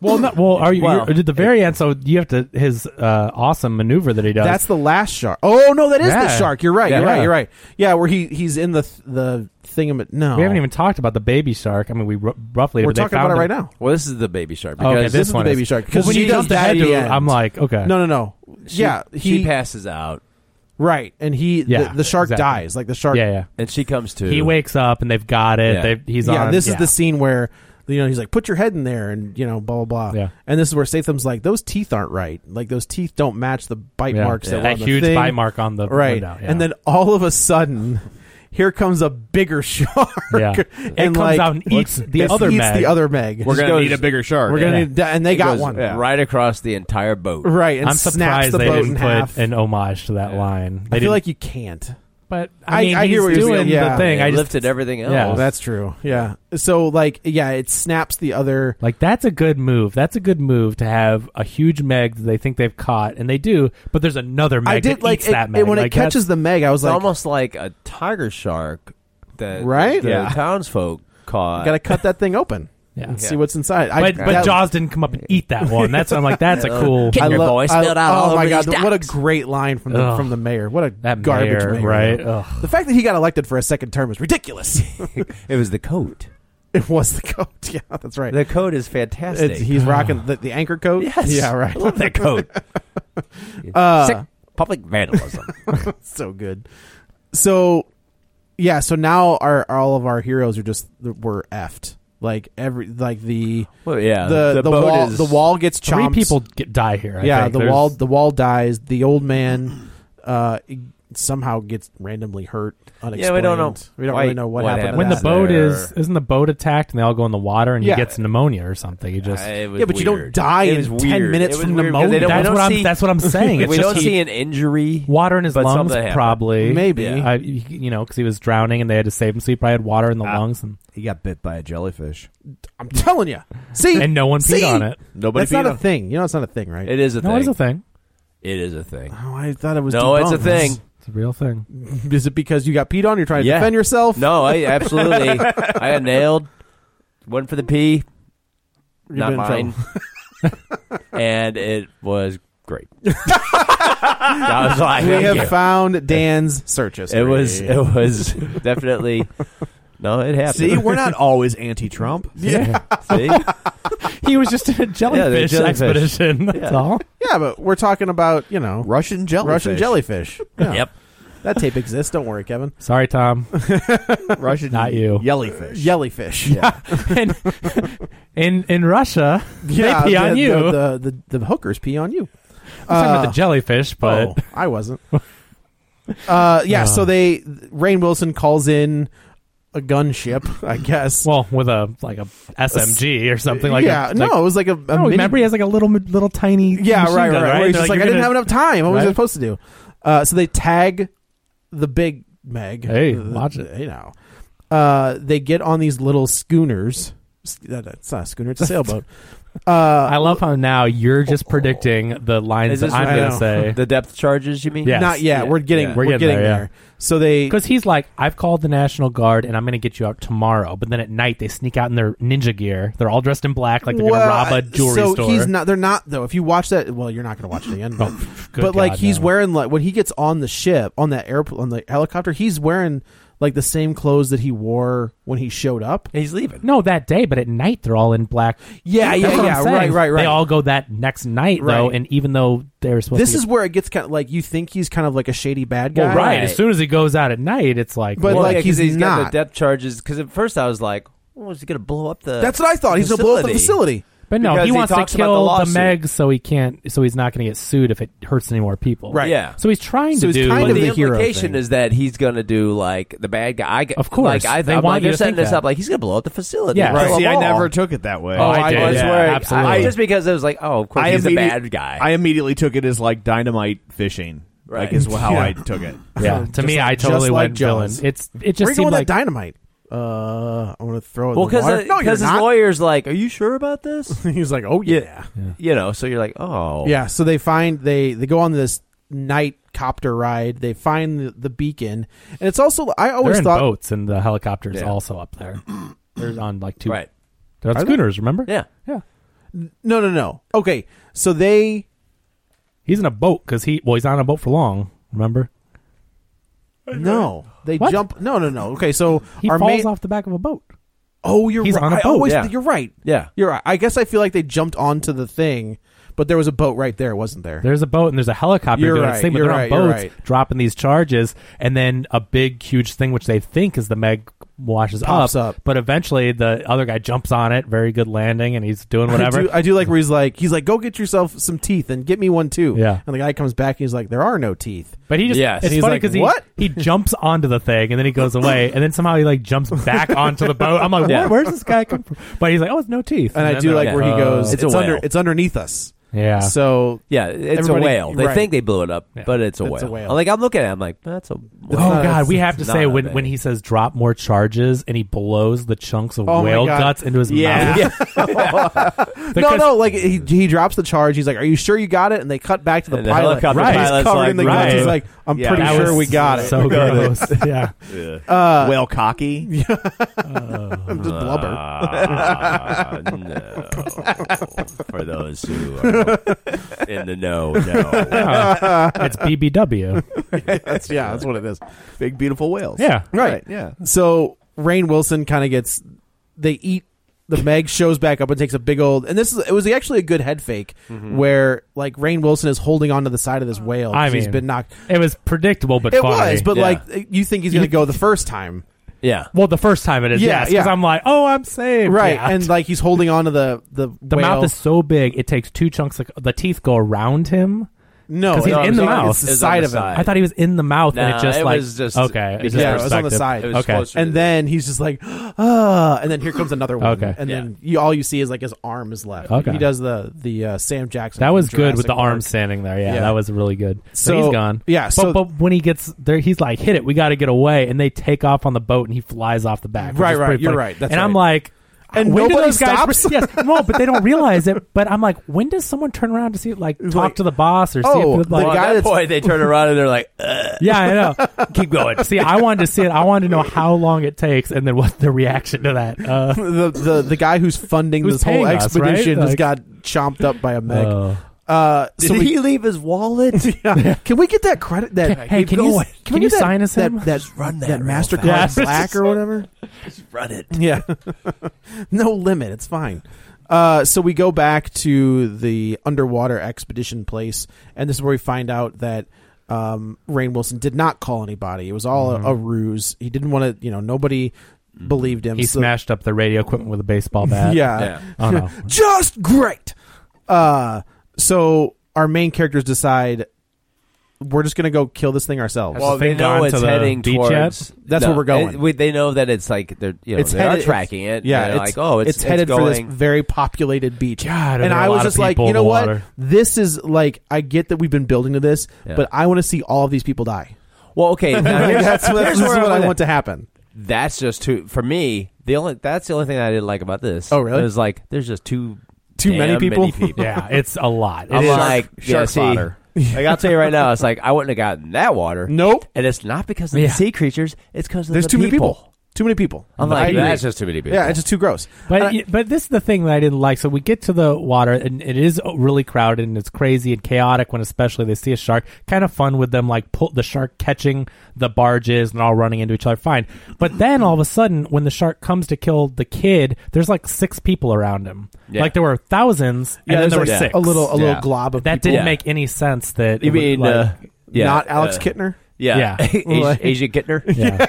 [SPEAKER 3] Well, not, well, are you,
[SPEAKER 1] Well,
[SPEAKER 3] you're- at the very end? So you have to his uh, awesome maneuver that he does.
[SPEAKER 1] That's the last shark. Oh no, that is the
[SPEAKER 3] Yeah.
[SPEAKER 1] shark. You're right. You're
[SPEAKER 3] Yeah.
[SPEAKER 1] right. You're right. Yeah, where he he's in the th- the thingam. No,
[SPEAKER 3] We haven't even talked about the baby shark. I mean, we r- roughly
[SPEAKER 1] Oh. We're
[SPEAKER 3] but they
[SPEAKER 1] talking about
[SPEAKER 3] found
[SPEAKER 1] it right
[SPEAKER 3] him-
[SPEAKER 1] now.
[SPEAKER 2] Well, this is the baby shark.
[SPEAKER 3] Okay,
[SPEAKER 2] Because
[SPEAKER 3] this,
[SPEAKER 1] this is
[SPEAKER 3] one
[SPEAKER 1] the baby shark.
[SPEAKER 3] Because when
[SPEAKER 1] She
[SPEAKER 3] you
[SPEAKER 1] does
[SPEAKER 3] does the
[SPEAKER 1] that
[SPEAKER 3] head,
[SPEAKER 1] at the
[SPEAKER 3] to-
[SPEAKER 1] end.
[SPEAKER 3] I'm like, okay,
[SPEAKER 1] No, no, no. yeah, he
[SPEAKER 2] she passes out
[SPEAKER 1] right, and he
[SPEAKER 3] Yeah,
[SPEAKER 1] the, the shark
[SPEAKER 3] exactly.
[SPEAKER 1] dies. Like the shark.
[SPEAKER 3] yeah, yeah.
[SPEAKER 2] and she comes to.
[SPEAKER 3] He wakes up and they've got it.
[SPEAKER 2] Yeah.
[SPEAKER 3] They've, he's
[SPEAKER 1] yeah,
[SPEAKER 3] on.
[SPEAKER 1] This is the scene where you know he's like, put your head in there, and you know, blah blah blah.
[SPEAKER 3] Yeah.
[SPEAKER 1] And this is where Statham's like, those teeth aren't right. Like those teeth don't match the bite
[SPEAKER 3] Yeah.
[SPEAKER 1] marks that,
[SPEAKER 3] That
[SPEAKER 1] were on the
[SPEAKER 3] huge
[SPEAKER 1] thing.
[SPEAKER 3] bite mark on the
[SPEAKER 1] right.
[SPEAKER 3] window, yeah.
[SPEAKER 1] And then all of a sudden. Here comes a bigger shark,
[SPEAKER 3] Yeah. It
[SPEAKER 1] and
[SPEAKER 3] comes
[SPEAKER 1] like
[SPEAKER 3] out and eats the
[SPEAKER 1] it
[SPEAKER 3] other
[SPEAKER 1] eats
[SPEAKER 3] Meg.
[SPEAKER 1] the other Meg.
[SPEAKER 2] We're gonna need a
[SPEAKER 7] bigger shark.
[SPEAKER 1] We're gonna need that, and they
[SPEAKER 2] It
[SPEAKER 1] got
[SPEAKER 2] goes
[SPEAKER 1] one
[SPEAKER 2] right across the entire boat.
[SPEAKER 1] right. And
[SPEAKER 3] I'm
[SPEAKER 1] snaps
[SPEAKER 3] surprised
[SPEAKER 1] the
[SPEAKER 3] they
[SPEAKER 1] boat
[SPEAKER 3] didn't
[SPEAKER 1] in
[SPEAKER 3] put
[SPEAKER 1] half.
[SPEAKER 3] an homage to that line. They
[SPEAKER 1] I feel
[SPEAKER 3] didn't-
[SPEAKER 1] like you can't.
[SPEAKER 3] but I,
[SPEAKER 1] I-
[SPEAKER 3] mean,
[SPEAKER 1] I hear
[SPEAKER 3] he's
[SPEAKER 1] what you're
[SPEAKER 3] doing
[SPEAKER 1] saying, yeah.
[SPEAKER 3] the thing.
[SPEAKER 2] They
[SPEAKER 3] I just
[SPEAKER 2] lifted everything else.
[SPEAKER 3] Yeah.
[SPEAKER 1] Oh, that's true. Yeah. So like, yeah, it snaps the other.
[SPEAKER 3] Like that's a good move. That's a good move to have a huge meg that they think they've caught, and they do. But there's another meg
[SPEAKER 1] I did
[SPEAKER 3] that
[SPEAKER 1] like
[SPEAKER 3] eats
[SPEAKER 1] it,
[SPEAKER 3] that
[SPEAKER 1] it-
[SPEAKER 3] meg.
[SPEAKER 1] when it
[SPEAKER 3] Like,
[SPEAKER 1] catches the Meg. I was
[SPEAKER 2] It's
[SPEAKER 1] like,
[SPEAKER 2] almost like a tiger shark that
[SPEAKER 1] Right?
[SPEAKER 2] the
[SPEAKER 1] Yeah.
[SPEAKER 2] townsfolk caught.
[SPEAKER 1] gotta cut that thing open.
[SPEAKER 3] Yeah.
[SPEAKER 1] and
[SPEAKER 2] Yeah.
[SPEAKER 1] See what's inside. I,
[SPEAKER 3] that's- but, but
[SPEAKER 1] that-
[SPEAKER 3] Jaws didn't come up and eat that one. That's I'm like that's a cool.
[SPEAKER 2] Get
[SPEAKER 1] I
[SPEAKER 2] your
[SPEAKER 1] love-
[SPEAKER 2] boy
[SPEAKER 1] I-
[SPEAKER 2] spilled out all
[SPEAKER 1] Oh my
[SPEAKER 2] over
[SPEAKER 1] god!
[SPEAKER 2] these
[SPEAKER 1] What a
[SPEAKER 2] docks.
[SPEAKER 1] great line from the
[SPEAKER 3] Ugh.
[SPEAKER 1] from the mayor. What a
[SPEAKER 3] That
[SPEAKER 1] garbage
[SPEAKER 3] mayor, right? Ugh.
[SPEAKER 1] The fact that he got elected for a second term is ridiculous.
[SPEAKER 2] it was the coat.
[SPEAKER 1] it was the coat. Yeah, that's right.
[SPEAKER 2] The coat is fantastic.
[SPEAKER 1] It's- he's rocking the, the anchor coat.
[SPEAKER 2] Yes.
[SPEAKER 1] Yeah, right.
[SPEAKER 2] I love that coat.
[SPEAKER 1] Uh,
[SPEAKER 2] Sick public vandalism.
[SPEAKER 1] so good. So yeah, so now our all of our heroes are just were effed. Like every like the
[SPEAKER 2] well, yeah.
[SPEAKER 1] the the,
[SPEAKER 2] boat
[SPEAKER 1] wall
[SPEAKER 2] is
[SPEAKER 1] the wall gets
[SPEAKER 3] Three
[SPEAKER 1] chomped.
[SPEAKER 3] people get, die here. I
[SPEAKER 1] yeah,
[SPEAKER 3] think.
[SPEAKER 1] the
[SPEAKER 3] There's-
[SPEAKER 1] wall the wall dies. The old man uh somehow gets randomly hurt. Unexplained.
[SPEAKER 2] Yeah, we don't know
[SPEAKER 1] We don't
[SPEAKER 2] why-
[SPEAKER 1] really know what,
[SPEAKER 2] what
[SPEAKER 1] happened. to
[SPEAKER 3] When the
[SPEAKER 1] that.
[SPEAKER 2] happened.
[SPEAKER 3] boat
[SPEAKER 2] There.
[SPEAKER 3] is isn't the boat attacked and they all go in the water and
[SPEAKER 1] Yeah.
[SPEAKER 3] he gets pneumonia or something. He just
[SPEAKER 2] It was
[SPEAKER 1] yeah, but you don't
[SPEAKER 2] weird.
[SPEAKER 1] die
[SPEAKER 2] It
[SPEAKER 1] in
[SPEAKER 2] was
[SPEAKER 1] 10
[SPEAKER 2] weird.
[SPEAKER 1] minutes
[SPEAKER 2] It was
[SPEAKER 1] from
[SPEAKER 2] weird 'cause they
[SPEAKER 1] pneumonia.
[SPEAKER 2] don't- we
[SPEAKER 3] That's
[SPEAKER 2] don't
[SPEAKER 3] what I'm-
[SPEAKER 2] see-
[SPEAKER 3] that's what I'm saying. It's
[SPEAKER 2] we
[SPEAKER 3] just
[SPEAKER 2] don't
[SPEAKER 3] he-
[SPEAKER 2] see an injury.
[SPEAKER 3] water in his
[SPEAKER 2] but
[SPEAKER 3] lungs
[SPEAKER 2] something happened.
[SPEAKER 3] probably
[SPEAKER 1] Maybe.
[SPEAKER 3] I, you know because he was drowning and they had to save him, so he probably had water in the lungs and
[SPEAKER 5] He got bit by a jellyfish.
[SPEAKER 1] I'm telling you. See,
[SPEAKER 3] and no one
[SPEAKER 1] see,
[SPEAKER 3] peed on it.
[SPEAKER 2] Nobody.
[SPEAKER 1] That's not
[SPEAKER 2] peed
[SPEAKER 1] a
[SPEAKER 2] on-
[SPEAKER 1] thing. You know, it's not a thing, right?
[SPEAKER 2] It is a
[SPEAKER 3] No,
[SPEAKER 2] thing.
[SPEAKER 3] it's a thing.
[SPEAKER 2] It is a thing.
[SPEAKER 1] oh, I thought it was.
[SPEAKER 2] No, it's a
[SPEAKER 1] debunked.
[SPEAKER 2] thing.
[SPEAKER 3] It's a real thing.
[SPEAKER 1] Is it because you got peed on? You're trying to
[SPEAKER 2] Yeah.
[SPEAKER 1] defend yourself?
[SPEAKER 2] No, I absolutely. I got nailed. One for the P. not
[SPEAKER 1] been
[SPEAKER 2] mine.
[SPEAKER 1] in
[SPEAKER 2] and it was great. I was like,
[SPEAKER 1] We
[SPEAKER 2] thank
[SPEAKER 1] have
[SPEAKER 2] you.
[SPEAKER 1] found Dan's search history.
[SPEAKER 2] it was it was definitely no, it happened.
[SPEAKER 5] See, we're not always anti-Trump.
[SPEAKER 2] yeah. See?
[SPEAKER 3] He was just in a jellyfish
[SPEAKER 2] jellyfish.
[SPEAKER 3] expedition. That's all.
[SPEAKER 1] yeah, but we're talking about you know
[SPEAKER 5] Russian jellyfish.
[SPEAKER 1] Russian jellyfish. Yeah.
[SPEAKER 2] Yep.
[SPEAKER 1] that tape exists. Don't worry, Kevin.
[SPEAKER 3] Sorry, Tom.
[SPEAKER 5] Russian
[SPEAKER 3] Not you.
[SPEAKER 5] Jellyfish.
[SPEAKER 1] Jellyfish.
[SPEAKER 3] and in in Russia,
[SPEAKER 1] Yeah,
[SPEAKER 3] they pee
[SPEAKER 1] the,
[SPEAKER 3] on
[SPEAKER 1] the-
[SPEAKER 3] you.
[SPEAKER 1] The, the, the hookers pee on you.
[SPEAKER 3] I'm talking about the jellyfish, but
[SPEAKER 1] Uh, oh, I wasn't. Uh, yeah.
[SPEAKER 3] Uh.
[SPEAKER 1] so they Rain Wilson calls in a gunship. I guess.
[SPEAKER 3] well, with a like a SMG or somethething like
[SPEAKER 1] yeah.
[SPEAKER 3] a-
[SPEAKER 1] no,
[SPEAKER 3] like-
[SPEAKER 1] it was like a, a
[SPEAKER 3] no,
[SPEAKER 1] mini-
[SPEAKER 3] remember he has like a little little tiny
[SPEAKER 1] Yeah, right,
[SPEAKER 3] machine
[SPEAKER 1] right,
[SPEAKER 3] gun,
[SPEAKER 1] right. Where He's
[SPEAKER 3] They're
[SPEAKER 1] just like, I
[SPEAKER 3] "You're
[SPEAKER 1] didn't have
[SPEAKER 3] gonna-
[SPEAKER 1] enough time. What was I
[SPEAKER 3] Right?
[SPEAKER 1] supposed to do? Uh, so they tag the big Meg.
[SPEAKER 3] Hey,
[SPEAKER 1] Uh,
[SPEAKER 3] watch it.
[SPEAKER 1] You know, uh, they get on these little schooners. S- that- It's not a schooner; it's a sailboat. Uh,
[SPEAKER 3] I love how now you're just
[SPEAKER 1] Oh.
[SPEAKER 3] predicting the lines
[SPEAKER 2] Is
[SPEAKER 3] that
[SPEAKER 2] this
[SPEAKER 3] I'm
[SPEAKER 1] I know.
[SPEAKER 3] going to say
[SPEAKER 2] the depth charges you mean?
[SPEAKER 3] Yes.
[SPEAKER 1] Not yet.
[SPEAKER 2] Yeah.
[SPEAKER 1] We're getting
[SPEAKER 2] Yeah.
[SPEAKER 1] we're, getting, there.
[SPEAKER 3] yeah.
[SPEAKER 1] So they
[SPEAKER 3] because he's like, I've called the National Guard and I'm going to get you out tomorrow. But then at night they sneak out in their ninja gear. They're all dressed in black, like they're
[SPEAKER 1] Well,
[SPEAKER 3] going to rob a jewelry
[SPEAKER 1] so
[SPEAKER 3] store. Oh,
[SPEAKER 1] he's not. They're not though. If you watch that, well, you're not going to watch it again. But,
[SPEAKER 3] good
[SPEAKER 1] but like
[SPEAKER 3] God,
[SPEAKER 1] he's
[SPEAKER 3] no.
[SPEAKER 1] wearing like when he gets on the ship on that airplane on the helicopter, he's wearing like the same clothes that he wore when he showed up.
[SPEAKER 2] he's leaving.
[SPEAKER 3] No, that day, but at night they're all in black.
[SPEAKER 1] Yeah,
[SPEAKER 3] That's
[SPEAKER 1] yeah,
[SPEAKER 3] what I'm
[SPEAKER 1] yeah,
[SPEAKER 3] saying.
[SPEAKER 1] right, right, right.
[SPEAKER 3] They all go that next night though,
[SPEAKER 1] Right.
[SPEAKER 3] and even though they're supposed
[SPEAKER 1] This
[SPEAKER 3] to
[SPEAKER 1] is where it gets kind of like you think he's kind of like a shady bad guy.
[SPEAKER 3] well, right. As soon as he goes out at night, it's like,
[SPEAKER 1] But,
[SPEAKER 3] well,
[SPEAKER 1] like,
[SPEAKER 2] yeah, 'cause
[SPEAKER 1] he's
[SPEAKER 2] he's got
[SPEAKER 1] not.
[SPEAKER 2] the depth charges. Because at first I was like, "Oh, is he gonna blow up the?"
[SPEAKER 1] That's what I thought. He's gonna blow up the facility.
[SPEAKER 3] But no,
[SPEAKER 2] Because
[SPEAKER 3] he wants
[SPEAKER 2] talks
[SPEAKER 3] to
[SPEAKER 2] about
[SPEAKER 3] kill the,
[SPEAKER 2] lawsuit.
[SPEAKER 3] Meg so he can't, so he's not going to get sued if it hurts any more people.
[SPEAKER 2] Right. Yeah.
[SPEAKER 3] So he's trying
[SPEAKER 2] So
[SPEAKER 3] to
[SPEAKER 2] it's
[SPEAKER 3] do.
[SPEAKER 2] kind of the, implication is that he's gonna do like the bad guy. I, g-
[SPEAKER 3] Of course.
[SPEAKER 2] like, I,
[SPEAKER 3] They
[SPEAKER 2] I'm
[SPEAKER 3] want
[SPEAKER 2] like,
[SPEAKER 3] you
[SPEAKER 2] they're
[SPEAKER 3] to
[SPEAKER 2] setting
[SPEAKER 3] think
[SPEAKER 2] this
[SPEAKER 3] that.
[SPEAKER 2] up like he's gonna blow up the facility.
[SPEAKER 3] Yeah.
[SPEAKER 2] Kill
[SPEAKER 3] Right.
[SPEAKER 5] See,
[SPEAKER 2] them
[SPEAKER 5] I
[SPEAKER 2] all.
[SPEAKER 5] never took it that way.
[SPEAKER 2] Oh, I,
[SPEAKER 3] did,
[SPEAKER 2] was
[SPEAKER 3] yeah,
[SPEAKER 2] worried.
[SPEAKER 3] absolutely.
[SPEAKER 2] I- just because it was like, oh, of course he's a
[SPEAKER 5] immedi-
[SPEAKER 2] bad guy.
[SPEAKER 5] I immediately took it as like dynamite fishing.
[SPEAKER 2] Right.
[SPEAKER 5] Like is how
[SPEAKER 2] Yeah.
[SPEAKER 5] I took it.
[SPEAKER 3] Yeah. To
[SPEAKER 1] Just
[SPEAKER 3] me,
[SPEAKER 1] like-
[SPEAKER 3] I
[SPEAKER 1] just
[SPEAKER 3] totally
[SPEAKER 1] like
[SPEAKER 3] went villain.
[SPEAKER 1] Jaws.
[SPEAKER 3] It's it
[SPEAKER 1] Where
[SPEAKER 3] just
[SPEAKER 1] you going
[SPEAKER 3] seemed
[SPEAKER 1] with
[SPEAKER 3] like
[SPEAKER 1] that dynamite? Uh, I want to throw it.
[SPEAKER 2] well,
[SPEAKER 1] in the
[SPEAKER 2] because
[SPEAKER 1] water. no, you're
[SPEAKER 2] his
[SPEAKER 1] not.
[SPEAKER 2] lawyer's like, are you sure about this?
[SPEAKER 1] he's like, oh yeah,
[SPEAKER 2] you know, so you're like, oh,
[SPEAKER 1] yeah. So they find they they go on this night copter ride. They find the, the beacon, and it's also I
[SPEAKER 3] they're
[SPEAKER 1] always
[SPEAKER 3] in
[SPEAKER 1] thought
[SPEAKER 3] boats and the helicopters
[SPEAKER 2] Yeah.
[SPEAKER 3] also up there. they're on like two.
[SPEAKER 2] right,
[SPEAKER 3] They're on
[SPEAKER 1] Are they?
[SPEAKER 3] scooters. Remember?
[SPEAKER 2] yeah,
[SPEAKER 3] Yeah.
[SPEAKER 1] no, no, no. Okay, so they
[SPEAKER 3] He's in a boat because he well he's not on a boat for long. Remember?
[SPEAKER 1] no they
[SPEAKER 3] What?
[SPEAKER 1] jump no no no. Okay, so
[SPEAKER 3] He
[SPEAKER 1] our
[SPEAKER 3] falls
[SPEAKER 1] main
[SPEAKER 3] off the back of a boat.
[SPEAKER 1] oh you're
[SPEAKER 3] He's
[SPEAKER 1] right.
[SPEAKER 3] on a
[SPEAKER 1] I
[SPEAKER 3] boat,
[SPEAKER 1] always-
[SPEAKER 2] yeah.
[SPEAKER 1] you're right.
[SPEAKER 2] yeah.
[SPEAKER 1] You're right. I guess I feel like they jumped onto the thing, but there was a boat right there, wasn't there?
[SPEAKER 3] There's a boat and there's a helicopter
[SPEAKER 1] You're
[SPEAKER 3] doing
[SPEAKER 1] right,
[SPEAKER 3] its thing, but
[SPEAKER 1] you're
[SPEAKER 3] they're
[SPEAKER 1] right,
[SPEAKER 3] on
[SPEAKER 1] you're
[SPEAKER 3] boats
[SPEAKER 1] right.
[SPEAKER 3] dropping these charges, and then a big, huge thing which they think is the Meg washes
[SPEAKER 1] Pops up.
[SPEAKER 3] But eventually, the other guy jumps on it. Very good landing, and he's doing whatever.
[SPEAKER 1] I do, I do like where he's like, he's like, go get yourself some teeth and get me one too.
[SPEAKER 3] Yeah.
[SPEAKER 1] And the guy comes back and he's like, there are no teeth.
[SPEAKER 3] but he just
[SPEAKER 2] Yes.
[SPEAKER 3] it's
[SPEAKER 1] He's
[SPEAKER 3] funny
[SPEAKER 1] like,
[SPEAKER 3] because
[SPEAKER 1] "What?"
[SPEAKER 3] he he jumps onto the thing and then he goes away, and then somehow he like jumps back onto the boat. I'm like,
[SPEAKER 2] Yeah.
[SPEAKER 3] what? where's this guy come from? But he's like, oh, it's no teeth.
[SPEAKER 1] And I
[SPEAKER 3] then
[SPEAKER 1] do
[SPEAKER 3] they're
[SPEAKER 1] like where he goes,
[SPEAKER 2] "Oh."
[SPEAKER 1] it's,
[SPEAKER 2] It's a
[SPEAKER 1] under,
[SPEAKER 2] whale.
[SPEAKER 1] it's underneath us.
[SPEAKER 3] Uh, yeah.
[SPEAKER 1] So
[SPEAKER 2] Yeah, it's a
[SPEAKER 1] Everybody-
[SPEAKER 2] whale. They
[SPEAKER 1] right.
[SPEAKER 2] think they blew it up,
[SPEAKER 3] Yeah.
[SPEAKER 2] but it's a
[SPEAKER 1] It's a
[SPEAKER 2] whale.
[SPEAKER 1] whale.
[SPEAKER 2] I'm like I'm looking at. it, I'm like that's a.
[SPEAKER 3] Oh
[SPEAKER 2] whale.
[SPEAKER 3] God! We
[SPEAKER 2] It's
[SPEAKER 3] have to
[SPEAKER 2] not
[SPEAKER 3] say
[SPEAKER 2] a
[SPEAKER 3] when,
[SPEAKER 2] big-
[SPEAKER 3] when he says drop more charges and he blows the chunks of
[SPEAKER 1] Oh, my
[SPEAKER 3] whale
[SPEAKER 1] God.
[SPEAKER 3] guts into his
[SPEAKER 1] Yeah.
[SPEAKER 3] mouth.
[SPEAKER 1] no,
[SPEAKER 3] Because-
[SPEAKER 1] no, like he, he drops the charge. He's like, "Are you sure you got it?" And they cut back to the
[SPEAKER 2] And the
[SPEAKER 1] pilot.
[SPEAKER 2] helicopter
[SPEAKER 1] He's
[SPEAKER 2] pilot's
[SPEAKER 1] covered in the
[SPEAKER 2] like,
[SPEAKER 1] guns.
[SPEAKER 3] right.
[SPEAKER 1] He's like, "I'm
[SPEAKER 5] Yeah.
[SPEAKER 1] pretty
[SPEAKER 5] That
[SPEAKER 1] sure
[SPEAKER 3] was
[SPEAKER 1] we got it."
[SPEAKER 3] So
[SPEAKER 1] We got it.
[SPEAKER 3] gross. yeah.
[SPEAKER 5] Whale cocky.
[SPEAKER 1] I'm just blubber.
[SPEAKER 2] Ah, no. For those who are in the know, no.
[SPEAKER 3] Oh, it's BBW.
[SPEAKER 5] that's yeah, that's what it is. Big beautiful whales.
[SPEAKER 3] Yeah.
[SPEAKER 1] Right.
[SPEAKER 5] Yeah.
[SPEAKER 1] So Rain Wilson kind of gets they eat the Meg shows back up and takes a big old and this is it was actually a good head fake
[SPEAKER 2] Mm-hmm.
[SPEAKER 1] where like Rain Wilson is holding onto the side of this whale.
[SPEAKER 3] I
[SPEAKER 1] 'cause he's
[SPEAKER 3] mean,
[SPEAKER 1] been knocked.
[SPEAKER 3] It was predictable, but
[SPEAKER 1] It
[SPEAKER 3] funny.
[SPEAKER 1] was, but
[SPEAKER 2] Yeah.
[SPEAKER 1] like you think he's gonna go the first time,
[SPEAKER 2] Yeah.
[SPEAKER 3] well, the first time it is,
[SPEAKER 1] Yeah,
[SPEAKER 3] yeah, because
[SPEAKER 1] yeah.
[SPEAKER 3] I'm like, oh, I'm saved,
[SPEAKER 1] right?
[SPEAKER 3] Yeah.
[SPEAKER 1] And like he's holding onto the the
[SPEAKER 3] the
[SPEAKER 1] whale.
[SPEAKER 3] mouth is so big, it takes two chunks. Of, the teeth go around him.
[SPEAKER 1] no,
[SPEAKER 3] 'cause he's
[SPEAKER 1] no,
[SPEAKER 3] in
[SPEAKER 1] it's
[SPEAKER 3] the
[SPEAKER 1] on-
[SPEAKER 3] mouth.
[SPEAKER 1] It's the
[SPEAKER 2] It's on
[SPEAKER 1] side
[SPEAKER 2] the
[SPEAKER 1] of him.
[SPEAKER 2] side.
[SPEAKER 3] I thought he was in the mouth, and
[SPEAKER 2] Nah,
[SPEAKER 3] it just
[SPEAKER 2] it
[SPEAKER 3] like
[SPEAKER 2] was just-
[SPEAKER 3] okay,
[SPEAKER 2] it was
[SPEAKER 3] just
[SPEAKER 1] yeah, it was on the
[SPEAKER 3] perspective.
[SPEAKER 1] side. It was
[SPEAKER 3] okay,
[SPEAKER 2] closer.
[SPEAKER 1] And then he's just like, ah, and then here comes another one.
[SPEAKER 3] Okay.
[SPEAKER 1] And
[SPEAKER 2] Yeah.
[SPEAKER 1] then you, all you see is like his arm is left.
[SPEAKER 3] Okay.
[SPEAKER 1] He does the the uh, Sam Jackson.
[SPEAKER 3] that
[SPEAKER 1] from
[SPEAKER 3] was good
[SPEAKER 1] Jurassic
[SPEAKER 3] with the arm
[SPEAKER 1] Park.
[SPEAKER 3] standing there. Yeah,
[SPEAKER 1] Yeah.
[SPEAKER 3] that was really good.
[SPEAKER 1] So-
[SPEAKER 3] So he's gone.
[SPEAKER 1] yeah,
[SPEAKER 3] But-
[SPEAKER 1] so-
[SPEAKER 3] but, when he gets there, he's like, hit it, we got to get away, and they take off on the boat, and he flies off the back. which
[SPEAKER 1] Right,
[SPEAKER 3] is
[SPEAKER 1] right,
[SPEAKER 3] pretty
[SPEAKER 1] you're
[SPEAKER 3] funny.
[SPEAKER 1] right, that's
[SPEAKER 3] and I'm
[SPEAKER 1] right.
[SPEAKER 3] like.
[SPEAKER 1] And
[SPEAKER 3] when do
[SPEAKER 1] nobody
[SPEAKER 3] those guys
[SPEAKER 1] stops?
[SPEAKER 3] yes, no, but they don't realize it. But I'm like, when does someone turn around to see, like, talk
[SPEAKER 1] Like,
[SPEAKER 3] to the boss or
[SPEAKER 1] oh,
[SPEAKER 3] see if
[SPEAKER 1] the
[SPEAKER 3] like,
[SPEAKER 1] guy
[SPEAKER 2] At that
[SPEAKER 1] that's-
[SPEAKER 2] point, they turn around and they're like, "Uh, "Ugh."
[SPEAKER 3] Yeah, I know. Keep going. See, I wanted to see it. I wanted to know how long it takes and then what the reaction to that. Uh,
[SPEAKER 1] the, the the guy who's funding
[SPEAKER 3] Who's
[SPEAKER 1] this whole
[SPEAKER 3] paying us,
[SPEAKER 1] expedition
[SPEAKER 3] right?
[SPEAKER 1] just
[SPEAKER 3] Like-
[SPEAKER 1] got chomped up by a meg.
[SPEAKER 3] Oh.
[SPEAKER 1] Uh,
[SPEAKER 2] Did
[SPEAKER 1] so we-
[SPEAKER 2] he leave his wallet?
[SPEAKER 1] yeah. Can we get that credit? That
[SPEAKER 3] Can- hey,
[SPEAKER 1] keep
[SPEAKER 3] can you-
[SPEAKER 1] going.
[SPEAKER 3] can you
[SPEAKER 1] that-
[SPEAKER 3] sign us
[SPEAKER 1] that,
[SPEAKER 3] in?
[SPEAKER 1] That,
[SPEAKER 2] run
[SPEAKER 1] that,
[SPEAKER 2] that real
[SPEAKER 1] Mastercard
[SPEAKER 3] fast. Yeah.
[SPEAKER 1] Black or whatever.
[SPEAKER 2] Run it.
[SPEAKER 1] Yeah, no limit. It's fine. Uh, so we go back to the underwater expedition place, and this is where we find out that um, Rain Wilson did not call anybody. It was all
[SPEAKER 3] Mm-hmm.
[SPEAKER 1] a, a ruse. He didn't want to. You know, nobody believed him.
[SPEAKER 3] he
[SPEAKER 1] so-
[SPEAKER 3] smashed up the radio equipment with a baseball bat.
[SPEAKER 1] Yeah.
[SPEAKER 3] Oh, no.
[SPEAKER 1] just great. Uh, so our main characters decide we're just gonna go kill this thing ourselves.
[SPEAKER 3] Well,
[SPEAKER 2] Well, they
[SPEAKER 3] thing gone
[SPEAKER 2] know it's
[SPEAKER 3] to the
[SPEAKER 2] heading
[SPEAKER 3] beach
[SPEAKER 2] towards.
[SPEAKER 1] That's where we're going.
[SPEAKER 2] It, we, they know that it's like they're you know
[SPEAKER 1] It's
[SPEAKER 2] they are
[SPEAKER 1] headed-
[SPEAKER 2] tracking it.
[SPEAKER 1] yeah,
[SPEAKER 2] They're like
[SPEAKER 1] it's,
[SPEAKER 2] oh it's,
[SPEAKER 1] headed
[SPEAKER 2] it's
[SPEAKER 1] for
[SPEAKER 2] going,
[SPEAKER 1] this very populated beach.
[SPEAKER 3] God, are
[SPEAKER 1] and
[SPEAKER 3] there
[SPEAKER 1] I
[SPEAKER 3] a
[SPEAKER 1] was
[SPEAKER 3] lot of
[SPEAKER 1] just like,
[SPEAKER 3] people
[SPEAKER 1] you
[SPEAKER 3] in
[SPEAKER 1] know
[SPEAKER 3] the
[SPEAKER 1] what?
[SPEAKER 3] water?
[SPEAKER 1] This is like I get that we've been building to this,
[SPEAKER 2] Yeah.
[SPEAKER 1] but I want to see all of these people die.
[SPEAKER 2] Well, okay, now
[SPEAKER 1] Like,
[SPEAKER 2] here's,
[SPEAKER 1] that's that's
[SPEAKER 2] here's
[SPEAKER 1] this is
[SPEAKER 2] where
[SPEAKER 1] what I
[SPEAKER 2] went.
[SPEAKER 1] want to happen.
[SPEAKER 2] That's just too for me. The only that's the only thing I didn't like about this.
[SPEAKER 1] Oh, really?
[SPEAKER 2] It was like there's just too
[SPEAKER 1] Too
[SPEAKER 2] damn
[SPEAKER 1] many people?
[SPEAKER 3] yeah, it's a lot. It
[SPEAKER 2] I'm
[SPEAKER 3] is-
[SPEAKER 2] like yeah,
[SPEAKER 1] shark
[SPEAKER 2] see,
[SPEAKER 1] fodder.
[SPEAKER 2] Like I'll tell you right now, it's like I wouldn't have gotten that water.
[SPEAKER 1] Nope.
[SPEAKER 2] and it's not because of
[SPEAKER 3] Yeah.
[SPEAKER 2] the sea creatures. It's because of
[SPEAKER 1] There's
[SPEAKER 2] the
[SPEAKER 1] too many people. Too many people.
[SPEAKER 2] I'm like, that's just too many people.
[SPEAKER 1] Yeah, it's just too gross.
[SPEAKER 3] But
[SPEAKER 1] And I-
[SPEAKER 3] y- but this is the thing that I didn't like. So we get to the water, and it is really crowded, and it's crazy and chaotic. When especially they see a shark, kind of fun with them like pull the shark catching the barges and all running into each other. Fine, but then all of a sudden, when the shark comes to kill the kid, there's like six people around him.
[SPEAKER 2] Yeah.
[SPEAKER 3] Like there were thousands, and
[SPEAKER 1] Yeah,
[SPEAKER 3] then
[SPEAKER 1] there's,
[SPEAKER 3] there were
[SPEAKER 1] like,
[SPEAKER 3] six.
[SPEAKER 1] a little- a little Yeah. glob of
[SPEAKER 3] that
[SPEAKER 1] people.
[SPEAKER 3] didn't
[SPEAKER 1] Yeah.
[SPEAKER 3] make any sense. That
[SPEAKER 2] You
[SPEAKER 3] it would,
[SPEAKER 2] mean,
[SPEAKER 3] like-
[SPEAKER 2] uh, yeah,
[SPEAKER 1] Not Alex
[SPEAKER 2] uh,
[SPEAKER 1] Kittner?
[SPEAKER 2] Yeah,
[SPEAKER 3] Yeah.
[SPEAKER 2] Asian,
[SPEAKER 3] Like-
[SPEAKER 2] Asian Kittner.
[SPEAKER 3] Yeah.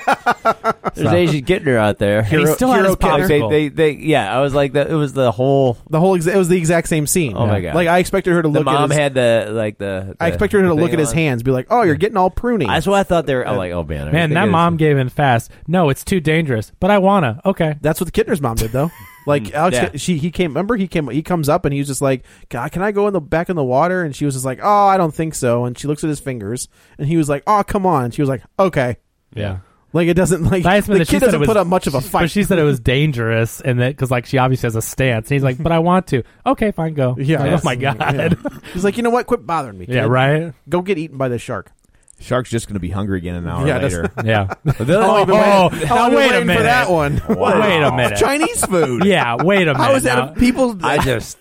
[SPEAKER 2] There's
[SPEAKER 3] So-
[SPEAKER 2] Asian Kittner out there.
[SPEAKER 3] And he's Hero- still had his
[SPEAKER 2] Kittner. They,
[SPEAKER 3] popsicle.
[SPEAKER 2] they, they, yeah, I was like, the, it was the whole.
[SPEAKER 1] The whole ex- it was the exact same scene.
[SPEAKER 2] Oh my god!
[SPEAKER 1] Like I expected her to
[SPEAKER 2] the
[SPEAKER 1] look.
[SPEAKER 2] Mom
[SPEAKER 1] at his,
[SPEAKER 2] had the like the.
[SPEAKER 1] I
[SPEAKER 2] the
[SPEAKER 1] expected her to look
[SPEAKER 2] thing
[SPEAKER 1] at his
[SPEAKER 2] on.
[SPEAKER 1] hands, be like, "Oh, you're getting all pruny."
[SPEAKER 2] That's what I thought they were. I'm like, oh man, I
[SPEAKER 3] man,
[SPEAKER 2] think
[SPEAKER 3] that
[SPEAKER 2] it's-
[SPEAKER 3] mom gave in fast. No, it's too dangerous. But I wanna. Okay,
[SPEAKER 1] That's what the Kittner's mom did, though. Like Alex,
[SPEAKER 2] Mm, Yeah.
[SPEAKER 1] she he came. Remember, he came. He comes up and he was just like, "God, can I go in the back in the water?" And she was just like, "Oh, I don't think so." And she looks at his fingers, and he was like, "Oh, come on." And she was like, "Okay."
[SPEAKER 3] yeah.
[SPEAKER 1] Like it doesn't like
[SPEAKER 3] But I just
[SPEAKER 1] the
[SPEAKER 3] meant that she
[SPEAKER 1] kid
[SPEAKER 3] said
[SPEAKER 1] doesn't
[SPEAKER 3] it was-
[SPEAKER 1] put up much of a fight.
[SPEAKER 3] But she said it was dangerous, and that because like she obviously has a stance, and he's like, "But I want to." Okay, fine, go.
[SPEAKER 1] Yeah.
[SPEAKER 3] Like, oh my god.
[SPEAKER 1] Yeah. He's like, you know what? Quit bothering me. Kid.
[SPEAKER 3] Yeah, right.
[SPEAKER 1] Go get eaten by the shark.
[SPEAKER 5] Shark's just going to be hungry again an hour
[SPEAKER 1] Yeah, that's-
[SPEAKER 5] later.
[SPEAKER 3] Yeah.
[SPEAKER 1] I've been
[SPEAKER 3] oh,
[SPEAKER 1] waiting-
[SPEAKER 3] now
[SPEAKER 1] I've been
[SPEAKER 3] wait a
[SPEAKER 1] waiting
[SPEAKER 3] minute.
[SPEAKER 1] for that one.
[SPEAKER 2] Wow.
[SPEAKER 3] Wait a minute.
[SPEAKER 5] Chinese food.
[SPEAKER 3] Yeah, wait a minute.
[SPEAKER 5] How is that
[SPEAKER 3] now.
[SPEAKER 5] a- people?
[SPEAKER 2] I just,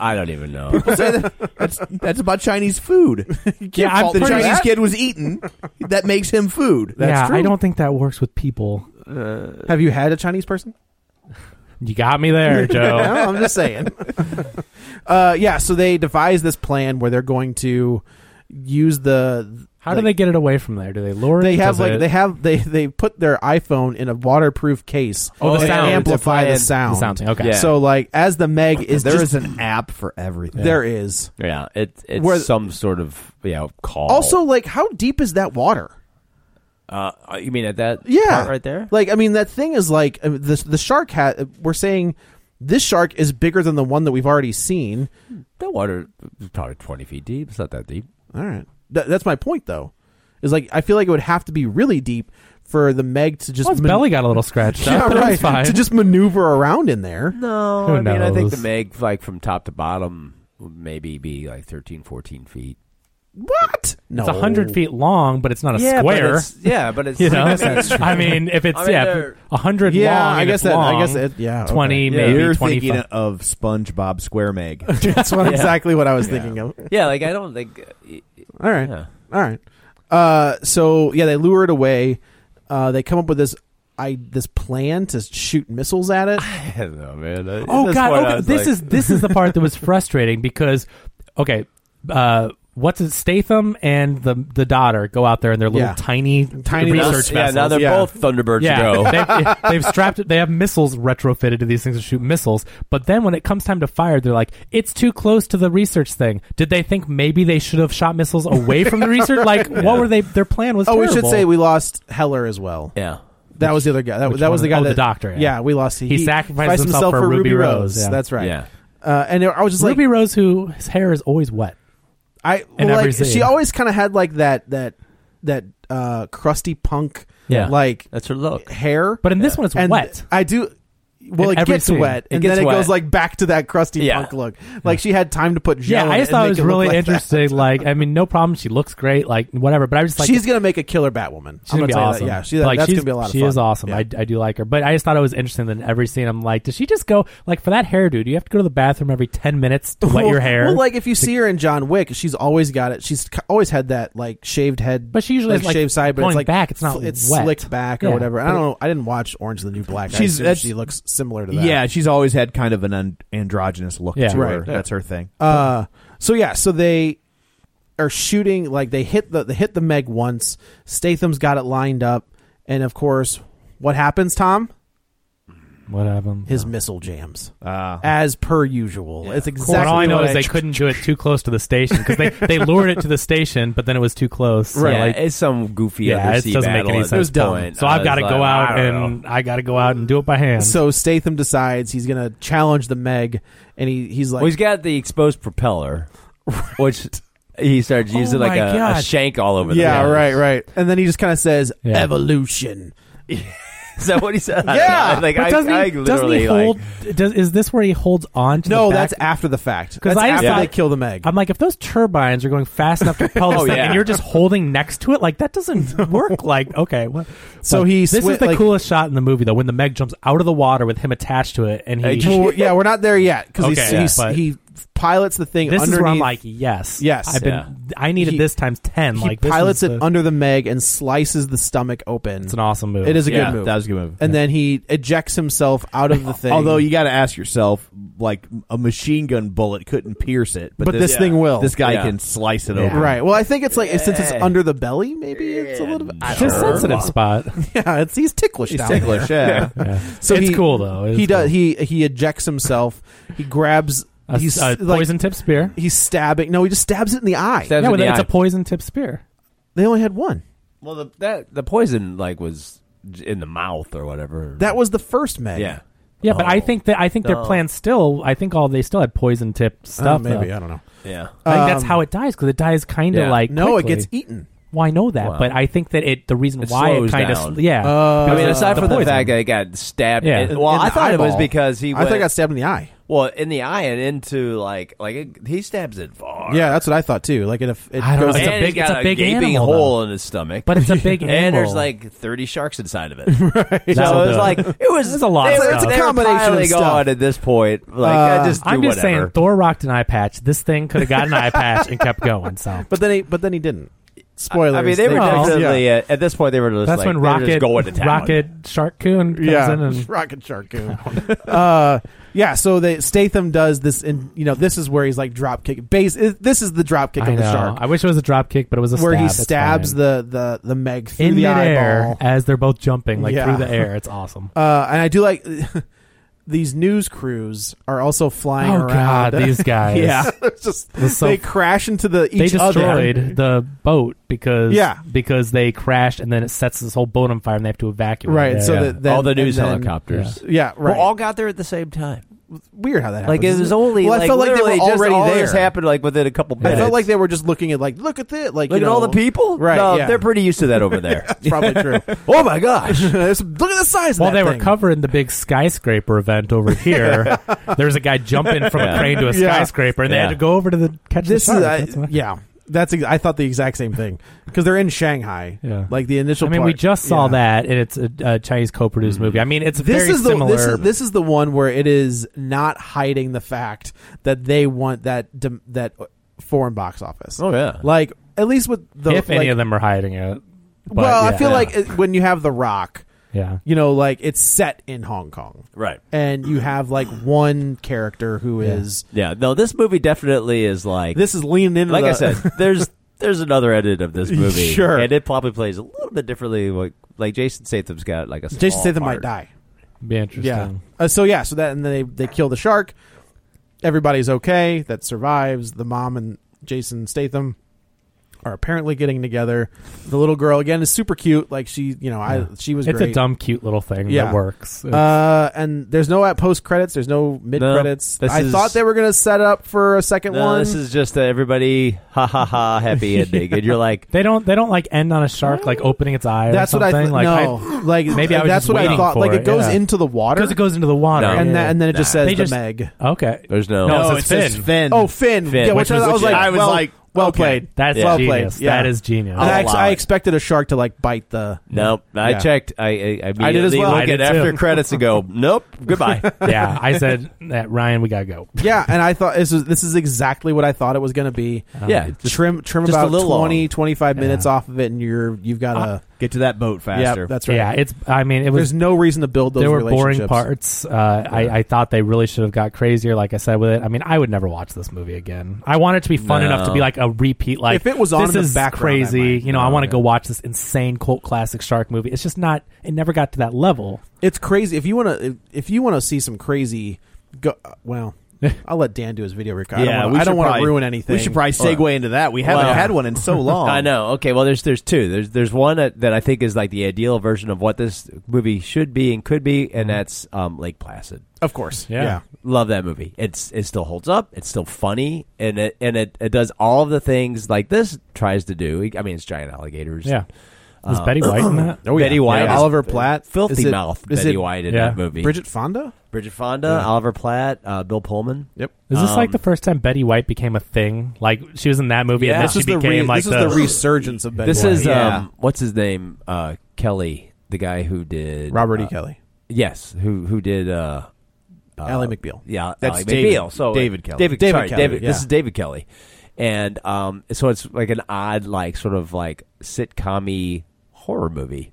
[SPEAKER 2] I don't even know.
[SPEAKER 5] say that- uh, that's that's about Chinese food.
[SPEAKER 3] Yeah, I'm
[SPEAKER 5] the
[SPEAKER 3] pretty-
[SPEAKER 5] Chinese kid was eaten. That makes him food.
[SPEAKER 3] yeah,
[SPEAKER 1] That's true.
[SPEAKER 3] I don't think that works with people.
[SPEAKER 1] Have you had a Chinese person?
[SPEAKER 3] You got me there,
[SPEAKER 1] No,
[SPEAKER 3] Joe.
[SPEAKER 1] I'm just saying. uh, yeah, so they devise this plan where they're going to use the.
[SPEAKER 3] How
[SPEAKER 1] like,
[SPEAKER 3] do they get it away from there? Do they lure? it?
[SPEAKER 1] They have
[SPEAKER 3] Does
[SPEAKER 1] like
[SPEAKER 3] it-
[SPEAKER 1] they have they they put their iPhone in a waterproof case.
[SPEAKER 3] Oh, the
[SPEAKER 1] and
[SPEAKER 3] sound.
[SPEAKER 1] amplify the
[SPEAKER 2] Amplifying-
[SPEAKER 1] sound.
[SPEAKER 3] the sound thing, okay.
[SPEAKER 2] Yeah.
[SPEAKER 1] So like as the Meg is
[SPEAKER 5] There is
[SPEAKER 1] just,
[SPEAKER 5] an app for everything.
[SPEAKER 1] there is
[SPEAKER 2] Yeah, it, it's
[SPEAKER 1] Where-
[SPEAKER 2] some sort of yeah call.
[SPEAKER 1] also like how deep is that water?
[SPEAKER 2] uh, you mean at that
[SPEAKER 1] yeah
[SPEAKER 2] part right there?
[SPEAKER 1] like i mean that thing is like uh, the, the shark hat we're saying this shark is bigger than the one that we've already seen
[SPEAKER 2] That water is probably twenty feet deep. It's not that deep.
[SPEAKER 1] all right Th- that's my point though is like i feel like it would have to be really deep for the meg to just
[SPEAKER 3] Well, his
[SPEAKER 1] man-
[SPEAKER 3] belly got a little scratched
[SPEAKER 1] yeah,
[SPEAKER 3] up. but it was
[SPEAKER 1] right,
[SPEAKER 3] fine.
[SPEAKER 1] to just maneuver around in there
[SPEAKER 2] No,
[SPEAKER 3] Who
[SPEAKER 2] I mean I think the
[SPEAKER 3] knows?
[SPEAKER 2] Meg like from top to bottom would maybe be like 13, 14 feet.
[SPEAKER 1] what no
[SPEAKER 3] it's hundred feet long, but it's not a
[SPEAKER 2] yeah,
[SPEAKER 3] square.
[SPEAKER 2] But it's, yeah, but it's
[SPEAKER 3] You know, I mean, if it's
[SPEAKER 2] I mean,
[SPEAKER 3] yeah,
[SPEAKER 2] they're-
[SPEAKER 3] a hundred
[SPEAKER 1] Yeah,
[SPEAKER 3] long,
[SPEAKER 1] I
[SPEAKER 3] and
[SPEAKER 1] guess
[SPEAKER 3] it's
[SPEAKER 1] that- I
[SPEAKER 3] long,
[SPEAKER 1] guess it- yeah, okay.
[SPEAKER 3] twenty
[SPEAKER 2] Yeah.
[SPEAKER 3] maybe
[SPEAKER 5] You're
[SPEAKER 3] twenty
[SPEAKER 5] thinking
[SPEAKER 3] five.
[SPEAKER 5] of SpongeBob SquareMeg.
[SPEAKER 1] that's what exactly what i was thinking of
[SPEAKER 2] yeah, like I don't think.
[SPEAKER 1] all right
[SPEAKER 2] Yeah.
[SPEAKER 1] all right uh so yeah they lure it away uh they come up with this i this plan to shoot missiles at it
[SPEAKER 2] I don't know, man. I-
[SPEAKER 3] Oh
[SPEAKER 2] at
[SPEAKER 3] god,
[SPEAKER 2] point, I
[SPEAKER 3] okay.
[SPEAKER 2] was
[SPEAKER 3] this
[SPEAKER 2] like-
[SPEAKER 3] is this is the part that was frustrating because okay, uh what's it Statham and the the daughter go out there in their little
[SPEAKER 1] Yeah.
[SPEAKER 3] tiny
[SPEAKER 1] Tiny
[SPEAKER 2] Now-
[SPEAKER 3] research
[SPEAKER 2] Yeah,
[SPEAKER 3] vessels.
[SPEAKER 2] now they're
[SPEAKER 1] Yeah.
[SPEAKER 2] both Thunderbirds
[SPEAKER 3] Yeah,
[SPEAKER 2] to go.
[SPEAKER 3] they, they've strapped. They have missiles retrofitted to these things to shoot missiles. But then when it comes time to fire, they're like, "It's too close to the research thing." Did they think maybe they should have shot missiles away from the research? Like, what were they? Their plan was.
[SPEAKER 1] Oh, we should
[SPEAKER 3] terrible.
[SPEAKER 1] say we lost Heller as well.
[SPEAKER 2] yeah.
[SPEAKER 1] That was the other guy. That,
[SPEAKER 3] which
[SPEAKER 1] that was the guy.
[SPEAKER 3] one? Oh,
[SPEAKER 1] that,
[SPEAKER 3] the doctor,
[SPEAKER 1] Yeah.
[SPEAKER 3] yeah.
[SPEAKER 1] we lost.
[SPEAKER 3] He sacrificed himself for Ruby Rose, yeah.
[SPEAKER 1] That's right.
[SPEAKER 2] Yeah.
[SPEAKER 1] Uh, and I was just like,
[SPEAKER 3] Ruby Rose, whose hair is always wet.
[SPEAKER 1] I
[SPEAKER 3] in
[SPEAKER 1] well, like
[SPEAKER 3] every scene.
[SPEAKER 1] she always kind of had like that that that uh, crusty punk
[SPEAKER 2] Yeah.
[SPEAKER 1] like
[SPEAKER 2] That's her look.
[SPEAKER 1] hair.
[SPEAKER 3] But in this one, it's
[SPEAKER 1] and
[SPEAKER 3] wet.
[SPEAKER 1] I do. Well,
[SPEAKER 3] In
[SPEAKER 1] it
[SPEAKER 3] every
[SPEAKER 1] gets
[SPEAKER 3] scene.
[SPEAKER 1] wet,
[SPEAKER 2] It
[SPEAKER 1] and
[SPEAKER 2] gets
[SPEAKER 1] then it
[SPEAKER 2] wet.
[SPEAKER 1] goes like back to that crusty
[SPEAKER 2] Yeah.
[SPEAKER 1] punk look. Like she had time to put gel.
[SPEAKER 3] Yeah,
[SPEAKER 1] in
[SPEAKER 3] I
[SPEAKER 1] it
[SPEAKER 3] just
[SPEAKER 1] and
[SPEAKER 3] thought it
[SPEAKER 1] make
[SPEAKER 3] was
[SPEAKER 1] look
[SPEAKER 3] really
[SPEAKER 1] like that.
[SPEAKER 3] interesting. Like, I mean, no problem. She looks great. Like, whatever. But I was just like,
[SPEAKER 1] she's gonna make a killer Batwoman.
[SPEAKER 3] she's
[SPEAKER 1] I'm
[SPEAKER 3] gonna be
[SPEAKER 1] tell you that.
[SPEAKER 3] awesome.
[SPEAKER 1] Yeah, she, that-
[SPEAKER 3] like,
[SPEAKER 1] that's
[SPEAKER 3] she's-
[SPEAKER 1] gonna be a lot of
[SPEAKER 3] She
[SPEAKER 1] fun.
[SPEAKER 3] is awesome.
[SPEAKER 1] Yeah.
[SPEAKER 3] I, I do like her. But I just thought it was interesting that in every scene, I'm like, does she just go like for that hairdo? Do you have to go to the bathroom every ten minutes to wet
[SPEAKER 1] well,
[SPEAKER 3] your hair?
[SPEAKER 1] Well, like if you see her in John Wick, she's always got it. She's c- always had that like shaved head,
[SPEAKER 3] But she usually
[SPEAKER 1] like,
[SPEAKER 3] has, like,
[SPEAKER 1] shaved side, but
[SPEAKER 3] going
[SPEAKER 1] it's like
[SPEAKER 3] back, it's not
[SPEAKER 1] fl- it's
[SPEAKER 3] wet.
[SPEAKER 1] slicked back or
[SPEAKER 3] Yeah,
[SPEAKER 1] whatever. I
[SPEAKER 3] but
[SPEAKER 1] don't
[SPEAKER 3] it-
[SPEAKER 1] know. I didn't watch Orange is the New Black. I
[SPEAKER 5] She's-
[SPEAKER 1] assume
[SPEAKER 5] that's-
[SPEAKER 1] she looks similar to that.
[SPEAKER 5] yeah, she's always had kind of an un- androgynous look
[SPEAKER 3] Yeah.
[SPEAKER 5] to her.
[SPEAKER 3] Right.
[SPEAKER 5] That's her thing.
[SPEAKER 1] Uh, so yeah, so they are shooting like they hit the they hit the Meg once. Statham's got it lined up, and of course, what happens, Tom?
[SPEAKER 3] what happened?
[SPEAKER 1] His missile jams
[SPEAKER 5] Uh,
[SPEAKER 1] as per usual. It's exactly
[SPEAKER 3] Well, all I know
[SPEAKER 1] what
[SPEAKER 3] is they couldn't do it too close to the station because they, they lured it to the station, but then it was too close. So,
[SPEAKER 2] Yeah,
[SPEAKER 3] like,
[SPEAKER 2] it's some goofy
[SPEAKER 3] yeah, it
[SPEAKER 2] undersea
[SPEAKER 3] doesn't make
[SPEAKER 2] battle
[SPEAKER 3] any
[SPEAKER 2] at
[SPEAKER 3] sense.
[SPEAKER 2] this
[SPEAKER 3] dumb.
[SPEAKER 2] point.
[SPEAKER 3] So
[SPEAKER 2] I
[SPEAKER 3] I've
[SPEAKER 2] was
[SPEAKER 3] got to
[SPEAKER 2] like,
[SPEAKER 3] go out
[SPEAKER 2] I don't
[SPEAKER 3] and
[SPEAKER 2] know.
[SPEAKER 3] I got to go out and do it by hand.
[SPEAKER 1] So Statham decides he's gonna challenge the Meg, and he he's like,
[SPEAKER 2] well, he's got the exposed propeller, which he started using like
[SPEAKER 3] my
[SPEAKER 2] a, a
[SPEAKER 3] God.
[SPEAKER 2] shank all over.
[SPEAKER 1] Yeah,
[SPEAKER 2] the place.
[SPEAKER 1] right, right. And then he just kind of says
[SPEAKER 3] Yeah.
[SPEAKER 1] evolution.
[SPEAKER 2] Is that what he said? I
[SPEAKER 1] Yeah.
[SPEAKER 2] don't know. like
[SPEAKER 1] But
[SPEAKER 2] I,
[SPEAKER 1] doesn't he-
[SPEAKER 2] I
[SPEAKER 1] doesn't he
[SPEAKER 2] literally
[SPEAKER 3] he
[SPEAKER 2] like
[SPEAKER 3] hold, does, is this where he holds on to
[SPEAKER 1] No,
[SPEAKER 3] the
[SPEAKER 1] that's after the fact.
[SPEAKER 3] Because
[SPEAKER 1] That's
[SPEAKER 3] I
[SPEAKER 1] after
[SPEAKER 3] thought,
[SPEAKER 1] they kill the Meg.
[SPEAKER 3] I'm like, if those turbines are going fast enough to propel this
[SPEAKER 1] Oh,
[SPEAKER 3] thing,
[SPEAKER 1] yeah.
[SPEAKER 3] and you're just holding next to it, like that doesn't work. Like, okay, what?
[SPEAKER 1] So
[SPEAKER 3] but
[SPEAKER 1] he
[SPEAKER 3] This
[SPEAKER 1] swi-
[SPEAKER 3] is the
[SPEAKER 1] like-
[SPEAKER 3] coolest shot in the movie, though, when the Meg jumps out of the water with him attached to it, and he.
[SPEAKER 1] Well, yeah, we're not there yet because
[SPEAKER 3] Okay,
[SPEAKER 1] he's,
[SPEAKER 3] yeah, but-
[SPEAKER 1] he pilots the thing.
[SPEAKER 3] This is
[SPEAKER 1] underneath.
[SPEAKER 3] where I'm like, yes,
[SPEAKER 1] yes,
[SPEAKER 3] I've been. I needed
[SPEAKER 1] He-
[SPEAKER 3] this times ten.
[SPEAKER 1] He
[SPEAKER 3] like this
[SPEAKER 1] pilots
[SPEAKER 3] is
[SPEAKER 1] it
[SPEAKER 3] the-
[SPEAKER 1] under the Meg and slices the stomach open. It's
[SPEAKER 3] an awesome move.
[SPEAKER 1] It is a
[SPEAKER 5] Yeah,
[SPEAKER 1] good move.
[SPEAKER 5] that was a good move.
[SPEAKER 1] And then he ejects himself out of the thing.
[SPEAKER 5] Although you got to ask yourself, like a machine gun bullet couldn't pierce it, but,
[SPEAKER 1] But this thing will.
[SPEAKER 5] This guy
[SPEAKER 1] Yeah.
[SPEAKER 5] can slice it open.
[SPEAKER 1] right. Well, I think it's like since it's under the belly, maybe it's a little bit. I
[SPEAKER 3] It's a
[SPEAKER 1] don't know.
[SPEAKER 3] sensitive spot.
[SPEAKER 1] Yeah, it's he's ticklish.
[SPEAKER 3] He's
[SPEAKER 1] down
[SPEAKER 3] ticklish,
[SPEAKER 1] there.
[SPEAKER 3] yeah. Yeah. It's cool, though. It
[SPEAKER 1] he
[SPEAKER 3] is
[SPEAKER 1] does.
[SPEAKER 3] cool.
[SPEAKER 1] He he ejects himself. He grabs.
[SPEAKER 3] A-
[SPEAKER 1] he's
[SPEAKER 3] a poison tip spear.
[SPEAKER 1] He's stabbing. No, he just stabs it in the eye.
[SPEAKER 3] yeah, well, it's a poison tip spear.
[SPEAKER 1] They only had one.
[SPEAKER 2] well the, that the poison like was j- in the mouth or whatever.
[SPEAKER 1] That was the first Meg.
[SPEAKER 2] yeah.
[SPEAKER 3] Yeah, but
[SPEAKER 1] Oh.
[SPEAKER 3] I think that I think their
[SPEAKER 2] No.
[SPEAKER 3] plan still. I think all they still had poison tip stuff.
[SPEAKER 1] Oh, maybe.
[SPEAKER 3] though.
[SPEAKER 1] I don't know.
[SPEAKER 2] Yeah.
[SPEAKER 3] I think that's
[SPEAKER 1] Um,
[SPEAKER 3] how it dies because it dies kind of
[SPEAKER 2] yeah.
[SPEAKER 3] like
[SPEAKER 1] No,
[SPEAKER 3] quickly.
[SPEAKER 1] it gets eaten.
[SPEAKER 3] Well, I know that,
[SPEAKER 2] Wow.
[SPEAKER 3] but I think that it the reason
[SPEAKER 2] It
[SPEAKER 3] why it
[SPEAKER 2] slows
[SPEAKER 3] kind
[SPEAKER 2] down.
[SPEAKER 3] of yeah.
[SPEAKER 1] Uh,
[SPEAKER 2] I mean,
[SPEAKER 3] because
[SPEAKER 2] aside
[SPEAKER 3] the
[SPEAKER 2] from the
[SPEAKER 3] poison.
[SPEAKER 2] fact that he got stabbed.
[SPEAKER 3] Yeah.
[SPEAKER 2] Yeah. well,
[SPEAKER 1] In
[SPEAKER 2] I
[SPEAKER 1] the
[SPEAKER 2] thought it was
[SPEAKER 1] eyeball.
[SPEAKER 2] because he.
[SPEAKER 1] I
[SPEAKER 2] Went,
[SPEAKER 1] thought I got stabbed in the eye.
[SPEAKER 2] Well, in the eye and into like like it, he stabs it far.
[SPEAKER 1] Yeah, that's what I thought too. Like it, it
[SPEAKER 3] I don't
[SPEAKER 1] goes
[SPEAKER 3] know. It's a
[SPEAKER 2] And
[SPEAKER 3] big-
[SPEAKER 2] he's got
[SPEAKER 3] it's a big
[SPEAKER 2] gaping
[SPEAKER 3] animal,
[SPEAKER 2] hole
[SPEAKER 3] though.
[SPEAKER 2] in his stomach.
[SPEAKER 3] But it's a big
[SPEAKER 2] and
[SPEAKER 3] animal.
[SPEAKER 2] there's like 30 sharks inside of it. So
[SPEAKER 3] That'll
[SPEAKER 2] it
[SPEAKER 3] do
[SPEAKER 2] was
[SPEAKER 3] it.
[SPEAKER 2] like it was
[SPEAKER 3] There's a lot
[SPEAKER 2] They
[SPEAKER 3] of
[SPEAKER 2] were,
[SPEAKER 3] stuff.
[SPEAKER 2] they
[SPEAKER 3] It's a
[SPEAKER 2] were
[SPEAKER 1] combination of
[SPEAKER 2] piling
[SPEAKER 1] stuff.
[SPEAKER 2] on at this point. Like
[SPEAKER 1] Uh,
[SPEAKER 2] I just do
[SPEAKER 3] I'm just saying,
[SPEAKER 2] whatever.
[SPEAKER 3] Thor rocked an eye patch. This thing could have gotten an eye patch and kept going. So
[SPEAKER 1] But then he, but then he didn't. Spoilers.
[SPEAKER 2] I mean, they were
[SPEAKER 3] Well,
[SPEAKER 2] definitely at, at this point they were just
[SPEAKER 3] that's
[SPEAKER 2] like
[SPEAKER 3] when
[SPEAKER 2] they were
[SPEAKER 3] Rocket
[SPEAKER 2] just going to town.
[SPEAKER 3] Rocket Shark Coon comes
[SPEAKER 1] yeah,
[SPEAKER 3] in and
[SPEAKER 1] rocket shark goon. uh, yeah, so they Statham does this, and you know, this is where he's like drop kick. Base. i- This is the drop kick
[SPEAKER 3] I
[SPEAKER 1] of the
[SPEAKER 3] know.
[SPEAKER 1] shark,
[SPEAKER 3] I wish it was a drop kick, but it was a
[SPEAKER 1] where
[SPEAKER 3] stab.
[SPEAKER 1] he
[SPEAKER 3] It's
[SPEAKER 1] stabs
[SPEAKER 3] fine.
[SPEAKER 1] the the the Meg through
[SPEAKER 3] in
[SPEAKER 1] the
[SPEAKER 3] midair
[SPEAKER 1] eyeball.
[SPEAKER 3] as they're both jumping like
[SPEAKER 1] Yeah.
[SPEAKER 3] through the air. It's awesome.
[SPEAKER 1] Uh, and I do like these news crews are also flying
[SPEAKER 3] Oh,
[SPEAKER 1] around.
[SPEAKER 3] God, these guys.
[SPEAKER 1] yeah, it's just
[SPEAKER 3] It's so
[SPEAKER 1] they
[SPEAKER 3] f-
[SPEAKER 1] crash into the each
[SPEAKER 3] they destroyed
[SPEAKER 1] other.
[SPEAKER 3] the boat because
[SPEAKER 1] Yeah.
[SPEAKER 3] because they crashed and then it sets this whole boat on fire and they have to evacuate.
[SPEAKER 1] Right,
[SPEAKER 3] Yeah,
[SPEAKER 1] so
[SPEAKER 3] yeah.
[SPEAKER 1] that then,
[SPEAKER 2] all the
[SPEAKER 1] and
[SPEAKER 2] news
[SPEAKER 1] then-
[SPEAKER 2] helicopters.
[SPEAKER 1] Yeah, right.
[SPEAKER 2] Well, all got there at the same time.
[SPEAKER 1] Weird how that
[SPEAKER 2] Like
[SPEAKER 1] happened.
[SPEAKER 2] it was only
[SPEAKER 1] Well,
[SPEAKER 2] like,
[SPEAKER 1] I felt like they were
[SPEAKER 2] literally just
[SPEAKER 1] already
[SPEAKER 2] all
[SPEAKER 1] there.
[SPEAKER 2] This happened like within a couple
[SPEAKER 1] I
[SPEAKER 2] minutes.
[SPEAKER 1] felt like they were just looking at like, look at this, like
[SPEAKER 2] look
[SPEAKER 1] you
[SPEAKER 2] at all
[SPEAKER 1] know-
[SPEAKER 2] the people.
[SPEAKER 1] right?
[SPEAKER 2] No,
[SPEAKER 1] yeah.
[SPEAKER 2] they're pretty used to that over there.
[SPEAKER 1] It's probably true.
[SPEAKER 2] oh my gosh.
[SPEAKER 1] There's- look at the size.
[SPEAKER 3] While
[SPEAKER 1] of
[SPEAKER 3] they
[SPEAKER 1] that
[SPEAKER 3] were
[SPEAKER 1] thing.
[SPEAKER 3] covering the big skyscraper event over here, there's a guy jumping from a
[SPEAKER 2] Yeah.
[SPEAKER 3] crane to a
[SPEAKER 1] Yeah.
[SPEAKER 3] skyscraper, and they had
[SPEAKER 2] Yeah.
[SPEAKER 3] to go over to the catch
[SPEAKER 1] This
[SPEAKER 3] the
[SPEAKER 1] is
[SPEAKER 3] shark.
[SPEAKER 1] I,
[SPEAKER 3] That's why.
[SPEAKER 1] yeah. That's ex- I thought the exact same thing because they're in Shanghai.
[SPEAKER 3] Yeah.
[SPEAKER 1] like the initial.
[SPEAKER 3] I mean,
[SPEAKER 1] part.
[SPEAKER 3] we just saw
[SPEAKER 1] Yeah.
[SPEAKER 3] that, and it's a, a Chinese co-produced movie. I mean, it's
[SPEAKER 1] This
[SPEAKER 3] very
[SPEAKER 1] is the
[SPEAKER 3] similar.
[SPEAKER 1] this is this is the one where it is not hiding the fact that they want that dom- that foreign box office.
[SPEAKER 2] Oh, yeah.
[SPEAKER 1] like at least with the
[SPEAKER 3] if any
[SPEAKER 1] like-
[SPEAKER 3] of them are hiding it, but
[SPEAKER 1] well, I
[SPEAKER 3] yeah.
[SPEAKER 1] feel like it, when you have The Rock,
[SPEAKER 3] yeah.
[SPEAKER 1] you know, like it's set in Hong Kong,
[SPEAKER 2] Right.
[SPEAKER 1] and you have like one character who is.
[SPEAKER 2] Yeah. No, this movie definitely is like
[SPEAKER 1] This is leaning into
[SPEAKER 2] like
[SPEAKER 1] the,
[SPEAKER 2] I said, there's there's another edit of this movie,
[SPEAKER 1] Sure.
[SPEAKER 2] and it probably plays a little bit differently. Like like Jason Statham's got like a small
[SPEAKER 1] Jason Statham
[SPEAKER 2] part.
[SPEAKER 1] might die.
[SPEAKER 3] be interesting.
[SPEAKER 1] Yeah. Uh, so yeah, so that and then they they kill the shark. Everybody's okay. That survives. The mom and Jason Statham are apparently getting together. The little girl again is super cute. Like she, you know, I she was.
[SPEAKER 3] it's
[SPEAKER 1] great.
[SPEAKER 3] a dumb, cute little thing
[SPEAKER 1] Yeah.
[SPEAKER 3] that works. It's-
[SPEAKER 1] Uh, and there's no at post credits. There's no mid credits.
[SPEAKER 2] this
[SPEAKER 1] I
[SPEAKER 2] is-
[SPEAKER 1] thought they were gonna set up for a second
[SPEAKER 2] No,
[SPEAKER 1] one.
[SPEAKER 2] this is just a everybody ha ha ha happy ending, and you're like,
[SPEAKER 3] They don't. They don't like end on a shark like opening its eye.
[SPEAKER 1] that's
[SPEAKER 3] or
[SPEAKER 1] what I
[SPEAKER 3] something.
[SPEAKER 1] th-
[SPEAKER 3] like,
[SPEAKER 1] no like
[SPEAKER 3] maybe I was
[SPEAKER 1] that's
[SPEAKER 3] just
[SPEAKER 1] what I
[SPEAKER 3] waiting
[SPEAKER 1] thought
[SPEAKER 3] for
[SPEAKER 1] like it
[SPEAKER 3] it,
[SPEAKER 1] goes
[SPEAKER 3] yeah.
[SPEAKER 1] into the water
[SPEAKER 3] because it goes into the water
[SPEAKER 2] No.
[SPEAKER 1] and
[SPEAKER 3] yeah.
[SPEAKER 1] that and then it just
[SPEAKER 2] Nah.
[SPEAKER 1] says
[SPEAKER 3] They
[SPEAKER 1] the
[SPEAKER 3] just-
[SPEAKER 1] Meg
[SPEAKER 3] Okay.
[SPEAKER 2] there's no,
[SPEAKER 3] No, it
[SPEAKER 2] it's
[SPEAKER 3] says
[SPEAKER 2] just-
[SPEAKER 3] Finn.
[SPEAKER 1] oh Finn,
[SPEAKER 2] Finn,
[SPEAKER 1] yeah
[SPEAKER 2] which
[SPEAKER 1] which, I,
[SPEAKER 2] was-
[SPEAKER 1] I was
[SPEAKER 2] which
[SPEAKER 1] like
[SPEAKER 2] I was
[SPEAKER 1] well,
[SPEAKER 2] like,
[SPEAKER 1] well
[SPEAKER 2] okay. Oh,
[SPEAKER 1] played
[SPEAKER 3] That's
[SPEAKER 1] well
[SPEAKER 3] genius.
[SPEAKER 1] played yeah.
[SPEAKER 3] That is genius.
[SPEAKER 1] And I,
[SPEAKER 2] I'll
[SPEAKER 1] ex-
[SPEAKER 2] allow
[SPEAKER 1] I
[SPEAKER 2] it.
[SPEAKER 1] expected a shark to like bite the.
[SPEAKER 2] Nope, I
[SPEAKER 1] Yeah.
[SPEAKER 2] checked. I I, I,
[SPEAKER 1] I did as
[SPEAKER 2] immediately
[SPEAKER 1] well.
[SPEAKER 2] Look
[SPEAKER 1] I
[SPEAKER 3] did
[SPEAKER 2] at after
[SPEAKER 3] too.
[SPEAKER 2] credits and go, nope, goodbye.
[SPEAKER 3] yeah, I said that Ryan, we gotta go.
[SPEAKER 1] Yeah, and I thought this is this is exactly what I thought it was going to be.
[SPEAKER 2] yeah,
[SPEAKER 1] trim trim
[SPEAKER 2] just a
[SPEAKER 1] about
[SPEAKER 2] little
[SPEAKER 1] 20,
[SPEAKER 2] long.
[SPEAKER 1] 25 minutes
[SPEAKER 3] Yeah.
[SPEAKER 1] off of it, and you're you've got a
[SPEAKER 2] get to that boat
[SPEAKER 1] yeah. That's right.
[SPEAKER 3] Yeah, it's. I mean, it
[SPEAKER 1] There's
[SPEAKER 3] was.
[SPEAKER 1] no reason to build those.
[SPEAKER 3] There were
[SPEAKER 1] relationships.
[SPEAKER 3] boring parts. Uh, I, I thought they really should have got crazier. Like I said with it, I mean, I would never watch this movie again. I want it to be fun
[SPEAKER 2] No.
[SPEAKER 3] enough to be like a repeat. Like
[SPEAKER 1] If it was on
[SPEAKER 3] this
[SPEAKER 1] in the
[SPEAKER 3] is
[SPEAKER 1] background, I
[SPEAKER 3] crazy.
[SPEAKER 1] might.
[SPEAKER 3] You know, I
[SPEAKER 2] No,
[SPEAKER 3] want to
[SPEAKER 2] yeah.
[SPEAKER 3] go watch this insane cult classic shark movie. It's just not. It never got to that level.
[SPEAKER 1] It's crazy. If you want to, if you want to see some crazy, go, well, I'll let Dan do his video record.
[SPEAKER 5] Yeah,
[SPEAKER 1] I
[SPEAKER 5] we
[SPEAKER 1] don't wanna- I
[SPEAKER 5] should
[SPEAKER 1] don't want to
[SPEAKER 5] probably-
[SPEAKER 1] ruin anything.
[SPEAKER 5] We should probably segue into that. We haven't
[SPEAKER 2] Well-
[SPEAKER 5] had one in so long.
[SPEAKER 2] I know. Okay. Well, there's there's two. There's there's one that, that I think is like the ideal version of what this movie should be and could be, and that's um, Lake Placid.
[SPEAKER 1] of course.
[SPEAKER 3] Yeah.
[SPEAKER 1] yeah.
[SPEAKER 2] Love that movie. It's it still holds up. It's still funny, and it and it, it does all of the things like this tries to do. I mean, it's giant alligators.
[SPEAKER 3] Yeah. Was Betty White in that?
[SPEAKER 2] Oh, yeah. Betty White,
[SPEAKER 1] Yeah.
[SPEAKER 2] is-
[SPEAKER 1] Oliver Platt,
[SPEAKER 2] filthy
[SPEAKER 1] Is it-
[SPEAKER 2] mouth.
[SPEAKER 1] is
[SPEAKER 2] Betty
[SPEAKER 1] it-
[SPEAKER 2] White in
[SPEAKER 3] yeah.
[SPEAKER 2] that movie.
[SPEAKER 1] Bridget Fonda.
[SPEAKER 2] Bridget Fonda,
[SPEAKER 1] Yeah.
[SPEAKER 2] Oliver Platt, uh, Bill Pullman.
[SPEAKER 1] Yep.
[SPEAKER 3] Is this like
[SPEAKER 2] Um,
[SPEAKER 3] the first time Betty White became a thing? Like she was in that movie,
[SPEAKER 2] Yeah.
[SPEAKER 3] and then
[SPEAKER 2] This
[SPEAKER 3] she
[SPEAKER 2] is the
[SPEAKER 3] became
[SPEAKER 2] re-
[SPEAKER 3] like
[SPEAKER 2] this is
[SPEAKER 3] the,
[SPEAKER 2] the
[SPEAKER 1] resurgence of Betty
[SPEAKER 2] This
[SPEAKER 1] White.
[SPEAKER 2] is
[SPEAKER 1] Yeah.
[SPEAKER 2] um, what's his name? Uh, Kelly, the guy who did
[SPEAKER 1] Robert E.
[SPEAKER 2] uh,
[SPEAKER 1] Kelly.
[SPEAKER 2] Yes, who who did uh, uh,
[SPEAKER 1] Ally McBeal.
[SPEAKER 2] Yeah,
[SPEAKER 1] That's
[SPEAKER 2] Ally
[SPEAKER 1] David-
[SPEAKER 2] McBeal. So uh,
[SPEAKER 1] David Kelly.
[SPEAKER 2] David,
[SPEAKER 1] David
[SPEAKER 2] sorry,
[SPEAKER 1] Kelly,
[SPEAKER 2] David.
[SPEAKER 1] yeah.
[SPEAKER 2] This is David Kelly, and um, so it's like an odd, like sort of like sitcom horror movie,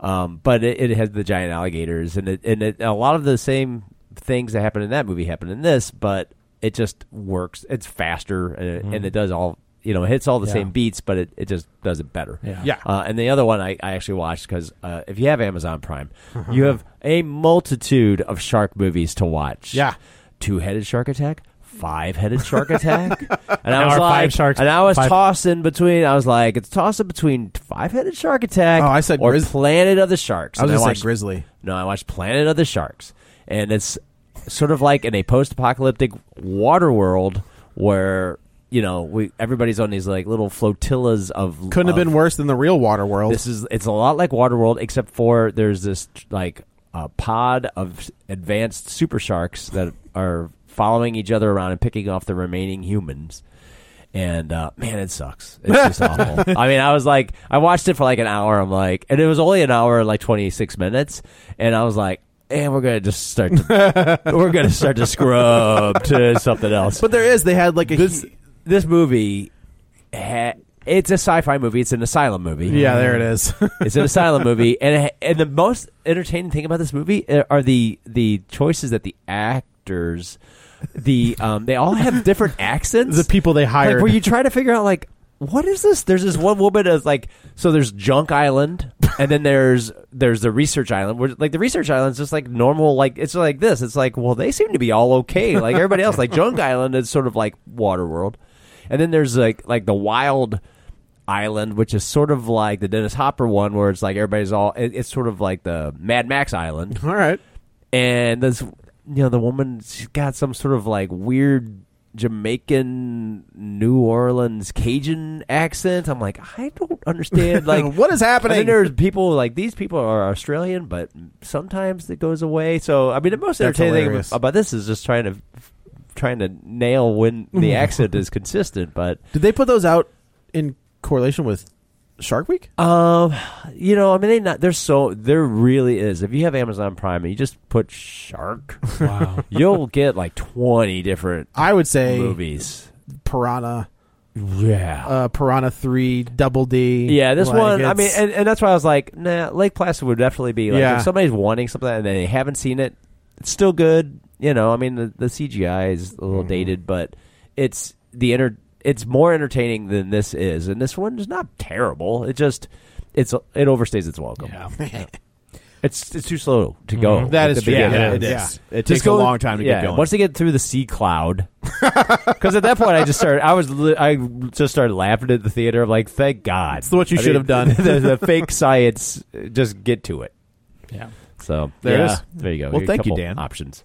[SPEAKER 2] um, but it, it has the giant alligators and it and it, a lot of the same things that happen in that movie happen in this, but it just works. It's faster and it,
[SPEAKER 1] Mm-hmm.
[SPEAKER 2] and it does all. You know, it hits all the
[SPEAKER 3] Yeah.
[SPEAKER 2] same beats, but it, it just does it better.
[SPEAKER 3] Yeah.
[SPEAKER 1] Yeah.
[SPEAKER 2] Uh, and the other one I, I actually watched because uh, if you have Amazon Prime, you have a multitude of shark movies to watch.
[SPEAKER 1] Yeah.
[SPEAKER 2] Two headed shark attack, five headed shark attack. And I
[SPEAKER 3] Now
[SPEAKER 2] was
[SPEAKER 3] are
[SPEAKER 2] like,
[SPEAKER 3] five sharks-
[SPEAKER 2] and I was
[SPEAKER 3] five-
[SPEAKER 2] tossing between, I was like, it's tossing between five headed shark attack
[SPEAKER 1] Oh, I said
[SPEAKER 2] or
[SPEAKER 1] grizz-
[SPEAKER 2] Planet of the Sharks.
[SPEAKER 1] I was
[SPEAKER 2] And
[SPEAKER 1] gonna say
[SPEAKER 2] watched-
[SPEAKER 1] Grizzly.
[SPEAKER 2] No, I watched Planet of the Sharks. And it's sort of like in a post apocalyptic water world where. You know, we everybody's on these like little flotillas of
[SPEAKER 1] Couldn't have
[SPEAKER 2] of-
[SPEAKER 1] been worse than the real water world.
[SPEAKER 2] this is it's a lot like Waterworld, except for there's this like a pod of advanced super sharks that are following each other around and picking off the remaining humans. And uh, man, it sucks. It's just awful. I mean, I was like, I watched it for like an hour. I'm like, and it was only an hour, and like 26 minutes, and I was like. And we're gonna just start. To, we're gonna start to scrub to something else.
[SPEAKER 1] but there is. They had like a
[SPEAKER 2] this this movie, ha- it's a sci-fi movie. It's an asylum movie.
[SPEAKER 1] yeah. There it is.
[SPEAKER 2] It's an asylum movie, and and the most entertaining thing about this movie are the the choices that the actors, the um, they all have different accents.
[SPEAKER 1] the people they hired.
[SPEAKER 2] Like, where you try to figure out like what is this? There's this one woman as like so. There's Junk Island, and then there's there's the Research Island. Where like the Research Island's just like normal. Like it's like this. It's like well, they seem to be all okay. Like everybody else, like Junk Island is sort of like Waterworld, and then there's like like the Wild Island, which is sort of like the Dennis Hopper one, where it's like everybody's all. It, it's sort of like the Mad Max Island
[SPEAKER 1] All right.
[SPEAKER 2] and this you know the woman she's got some sort of like weird Jamaican New Orleans Cajun accent. I'm like, I don't understand. Like,
[SPEAKER 1] What is happening?
[SPEAKER 2] And then there's people like these people are Australian, but sometimes it goes away. So I mean, the most
[SPEAKER 1] That's
[SPEAKER 2] entertaining
[SPEAKER 1] hilarious.
[SPEAKER 2] thing about this is just trying to trying to nail when the accent is consistent. But
[SPEAKER 1] Did they put those out in correlation with Shark Week?
[SPEAKER 2] Um, you know, I mean, they not. There's so there really is. If you have Amazon Prime and you just put shark, wow, you'll get like twenty different
[SPEAKER 1] I would say
[SPEAKER 2] movies.
[SPEAKER 1] Piranha,
[SPEAKER 2] Yeah,
[SPEAKER 1] uh, Piranha Three, Double D.
[SPEAKER 2] yeah. This
[SPEAKER 1] Like,
[SPEAKER 2] one, I
[SPEAKER 1] it's-
[SPEAKER 2] mean, and, and that's why I was like, nah. Lake Placid would definitely be like
[SPEAKER 1] Yeah.
[SPEAKER 2] if somebody's wanting something and they haven't seen it, it's still good. You know, I mean, the, the CGI is a
[SPEAKER 1] Mm-hmm.
[SPEAKER 2] little dated, but it's the inter. It's more entertaining than this is, and this one is not terrible. It just. It's it overstays its welcome.
[SPEAKER 3] yeah.
[SPEAKER 2] It's it's too slow to go.
[SPEAKER 1] Mm-hmm. That
[SPEAKER 2] at
[SPEAKER 1] is
[SPEAKER 2] the
[SPEAKER 1] true.
[SPEAKER 2] beginning.
[SPEAKER 1] Yeah, it
[SPEAKER 2] Just
[SPEAKER 1] is.
[SPEAKER 5] It takes a
[SPEAKER 2] go-
[SPEAKER 5] long time to
[SPEAKER 2] yeah,
[SPEAKER 5] get going.
[SPEAKER 2] Once they get through the sea cloud, because at that point I just started. I was li- I just started laughing at the theater. I'm like, thank God. It's
[SPEAKER 1] what you should have done.
[SPEAKER 2] the, the fake science. uh, Just get to it.
[SPEAKER 3] Yeah.
[SPEAKER 2] So
[SPEAKER 5] There it
[SPEAKER 2] yeah,
[SPEAKER 5] is.
[SPEAKER 2] There you go.
[SPEAKER 5] Well,
[SPEAKER 2] A
[SPEAKER 5] thank you,
[SPEAKER 2] couple
[SPEAKER 5] Dan.
[SPEAKER 2] Options.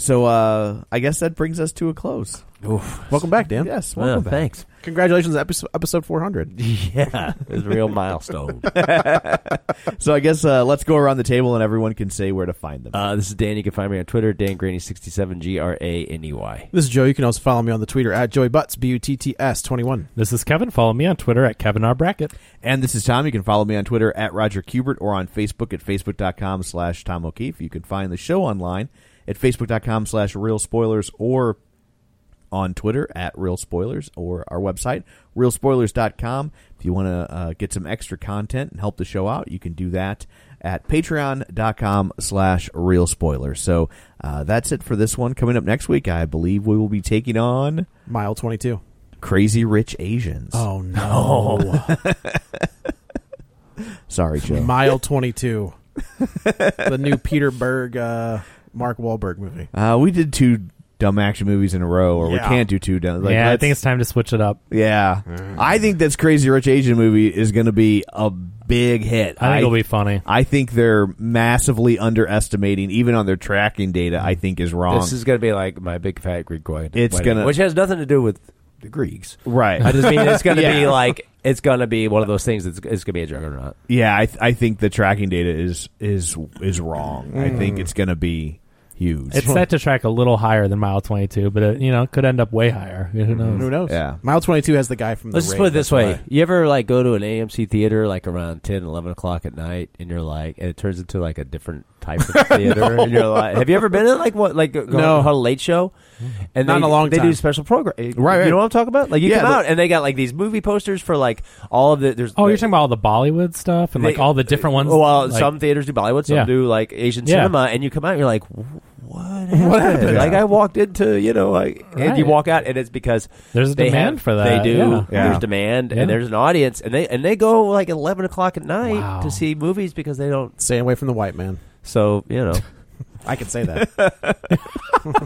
[SPEAKER 5] So uh, I guess that brings us to a close.
[SPEAKER 1] welcome back, Dan.
[SPEAKER 5] Yes,
[SPEAKER 2] Well,
[SPEAKER 5] welcome back.
[SPEAKER 2] Oh, thanks.
[SPEAKER 1] Congratulations, episode episode four hundred.
[SPEAKER 2] Yeah, it's a real milestone.
[SPEAKER 5] So I guess uh, let's go around the table and everyone can say where to find them.
[SPEAKER 2] Uh, this is Dan. You can find me on Twitter, Dan Graney sixty seven G R A N E Y.
[SPEAKER 1] This is Joe. You can also follow me on the Twitter at Joey Butts B U T T S twenty one.
[SPEAKER 3] This is Kevin. Follow me on Twitter at Kevin R Brackett.
[SPEAKER 5] And this is Tom. You can follow me on Twitter at Roger Kubert or on Facebook at Facebook.com slash Tom O'Keefe. You can find the show online at Facebook.com slash Real Spoilers or on Twitter at Real Spoilers or our website, realspoilers.com. If you want to uh, get some extra content and help the show out, you can do that at patreon.com slash real spoilers. So uh, that's it for this one. Coming up next week, I believe we will be taking on
[SPEAKER 1] Mile twenty two.
[SPEAKER 5] Crazy Rich Asians.
[SPEAKER 1] Oh no,
[SPEAKER 5] Sorry, Joe.
[SPEAKER 1] Mile twenty two. the new Peter Berg, uh, Mark Wahlberg movie.
[SPEAKER 5] Uh, we did two dumb action movies in a row, or we
[SPEAKER 1] Yeah.
[SPEAKER 5] can't do two dumb. Like,
[SPEAKER 3] yeah, I
[SPEAKER 5] let's-
[SPEAKER 3] think it's time to switch it up.
[SPEAKER 5] yeah. I think this Crazy Rich Asian movie is going to be a big hit.
[SPEAKER 3] I think it'll be funny.
[SPEAKER 5] I think they're massively underestimating, even on their tracking data. I think is wrong.
[SPEAKER 2] This is gonna be like my big fat Greek wedding.
[SPEAKER 5] It's gonna-
[SPEAKER 2] which has nothing to do with the Greeks.
[SPEAKER 5] Right.
[SPEAKER 2] I just mean it's going to be
[SPEAKER 5] Yeah.
[SPEAKER 2] like it's going to be one of those things that's it's going to be a juggernaut.
[SPEAKER 5] Yeah, I, th- I think the tracking data is is is wrong. I think
[SPEAKER 3] Mm.
[SPEAKER 5] it's going to be huge.
[SPEAKER 3] It's set to track a little higher than mile 22, but it, you know, could end up way higher. Who knows?
[SPEAKER 1] Who knows? Mile 22 has the guy from the
[SPEAKER 2] Let's just
[SPEAKER 1] Raid,
[SPEAKER 2] put it this
[SPEAKER 1] that's
[SPEAKER 2] way:
[SPEAKER 1] why.
[SPEAKER 2] you ever like go to an AMC theater like around 10, 11 o'clock at night, and you're like, and it turns into like a different type of theater,
[SPEAKER 1] No.
[SPEAKER 2] and you're like, have you ever been in like what like a,
[SPEAKER 1] No.
[SPEAKER 2] a late show?
[SPEAKER 5] Mm-hmm.
[SPEAKER 2] And
[SPEAKER 1] Not
[SPEAKER 2] they,
[SPEAKER 1] in a long
[SPEAKER 2] they
[SPEAKER 1] time.
[SPEAKER 2] do special program, right,
[SPEAKER 1] right.
[SPEAKER 2] You know what I'm talking about? Like you
[SPEAKER 1] Yeah,
[SPEAKER 2] come
[SPEAKER 1] the-
[SPEAKER 2] out and they got like these movie posters for like all of the there's
[SPEAKER 3] Oh, you're talking about all the Bollywood stuff and like
[SPEAKER 2] They-
[SPEAKER 3] all the different ones.
[SPEAKER 2] Well,
[SPEAKER 3] like-
[SPEAKER 2] some theaters do Bollywood, some
[SPEAKER 3] Yeah.
[SPEAKER 2] do like Asian
[SPEAKER 3] Yeah.
[SPEAKER 2] cinema, and you come out, and you're like, what happened?
[SPEAKER 3] happened?
[SPEAKER 2] Like I walked into, you know, like, and you
[SPEAKER 3] Right.
[SPEAKER 2] walk out, and it's because
[SPEAKER 3] There's a
[SPEAKER 2] they
[SPEAKER 3] demand
[SPEAKER 2] have-
[SPEAKER 3] for that,
[SPEAKER 2] They do.
[SPEAKER 3] yeah. Yeah.
[SPEAKER 2] There's demand,
[SPEAKER 3] Yeah.
[SPEAKER 2] and there's an audience, and they and they go like 11 o'clock at night to see movies because they don't
[SPEAKER 1] stay away from the white man.
[SPEAKER 2] So you know,
[SPEAKER 1] I can say that.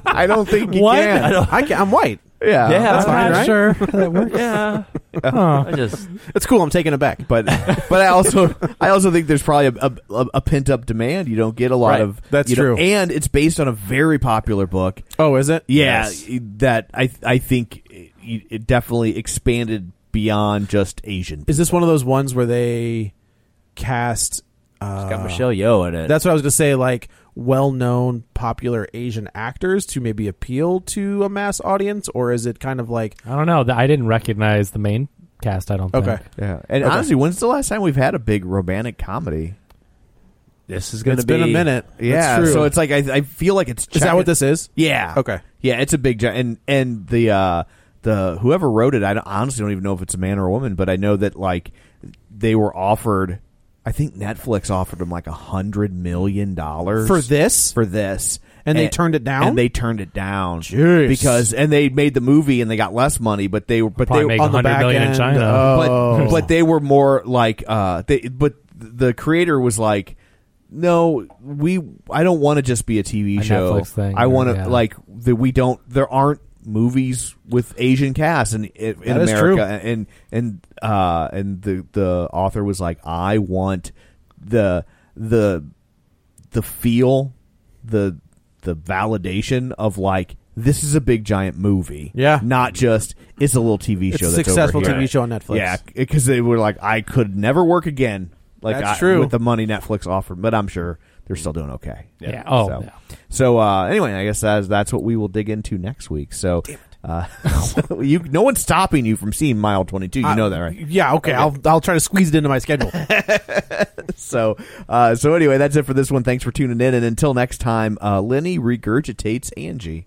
[SPEAKER 5] I don't think
[SPEAKER 1] you What? can. I don't- I can- I'm white.
[SPEAKER 5] Yeah,
[SPEAKER 1] Yeah, I'm not sure
[SPEAKER 3] how that works.
[SPEAKER 2] yeah,
[SPEAKER 3] Huh. I
[SPEAKER 2] just
[SPEAKER 5] it's cool. I'm taking it back, but but I also I also think there's probably a, a, pent up demand. You don't get a lot
[SPEAKER 1] Right.
[SPEAKER 5] of
[SPEAKER 1] That's
[SPEAKER 5] you know,
[SPEAKER 1] true.
[SPEAKER 5] and it's based on a very popular book.
[SPEAKER 1] Oh, is it?
[SPEAKER 5] Yeah,
[SPEAKER 1] Yes.
[SPEAKER 5] that I I think it, it definitely expanded beyond just Asian.
[SPEAKER 1] Is this one of those ones where they cast? Uh,
[SPEAKER 2] got Michelle Yeoh in it.
[SPEAKER 1] That's what I was gonna say. Like well-known, popular Asian actors to maybe appeal to a mass audience, or is it kind of like
[SPEAKER 3] I don't know. I didn't recognize the main cast, I don't
[SPEAKER 1] Okay.
[SPEAKER 3] think.
[SPEAKER 5] Yeah. And honestly, when's the last time we've had a big romantic comedy?
[SPEAKER 2] This is
[SPEAKER 1] gonna It's been a be- minute.
[SPEAKER 5] Yeah,
[SPEAKER 1] That's true.
[SPEAKER 5] so it's like I, I feel like it's.
[SPEAKER 1] Is that what this is?
[SPEAKER 5] Yeah.
[SPEAKER 1] Okay.
[SPEAKER 5] Yeah, it's a big gi- and and the uh the whoever wrote it, I don't- honestly don't even know if it's a man or a woman, but I know that like they were offered. I think Netflix offered them like a hundred million dollars
[SPEAKER 1] For this?
[SPEAKER 5] For this,
[SPEAKER 1] And they turned it down?
[SPEAKER 5] And they turned it down because and they made the movie and they got less money, but they were but
[SPEAKER 3] Probably
[SPEAKER 5] they were
[SPEAKER 3] make 100 million in China.
[SPEAKER 5] But
[SPEAKER 3] Oh.
[SPEAKER 5] but they were more like uh they but the creator was like no we i don't want to just be a tv
[SPEAKER 3] A
[SPEAKER 5] show
[SPEAKER 3] Netflix thing,
[SPEAKER 5] i
[SPEAKER 3] or-
[SPEAKER 5] want to
[SPEAKER 3] yeah.
[SPEAKER 5] like that we don't there aren't movies with asian cast in in, in
[SPEAKER 1] That is
[SPEAKER 5] america
[SPEAKER 1] true.
[SPEAKER 5] and and uh and the the author was like i want the the the feel the the validation of like this is a big giant movie,
[SPEAKER 1] Yeah.
[SPEAKER 5] Not just it's a little TV
[SPEAKER 1] It's
[SPEAKER 5] show.
[SPEAKER 1] a
[SPEAKER 5] that's over
[SPEAKER 1] successful
[SPEAKER 5] here.
[SPEAKER 1] TV show on Netflix.
[SPEAKER 5] Yeah, because they were like, I could never work again. Like I-
[SPEAKER 1] That's true.
[SPEAKER 5] with the money Netflix offered, but I'm sure they're still doing okay.
[SPEAKER 3] Yeah. Yeah. Oh,
[SPEAKER 5] So,
[SPEAKER 3] yeah.
[SPEAKER 5] so, uh, anyway, I guess that's that's what we will dig into next week. So, uh, you no one's stopping you from seeing Mile 22. You
[SPEAKER 1] I-
[SPEAKER 5] know that, right?
[SPEAKER 1] Yeah. Okay. I'll I'll try to squeeze it into my schedule.
[SPEAKER 5] so uh, so anyway, that's it for this one. Thanks for tuning in, and until next time, uh, Lenny regurgitates Angie.